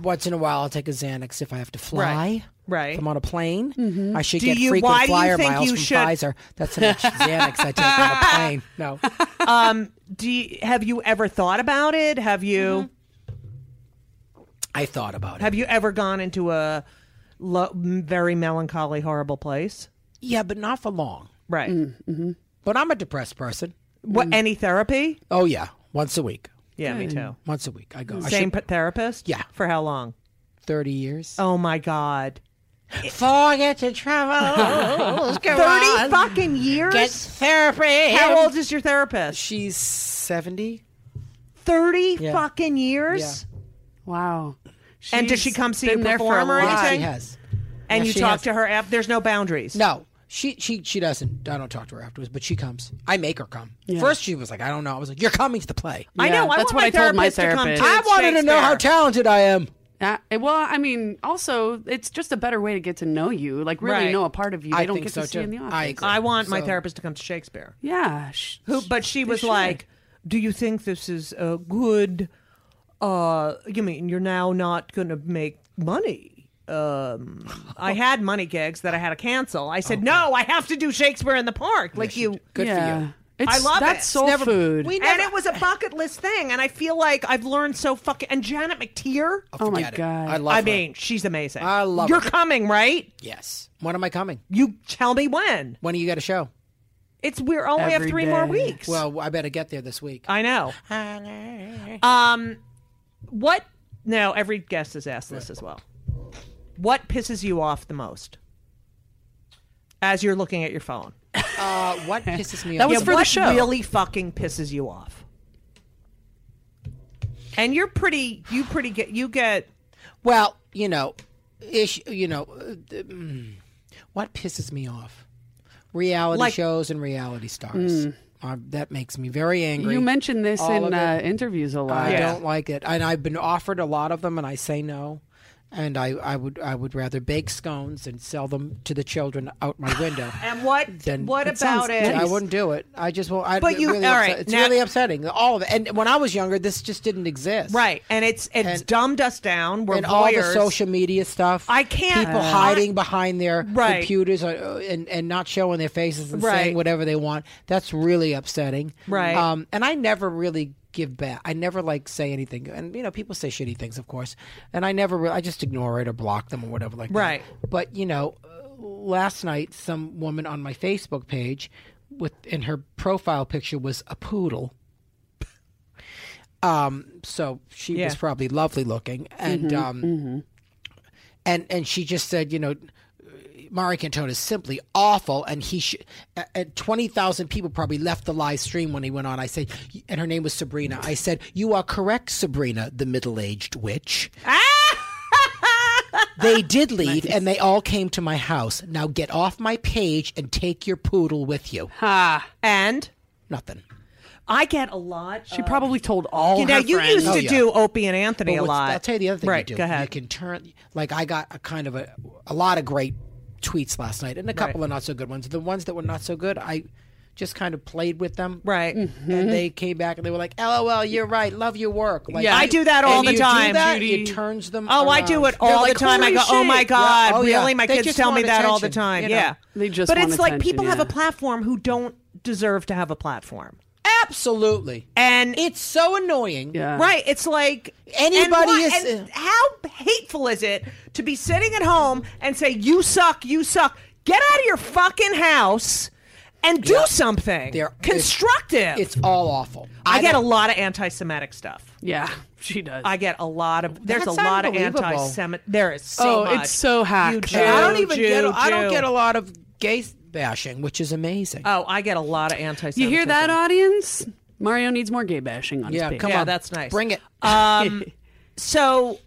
Speaker 3: Once in a while, I'll take a Xanax if I have to fly.
Speaker 2: Right. Mm-hmm.
Speaker 3: If I'm on a plane, I should
Speaker 2: Do
Speaker 3: get
Speaker 2: you-
Speaker 3: frequent
Speaker 2: why do you
Speaker 3: flyer
Speaker 2: think
Speaker 3: miles
Speaker 2: you
Speaker 3: from
Speaker 2: should-
Speaker 3: Pfizer. That's how much Xanax I take on a plane. No.
Speaker 2: do you, have you ever thought about it? Have
Speaker 3: Mm-hmm.
Speaker 2: you
Speaker 3: I thought about it.
Speaker 2: have you ever gone into a lo- very melancholy horrible place?
Speaker 3: Yeah, but not for long.
Speaker 2: Right.
Speaker 3: Mm. But I'm a depressed person.
Speaker 2: What
Speaker 3: Mm.
Speaker 2: any therapy?
Speaker 3: Oh, yeah. Once a week.
Speaker 2: Yeah, me too.
Speaker 3: Once a week. I go. I
Speaker 2: Same
Speaker 3: should,
Speaker 2: p- therapist?
Speaker 3: Yeah.
Speaker 2: For how long?
Speaker 3: 30 years.
Speaker 2: Oh my god.
Speaker 7: forget to travel. Let's go
Speaker 2: 30 fucking years?
Speaker 7: Get therapy.
Speaker 2: How old is your therapist?
Speaker 3: She's 70.
Speaker 2: 30
Speaker 3: Yeah.
Speaker 2: fucking years?
Speaker 4: Wow.
Speaker 2: And does
Speaker 4: She's
Speaker 2: she come see you
Speaker 4: been there for
Speaker 2: perform or
Speaker 4: a lot.
Speaker 3: Yeah,
Speaker 2: anything?
Speaker 3: she has.
Speaker 2: And
Speaker 3: Yeah,
Speaker 2: you
Speaker 3: she
Speaker 2: talk
Speaker 3: has.
Speaker 2: to her after? There's no boundaries.
Speaker 3: No, she she she doesn't. I don't talk to her afterwards, but she comes. I make her come. First, she was like, "I don't know." I was like, "You're coming to the play."
Speaker 2: I know.
Speaker 4: Yeah,
Speaker 2: I
Speaker 4: that's
Speaker 2: want
Speaker 4: what
Speaker 2: my
Speaker 4: I told my
Speaker 2: therapist to come
Speaker 4: therapist.
Speaker 2: too.
Speaker 3: I
Speaker 2: It's
Speaker 3: wanted to know how
Speaker 2: Shakespeare.
Speaker 3: talented I am.
Speaker 4: Uh, well, I mean, also, it's just a better way to get to know you, like really
Speaker 2: Right.
Speaker 4: know a part of you. They
Speaker 3: I
Speaker 4: don't
Speaker 3: think
Speaker 4: get
Speaker 3: so,
Speaker 4: to see
Speaker 3: too.
Speaker 4: in the office.
Speaker 3: I agree.
Speaker 2: I want my
Speaker 3: So-
Speaker 2: therapist to come to Shakespeare.
Speaker 4: Yeah. sh-
Speaker 2: Who?
Speaker 4: sh-
Speaker 2: But she
Speaker 4: they
Speaker 2: was
Speaker 4: should.
Speaker 2: like, "Do you think this is uh, a good? Uh, you mean you're now not going to make money?" um, I had money gigs that I had to cancel. I said, no, I have to do Shakespeare in the Park. Like you.
Speaker 3: Good
Speaker 4: yeah.
Speaker 3: for you.
Speaker 4: It's,
Speaker 2: I love it.
Speaker 4: that's soul
Speaker 2: Never-
Speaker 4: food.
Speaker 3: we-
Speaker 2: and it was a bucket list thing. And I feel like I've learned so fucking. And Janet McTeer.
Speaker 4: oh my
Speaker 3: Forget it.
Speaker 4: god!
Speaker 3: I love
Speaker 2: I
Speaker 3: her.
Speaker 2: mean, she's amazing.
Speaker 3: I love
Speaker 2: You're
Speaker 3: her.
Speaker 2: coming, right?
Speaker 3: yes. When am I coming?
Speaker 2: You tell me when.
Speaker 3: When do you got a show?
Speaker 2: It's we are only have
Speaker 4: Every
Speaker 2: three more
Speaker 4: day.
Speaker 2: weeks.
Speaker 3: Well, I better get there this week.
Speaker 2: I know. Um, what? No, every guest has asked this as well. What pisses you off the most as you're looking at your phone?
Speaker 3: Uh, what pisses me
Speaker 4: That
Speaker 3: off?
Speaker 4: was
Speaker 2: Yeah,
Speaker 4: for the
Speaker 2: what
Speaker 4: show.
Speaker 2: really fucking pisses you off? And you're pretty. You pretty get. You get.
Speaker 3: Well, you know, ish, you know, uh, th- mm, what pisses me off? Reality
Speaker 2: Like-
Speaker 3: shows and reality stars. Uh, that makes me very angry.
Speaker 4: Hmm. you mentioned this
Speaker 3: All of
Speaker 4: in
Speaker 3: it.
Speaker 4: uh, interviews a lot.
Speaker 3: I
Speaker 2: Oh, Yeah.
Speaker 3: don't like it, and I've been offered a lot of them, and I say no. And I, I would I would rather bake scones and sell them to the children out my window.
Speaker 2: And what?
Speaker 3: Then-
Speaker 2: what
Speaker 3: It
Speaker 2: about it?
Speaker 3: I wouldn't do it. I just won't. I,
Speaker 2: But
Speaker 3: it
Speaker 2: you-
Speaker 3: really
Speaker 2: all
Speaker 3: upset-
Speaker 2: right,
Speaker 3: It's
Speaker 2: now-
Speaker 3: really upsetting. All of it. And when I was younger, this just didn't exist.
Speaker 2: Right, and it's it's
Speaker 3: And-
Speaker 2: dumbed us down. We're
Speaker 3: And all the
Speaker 2: voyeurs.
Speaker 3: social media stuff.
Speaker 2: I can't-
Speaker 3: People
Speaker 2: Uh.
Speaker 3: hiding behind their
Speaker 2: Right.
Speaker 3: computers uh, and, and not showing their faces and
Speaker 2: Right.
Speaker 3: saying whatever they want. That's really upsetting.
Speaker 2: Right.
Speaker 3: Um, and I never really give back. I never like say anything. And, you know, people say shitty things, of course. And I never, re- I just ignore it or block them or whatever like that.
Speaker 2: Right.
Speaker 3: But, you know, uh, last night, some woman on my Facebook page with in her profile picture was a poodle. Um, so she
Speaker 2: Yeah.
Speaker 3: was probably lovely looking, and um, and and she just said, you know, Mari Cantone is simply awful, and he should. Twenty thousand people probably left the live stream when he went on. I said, and her name was Sabrina. I said, you are correct, Sabrina, the middle-aged witch. they did leave, and they all came to my house. Now get off my page and take your poodle with you.
Speaker 2: Ah, and
Speaker 3: Nothing.
Speaker 2: I get a lot.
Speaker 4: She probably told all.
Speaker 2: You know,
Speaker 4: her
Speaker 2: you
Speaker 4: friends.
Speaker 2: used
Speaker 3: Oh,
Speaker 2: to
Speaker 3: yeah.
Speaker 2: do Opie and Anthony a
Speaker 3: But what's-
Speaker 2: lot.
Speaker 3: I'll tell you the other thing
Speaker 2: right,
Speaker 3: you do.
Speaker 2: Go ahead.
Speaker 3: You can turn like I got a kind of a a lot of great tweets last night and a couple of not so good ones. The ones that were not so good, I just kind of played with them.
Speaker 2: Right. Mm-hmm.
Speaker 3: And they came back and they were like, "LOL, you're right. Love your work." Like,
Speaker 2: Yeah. I do that all
Speaker 3: and
Speaker 2: the
Speaker 3: you
Speaker 2: time,
Speaker 3: Do that,
Speaker 4: Judy.
Speaker 3: it turns them.
Speaker 2: Oh, I do it all the time. I go, oh my god,
Speaker 3: Yeah. Oh, yeah.
Speaker 2: really? My
Speaker 3: They
Speaker 2: kids
Speaker 3: just
Speaker 2: tell me
Speaker 3: want
Speaker 2: that all the
Speaker 3: attention,
Speaker 2: time.
Speaker 3: you know.
Speaker 2: Yeah,
Speaker 4: They just
Speaker 2: But
Speaker 4: want
Speaker 2: it's like
Speaker 4: attention,
Speaker 2: people have
Speaker 4: yeah.
Speaker 2: a platform who don't deserve to have a platform,
Speaker 3: Absolutely.
Speaker 2: and
Speaker 3: It's so annoying.
Speaker 4: Yeah.
Speaker 2: right. It's like
Speaker 3: Anybody
Speaker 2: and why-
Speaker 3: is- uh,
Speaker 2: and how hateful is it to be sitting at home and say, "You suck, you suck." Get out of your fucking house and do something
Speaker 3: They're- it's-
Speaker 2: constructive.
Speaker 3: It's all awful.
Speaker 2: I, get a
Speaker 3: don't-
Speaker 2: lot of anti-Semitic stuff.
Speaker 4: Yeah, she does.
Speaker 2: I get a lot of. There's a
Speaker 3: That's
Speaker 2: lot of
Speaker 3: unbelievable.
Speaker 2: anti-Semitic. There is so
Speaker 4: Oh,
Speaker 2: much.
Speaker 4: it's so hack,
Speaker 2: You
Speaker 4: though.
Speaker 2: Jew,
Speaker 3: I don't even
Speaker 2: Jew,
Speaker 3: get. A, I don't
Speaker 2: Jew.
Speaker 3: get a lot of gay bashing, which is amazing.
Speaker 2: Oh, I get a lot of anti-Semitism.
Speaker 4: you hear that, audience? Mario needs more gay bashing on
Speaker 3: yeah,
Speaker 4: his page.
Speaker 3: come
Speaker 2: Yeah,
Speaker 3: on,
Speaker 2: that's nice. Uh,
Speaker 3: Bring it.
Speaker 2: So,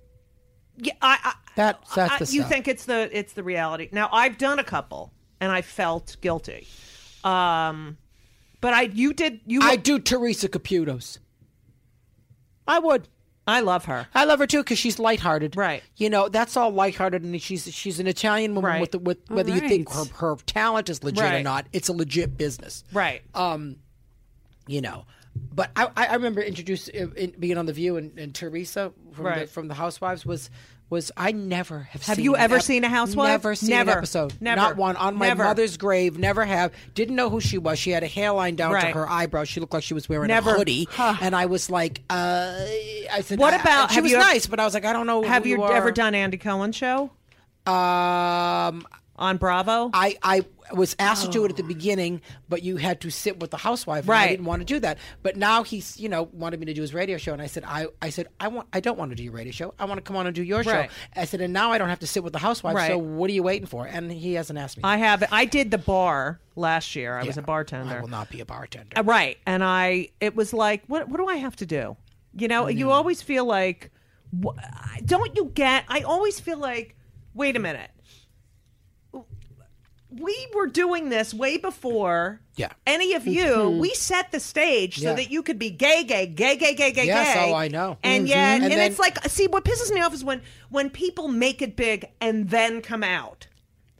Speaker 2: yeah, I, I,
Speaker 3: That that's
Speaker 2: I
Speaker 3: the
Speaker 2: you
Speaker 3: stuff.
Speaker 2: think it's the it's the reality. Now, I've done a couple, and I felt guilty. Um, but I, you did, you.
Speaker 3: I do Teresa Caputos. I would.
Speaker 2: I love her.
Speaker 3: I love her too because she's lighthearted.
Speaker 2: Right.
Speaker 3: You know, that's all lighthearted, and she's she's an Italian woman
Speaker 2: Right.
Speaker 3: with the, with whether you think her
Speaker 4: right.
Speaker 3: her talent is legit
Speaker 2: Right.
Speaker 3: or not, it's a legit business. Um,
Speaker 2: Right.
Speaker 3: You know. But I, I I remember introduced uh, in, being on the View and, and Teresa from the,
Speaker 2: Right.
Speaker 3: from the Housewives was was I never have.
Speaker 2: Have
Speaker 3: seen
Speaker 2: you
Speaker 3: an
Speaker 2: ever seen a Housewife?
Speaker 3: Never seen
Speaker 2: Never.
Speaker 3: an episode.
Speaker 2: Never.
Speaker 3: Not one. On my
Speaker 2: Never.
Speaker 3: mother's grave. Never have. Didn't know who she was. She had a hairline down to
Speaker 2: Right.
Speaker 3: her eyebrows. She looked like she was wearing
Speaker 2: Never.
Speaker 3: a hoodie.
Speaker 2: Huh.
Speaker 3: And I was like, uh, I said,
Speaker 2: What
Speaker 3: I- I-
Speaker 2: about-
Speaker 3: She
Speaker 2: have
Speaker 3: was
Speaker 2: you ever-
Speaker 3: nice, but I was like, I don't know.
Speaker 2: Have
Speaker 3: who
Speaker 2: you
Speaker 3: are.
Speaker 2: ever done Andy Cohen's show
Speaker 3: Um,
Speaker 2: on Bravo?
Speaker 3: I, I was asked to do it at the beginning, but you had to sit with the housewife. and
Speaker 2: Oh. Right.
Speaker 3: I didn't want to do that. But now he's, you know, wanted me to do his radio show, and I said, I, I said, I want, I don't want to do your radio show. I want to come on and do your
Speaker 2: Right.
Speaker 3: show. I said, and now I don't have to sit with the housewife.
Speaker 2: Right.
Speaker 3: So what are you waiting for? And he hasn't asked me.
Speaker 2: I have. I did the bar last year. I was
Speaker 3: Yeah.
Speaker 2: a bartender.
Speaker 3: I will not be a bartender.
Speaker 2: Uh, Right. And I, it was like, what, what do I have to do? You know, you always feel like, wh- I- don't you get, I always feel like, wait a minute. We were doing this way before
Speaker 3: Yeah.
Speaker 2: any of you. We set the stage so
Speaker 3: Yeah.
Speaker 2: that you could be gay, gay, gay, gay, gay, gay,
Speaker 3: Yes,
Speaker 2: gay.
Speaker 3: oh, I know.
Speaker 2: And
Speaker 3: Mhm.
Speaker 2: yet, and,
Speaker 3: And then-
Speaker 2: it's like, see, what pisses me off is when when people make it big and then come out.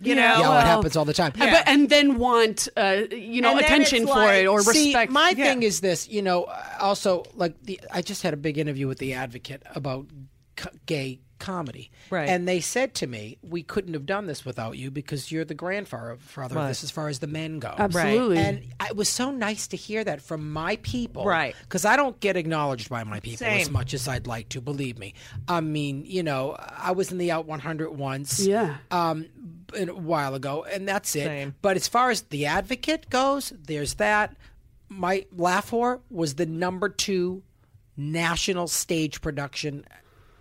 Speaker 2: You
Speaker 4: Yeah,
Speaker 2: know,
Speaker 3: yeah,
Speaker 4: well,
Speaker 3: it happens all the time.
Speaker 4: And- Uh, but- and then want uh, you know
Speaker 2: And then
Speaker 4: attention
Speaker 2: it's
Speaker 4: for
Speaker 2: like-
Speaker 4: it or
Speaker 3: See,
Speaker 4: respect.
Speaker 3: my thing is this, you know. uh, Also, like the, I just had a big interview with the Advocate about c- gay comedy.
Speaker 2: Right.
Speaker 3: And they said to me, we couldn't have done this without you because you're the grandfather father of this as far as the men go.
Speaker 4: Absolutely.
Speaker 3: And I- it was so nice to hear that from my people.
Speaker 2: Right.
Speaker 3: Because I don't get acknowledged by my people as
Speaker 2: Same.
Speaker 3: much as I'd like to, believe me. I mean, you know, I was in the Out 100 once.
Speaker 4: Yeah.
Speaker 3: Um, b- a while ago, and that's it.
Speaker 2: Same.
Speaker 3: But as far as the advocate goes, there's that. My Laugh Whore was the number two national stage production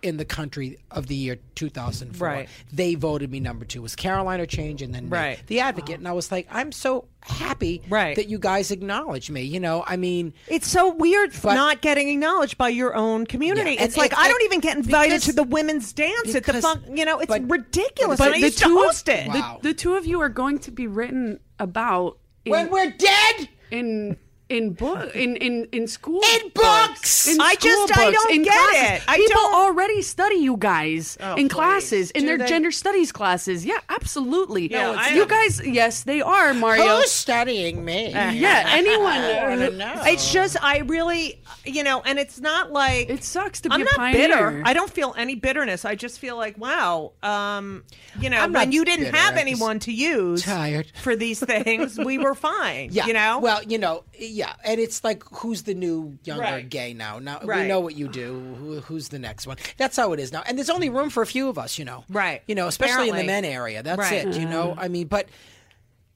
Speaker 3: in the country of the year 2004.
Speaker 2: Right.
Speaker 3: They voted me number two. It was Carolina Change and then me,
Speaker 2: Right.
Speaker 3: The Advocate. And I was like, I'm so happy
Speaker 2: Right.
Speaker 3: that you guys acknowledge me. You know, I mean,
Speaker 2: It's so weird
Speaker 3: But-
Speaker 2: not getting acknowledged by your own community.
Speaker 3: Yeah, and
Speaker 2: It's like
Speaker 3: it-
Speaker 2: I
Speaker 3: it-
Speaker 2: don't even get invited
Speaker 3: because-
Speaker 2: to the women's dance at the
Speaker 3: because-
Speaker 2: fun. You know, it's
Speaker 3: but-
Speaker 2: ridiculous.
Speaker 3: but
Speaker 2: and I
Speaker 3: the
Speaker 2: used to
Speaker 3: two of-
Speaker 2: host it.
Speaker 3: Wow.
Speaker 4: The two of you are going to be written about in
Speaker 3: when we're dead.
Speaker 4: in in book in in in school
Speaker 3: In books!
Speaker 4: in
Speaker 2: I
Speaker 4: school
Speaker 2: just- I
Speaker 4: books,
Speaker 2: don't
Speaker 4: in
Speaker 2: get
Speaker 4: classes.
Speaker 2: it. I
Speaker 4: People
Speaker 2: don't- Oh,
Speaker 4: already study you guys in
Speaker 2: please.
Speaker 4: classes in
Speaker 3: Do
Speaker 4: their
Speaker 3: they?
Speaker 4: gender studies classes. Yeah, absolutely.
Speaker 2: No, it's
Speaker 4: you
Speaker 2: not.
Speaker 4: guys, yes, they are Mario.
Speaker 3: Who's studying me?
Speaker 4: yeah,
Speaker 3: I
Speaker 4: anyone.
Speaker 3: don't
Speaker 4: who-
Speaker 3: know.
Speaker 2: It's just I really, you know, and it's not like
Speaker 4: It sucks to be
Speaker 2: I'm
Speaker 4: a
Speaker 2: not
Speaker 4: pioneer.
Speaker 2: bitter. I don't feel any bitterness. I just feel like wow, um, you know,
Speaker 3: I'm
Speaker 2: when
Speaker 3: not
Speaker 2: you didn't
Speaker 3: bitter.
Speaker 2: have
Speaker 3: I'm just
Speaker 2: anyone to use
Speaker 3: tired.
Speaker 2: for these things, we were fine. You know,
Speaker 3: Well, you know, yeah, and it's like who's the new younger
Speaker 2: Right.
Speaker 3: gay now? Now we
Speaker 2: Right.
Speaker 3: know what you do. Who, who's the next one? That's how it is now. And there's only room for a few of us, you know.
Speaker 2: Right.
Speaker 3: You know, especially in the men
Speaker 2: Apparently.
Speaker 3: area. That's
Speaker 2: Right. Mm-hmm.
Speaker 3: it. You know, I mean, but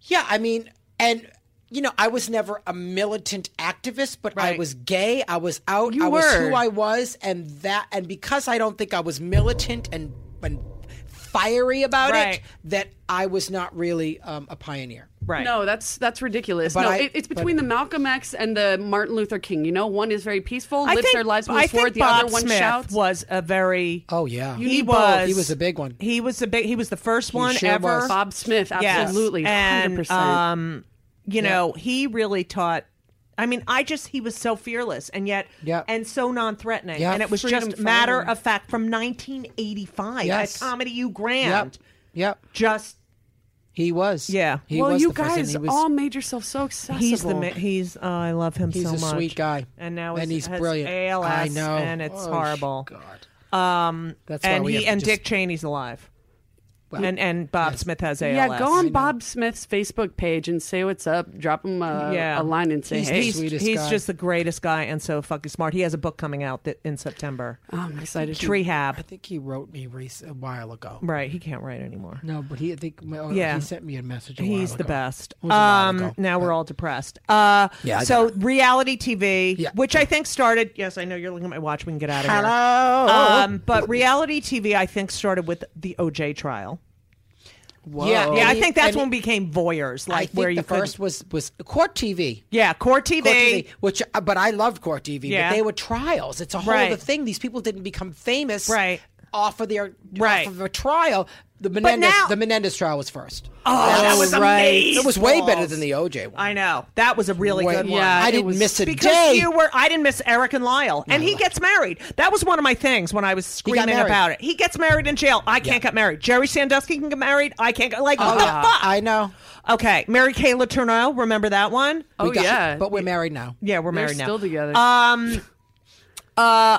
Speaker 3: yeah, I mean, and. You know, I was never a militant activist, but I
Speaker 2: Right.
Speaker 3: was gay. I was out.
Speaker 4: You
Speaker 3: I was
Speaker 4: were.
Speaker 3: who I was, and that, and because I don't think I was militant and and fiery about
Speaker 2: Right.
Speaker 3: it, that I was not really um, a pioneer.
Speaker 2: right?
Speaker 4: No, that's that's ridiculous.
Speaker 3: But
Speaker 4: no,
Speaker 3: I-
Speaker 4: it, it's
Speaker 3: but-
Speaker 4: between the Malcolm X and the Martin Luther King. You know, one is very peaceful,
Speaker 2: I
Speaker 4: lives
Speaker 2: think
Speaker 4: their lives,
Speaker 2: I
Speaker 4: moves
Speaker 2: think
Speaker 4: forward. The
Speaker 2: Bob
Speaker 4: other one
Speaker 2: Smith
Speaker 4: shouts.
Speaker 2: was a very
Speaker 3: Oh yeah,
Speaker 2: he
Speaker 4: need both.
Speaker 2: was
Speaker 3: He was a big one.
Speaker 2: He was the big. He was the first one
Speaker 3: sure
Speaker 2: ever.
Speaker 3: was.
Speaker 4: Bob Smith,
Speaker 2: Yes.
Speaker 4: absolutely,
Speaker 2: And,
Speaker 4: 100%.
Speaker 2: um, you know, he really taught. I mean, I just he was so fearless and yet
Speaker 3: Yeah.
Speaker 2: and so non-threatening,
Speaker 3: Yeah.
Speaker 2: and it was
Speaker 4: Freedom
Speaker 2: just matter
Speaker 4: fighter.
Speaker 2: of fact from 1985
Speaker 3: Yes.
Speaker 2: at Comedy U
Speaker 3: Yep.
Speaker 2: Grand.
Speaker 3: Yep.
Speaker 2: Just
Speaker 3: He was.
Speaker 2: Yeah.
Speaker 3: He
Speaker 4: well,
Speaker 3: was
Speaker 4: you
Speaker 3: the first, and
Speaker 4: guys
Speaker 3: he was,
Speaker 4: all made yourself so accessible.
Speaker 2: he's the the he's uh, I love him
Speaker 3: He's
Speaker 2: so
Speaker 3: a
Speaker 2: much.
Speaker 3: sweet guy,
Speaker 2: and now
Speaker 3: and he's
Speaker 2: has
Speaker 3: brilliant.
Speaker 2: ALS,
Speaker 3: I know,
Speaker 2: and it's
Speaker 3: Oh,
Speaker 2: horrible.
Speaker 3: God,
Speaker 2: Um,
Speaker 3: That's why
Speaker 2: and
Speaker 3: we
Speaker 2: he
Speaker 3: have to
Speaker 2: and
Speaker 3: just-
Speaker 2: Dick Cheney's alive, and and Bob Smith has ALS.
Speaker 4: yeah, go on Bob Smith's Facebook page and say what's up. Drop him a,
Speaker 2: Yeah.
Speaker 4: a line and say,
Speaker 3: He's
Speaker 4: "Hey,
Speaker 3: the sweetest
Speaker 2: he's
Speaker 3: guy.
Speaker 2: just the greatest guy and so fucking smart. He has a book coming out that in September.
Speaker 4: oh,
Speaker 3: Uh,
Speaker 4: I'm excited." to-
Speaker 3: I
Speaker 2: Rehab.
Speaker 3: think he wrote me rec- a while ago.
Speaker 2: Right, he can't write anymore.
Speaker 3: No, but he I think oh,
Speaker 2: Yeah.
Speaker 3: he sent me a message. A while
Speaker 2: He's the
Speaker 3: ago.
Speaker 2: best.
Speaker 3: It was a while
Speaker 2: Um,
Speaker 3: ago,
Speaker 2: now
Speaker 3: but-
Speaker 2: we're all depressed. Uh,
Speaker 3: Yeah, I
Speaker 2: so
Speaker 3: got
Speaker 2: reality TV,
Speaker 3: Yeah.
Speaker 2: which I think started. Yes, I know you're looking at my watch. We can get out of here.
Speaker 3: Hello.
Speaker 2: Um, but reality TV, I think, started with the OJ trial.
Speaker 3: Yeah,
Speaker 2: Yeah, I
Speaker 3: and he-
Speaker 2: think that's
Speaker 3: and
Speaker 2: when we became voyeurs,
Speaker 3: I
Speaker 2: like
Speaker 3: think
Speaker 2: where you
Speaker 3: the
Speaker 2: couldn't-
Speaker 3: first was was court TV.
Speaker 2: yeah, court TV.
Speaker 3: Court TV, which uh, but I loved court TV.
Speaker 2: Yeah.
Speaker 3: But they were trials. It's a whole
Speaker 2: Right.
Speaker 3: other thing. These people didn't become famous
Speaker 2: Right.
Speaker 3: off of their
Speaker 2: Right.
Speaker 3: off of a trial. The Menendez
Speaker 2: now-
Speaker 3: the Menendez trial was first.
Speaker 2: Oh, that was amazing.
Speaker 3: It was way better than the OJ one.
Speaker 2: I know that was a really
Speaker 3: Way-
Speaker 2: good one.
Speaker 4: Yeah,
Speaker 3: I
Speaker 4: it
Speaker 3: didn't
Speaker 4: was-
Speaker 3: miss a
Speaker 2: because
Speaker 3: day.
Speaker 2: you were I didn't miss Eric and Lyle, and he gets married. That was one of my things when I was
Speaker 3: got
Speaker 2: screaming
Speaker 3: married.
Speaker 2: about it. He gets married in jail. I can't get married. Jerry Sandusky can get married. I can't. Get, like what the
Speaker 3: Oh, yeah.
Speaker 2: fuck?
Speaker 3: I know.
Speaker 2: okay, Mary Kay Letourneau. Remember that one?
Speaker 4: Oh
Speaker 3: We got-
Speaker 4: yeah,
Speaker 3: But we're married now.
Speaker 2: Yeah, we're
Speaker 4: they're
Speaker 2: married now.
Speaker 4: still together.
Speaker 2: Uh,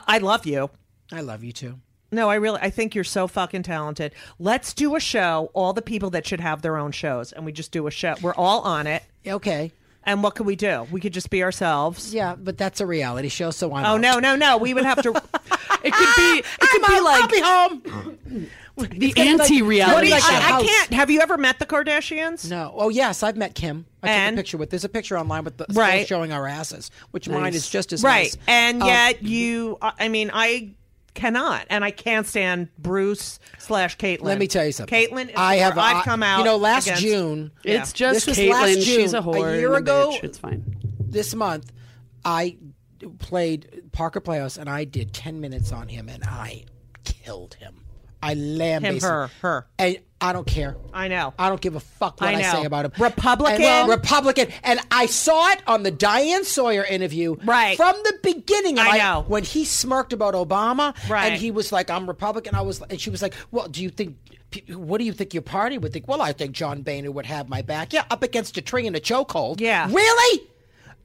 Speaker 2: I love you.
Speaker 3: I love you too.
Speaker 2: No, I really I think you're so fucking talented. Let's do a show. All the people that should have their own shows, and we just do a show. We're all on it.
Speaker 3: Okay.
Speaker 2: And what could we do? We could just be ourselves.
Speaker 3: Yeah, but that's a reality show, so I'm
Speaker 2: Oh
Speaker 3: out.
Speaker 2: no, no, no. We would have to.
Speaker 4: it could be. It could be like
Speaker 3: home.
Speaker 4: the anti-reality
Speaker 3: What do you-
Speaker 4: show.
Speaker 3: the
Speaker 2: I, I
Speaker 3: house.
Speaker 2: can't. Have you ever met the Kardashians?
Speaker 3: No. Oh yes, I've met Kim. I
Speaker 2: And?
Speaker 3: took a picture with. There's a picture online with the still
Speaker 2: Right.
Speaker 3: showing our asses, which mine is just as
Speaker 2: right
Speaker 3: nice.
Speaker 2: and
Speaker 3: Um,
Speaker 2: yet you uh, I I mean i cannot and i can't stand bruce slash caitlin
Speaker 3: Let me tell you something.
Speaker 2: caitlin is
Speaker 3: I have.
Speaker 2: i've
Speaker 3: I-
Speaker 2: come out
Speaker 3: You know, last
Speaker 2: against-
Speaker 3: June,
Speaker 4: It's just
Speaker 3: This was last
Speaker 4: Caitlyn.
Speaker 3: June,
Speaker 4: She's a
Speaker 3: a
Speaker 4: whore.
Speaker 3: year
Speaker 4: and a
Speaker 3: ago.
Speaker 4: bitch. it's fine.
Speaker 3: this month, I played Parker Playhouse, and I did ten minutes on him, and I killed him. I lambasted
Speaker 2: her, her.
Speaker 3: and I don't care.
Speaker 2: i know
Speaker 3: I don't give a fuck what
Speaker 2: I
Speaker 3: I,
Speaker 2: know.
Speaker 3: say about him.
Speaker 2: Republican.
Speaker 3: And, Republican. And I saw it on the Diane Sawyer interview.
Speaker 2: Right.
Speaker 3: From the beginning. And
Speaker 2: I know.
Speaker 3: When he smirked about Obama.
Speaker 2: Right.
Speaker 3: And he was like, I'm Republican. I was, and she was like, well, do you think, what do you think your party would think? Well, I think John Boehner would have my back. Yeah, up against a tree in a chokehold.
Speaker 2: Yeah.
Speaker 3: Really?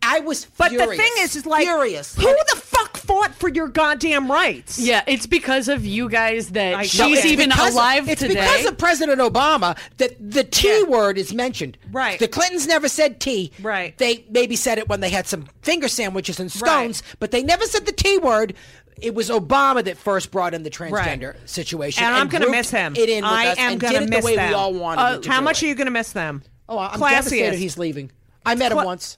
Speaker 3: I was
Speaker 2: but
Speaker 3: furious.
Speaker 2: the thing is is like
Speaker 3: Furious.
Speaker 2: who the fuck fought for your goddamn rights.
Speaker 4: Yeah, it's because of you guys that
Speaker 2: I-
Speaker 4: she's
Speaker 2: No, it's
Speaker 4: even
Speaker 3: because-
Speaker 4: alive
Speaker 3: it's
Speaker 4: today.
Speaker 3: because of President Obama that the T word is mentioned.
Speaker 2: Right.
Speaker 3: The Clintons never said T.
Speaker 2: Right.
Speaker 3: They maybe said it when they had some finger sandwiches and scones, but they never said the T word. It was Obama that first brought in the transgender situation,
Speaker 2: And I'm gonna
Speaker 3: grouped
Speaker 2: miss him.
Speaker 3: It in with
Speaker 2: I
Speaker 3: us
Speaker 2: am
Speaker 3: and
Speaker 2: gonna
Speaker 3: did it
Speaker 2: miss
Speaker 3: the way
Speaker 2: them.
Speaker 3: we all wanted.
Speaker 2: Uh,
Speaker 3: it to
Speaker 2: how
Speaker 3: do
Speaker 2: much
Speaker 3: it.
Speaker 2: are you going to miss them?
Speaker 3: Oh, I'm
Speaker 2: Classy
Speaker 3: devastated
Speaker 2: is.
Speaker 3: he's leaving. I met him
Speaker 2: Cla-
Speaker 3: once.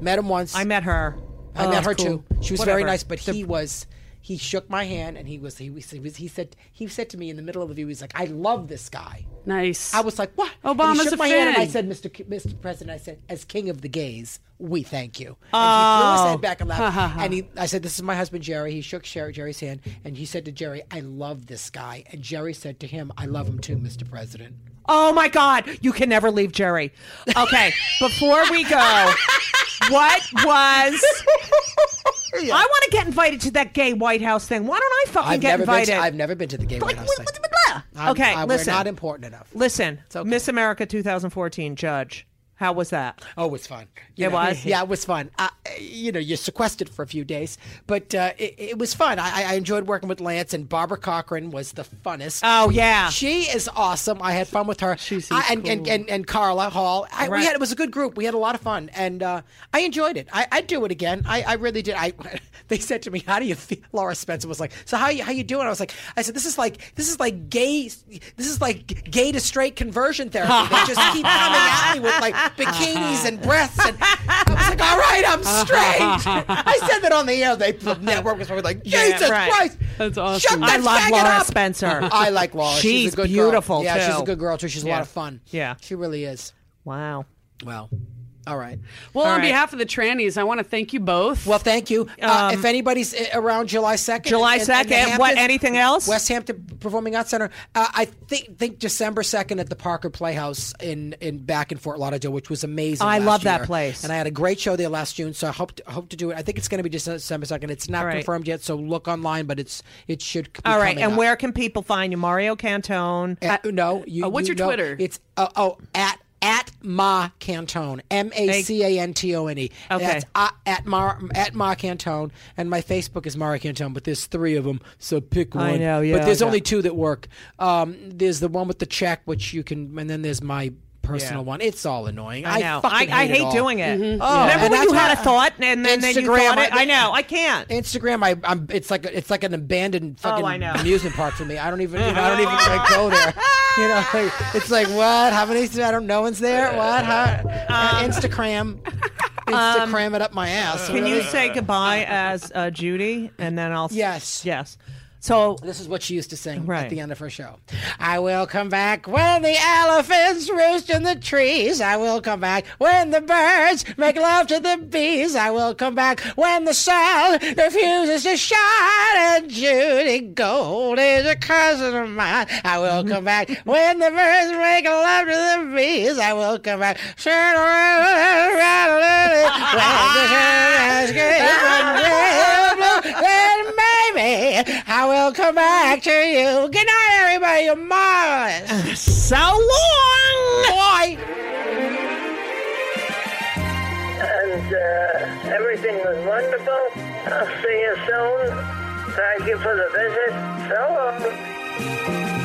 Speaker 3: Met him once.
Speaker 2: I met her.
Speaker 3: I
Speaker 2: Oh,
Speaker 3: met her
Speaker 2: cool.
Speaker 3: too. She was very
Speaker 2: Whatever.
Speaker 3: nice, but he was. He shook my hand and he was he was, he was he said he said to me in the middle of the view he's like I love this guy.
Speaker 4: nice.
Speaker 3: I was like what? And
Speaker 4: Obama's
Speaker 3: he shook
Speaker 4: a
Speaker 3: my hand and I
Speaker 4: fan.
Speaker 3: said Mr. K- Mr. President I said as king of the gays we thank you. And he
Speaker 2: Oh.
Speaker 3: threw his head back and laughed. and he I said this is my husband Jerry. He shook Sher- Jerry's hand and he said to Jerry I love this guy and Jerry said to him I love him too Mr. President.
Speaker 2: Oh my God, you can never leave Jerry. Okay, before we go, what was. I want to get invited to that gay White House thing. Why don't I fucking
Speaker 3: I've
Speaker 2: get
Speaker 3: never
Speaker 2: invited?
Speaker 3: been to, I've never been to the gay
Speaker 2: Like,
Speaker 3: White House
Speaker 2: blah,
Speaker 3: thing.
Speaker 2: blah, blah, blah.
Speaker 3: I'm-
Speaker 2: Okay,
Speaker 3: I-
Speaker 2: listen.
Speaker 3: We're not important enough.
Speaker 2: Listen, Miss America 2014 judge. How was that?
Speaker 3: Oh, it was fun.
Speaker 2: It was?
Speaker 3: Yeah, it was fun. Uh, you know, you're sequestered for a few days, but uh, it, it was fun. I, I- I enjoyed working with Lance, and Barbara Cochran was the funnest.
Speaker 2: Oh yeah.
Speaker 3: She is awesome. I had fun with her. She's and, and, and and Carla Hall. I,
Speaker 2: Right.
Speaker 3: We had it was a good group. We had a lot of fun, and uh, I enjoyed it. I, I'd do it again. I, I really did. I they said to me, "How do you feel?" Laura Spencer was like, "So how you how you doing?" I was like, "I said this is like this is like gay this is like gay to straight conversion therapy. They just keep coming at me with like bikinis and breasts." And I was like, "All right, I'm straight." I said that on the air. They the network was probably like, "Jesus
Speaker 2: right.
Speaker 3: Christ,
Speaker 4: That's
Speaker 3: Shut
Speaker 4: awesome.
Speaker 3: that
Speaker 2: I love
Speaker 3: faggot
Speaker 2: Laura
Speaker 3: up.
Speaker 2: Spencer.
Speaker 3: I like Laura.
Speaker 2: She's
Speaker 3: a good
Speaker 2: beautiful,
Speaker 3: Girl. Yeah, she's
Speaker 2: too.
Speaker 3: a good girl too. She's a
Speaker 2: Yeah.
Speaker 3: lot of fun.
Speaker 2: Yeah.
Speaker 3: she really is.
Speaker 2: Wow.
Speaker 3: Well, all right.
Speaker 4: well, on
Speaker 2: right.
Speaker 4: behalf of the trannies, I want to thank you both.
Speaker 3: Well, thank you. uh, if anybody's uh, around July second,
Speaker 2: Um, July 2nd, what, anything else?
Speaker 3: West Hampton Performing Arts Center. Uh, I think think December second at the Parker Playhouse in in back in Fort Lauderdale, which was amazing.
Speaker 2: I
Speaker 3: last
Speaker 2: love that
Speaker 3: year.
Speaker 2: place.
Speaker 3: and I had a great show there last June. So I hope to, hope to do it. I think it's going to be December second. It's not
Speaker 2: All right.
Speaker 3: confirmed yet, so look online, but it's it should. Be
Speaker 2: All right,
Speaker 3: coming
Speaker 2: and
Speaker 3: up.
Speaker 2: where can people find you? Mario Cantone.
Speaker 3: At, no, you.
Speaker 4: uh, what's
Speaker 3: you know-
Speaker 4: your Twitter?
Speaker 3: It's uh, oh at at Ma Cantone. M A C A N T O N E.
Speaker 2: Okay.
Speaker 3: That's uh, at Ma at Ma Cantone, and my Facebook is Mara Cantone. But there's three of them, so pick one.
Speaker 2: I know, yeah,
Speaker 3: But there's
Speaker 2: yeah.
Speaker 3: only two that work. Um, there's the one with the check, which you can, and then there's my personal
Speaker 2: Yeah.
Speaker 3: one. It's all annoying. I,
Speaker 2: I know.
Speaker 3: fucking
Speaker 2: I, I
Speaker 3: hate,
Speaker 2: hate doing it.
Speaker 3: Oh,
Speaker 2: Remember
Speaker 3: and
Speaker 2: when you
Speaker 3: that's
Speaker 2: had
Speaker 3: why-
Speaker 2: a thought and then, then you
Speaker 3: Instagram,
Speaker 2: thought it?
Speaker 3: I-
Speaker 2: I know. I can't.
Speaker 3: Instagram, I, I'm, it's like a- it's like an abandoned fucking
Speaker 2: Oh, I know.
Speaker 3: amusement park for me. I don't even you know, I don't even like go there. You know, like, it's like what? How many? I don't. No one's there. What? How? Uh, Instagram, Instagram it up my ass.
Speaker 2: Um, Can you
Speaker 3: really.
Speaker 2: say goodbye as uh, Judy, and then I'll? s-
Speaker 3: Yes.
Speaker 2: Yes. So
Speaker 3: This is what she used to sing
Speaker 2: Right.
Speaker 3: at the end of her show. I will come back when the elephants roost in the trees. I will come back when the birds make love to the bees. I will come back when the sun refuses to shine. And Judy Gold is a cousin of mine. I will come back when the birds make love to the bees. I will come back. Then maybe I will come back to you. Good night, everybody. You're marvelous.
Speaker 2: so long.
Speaker 3: Boy.
Speaker 9: and uh, everything was wonderful. I'll see you soon. Thank you for the visit. So long.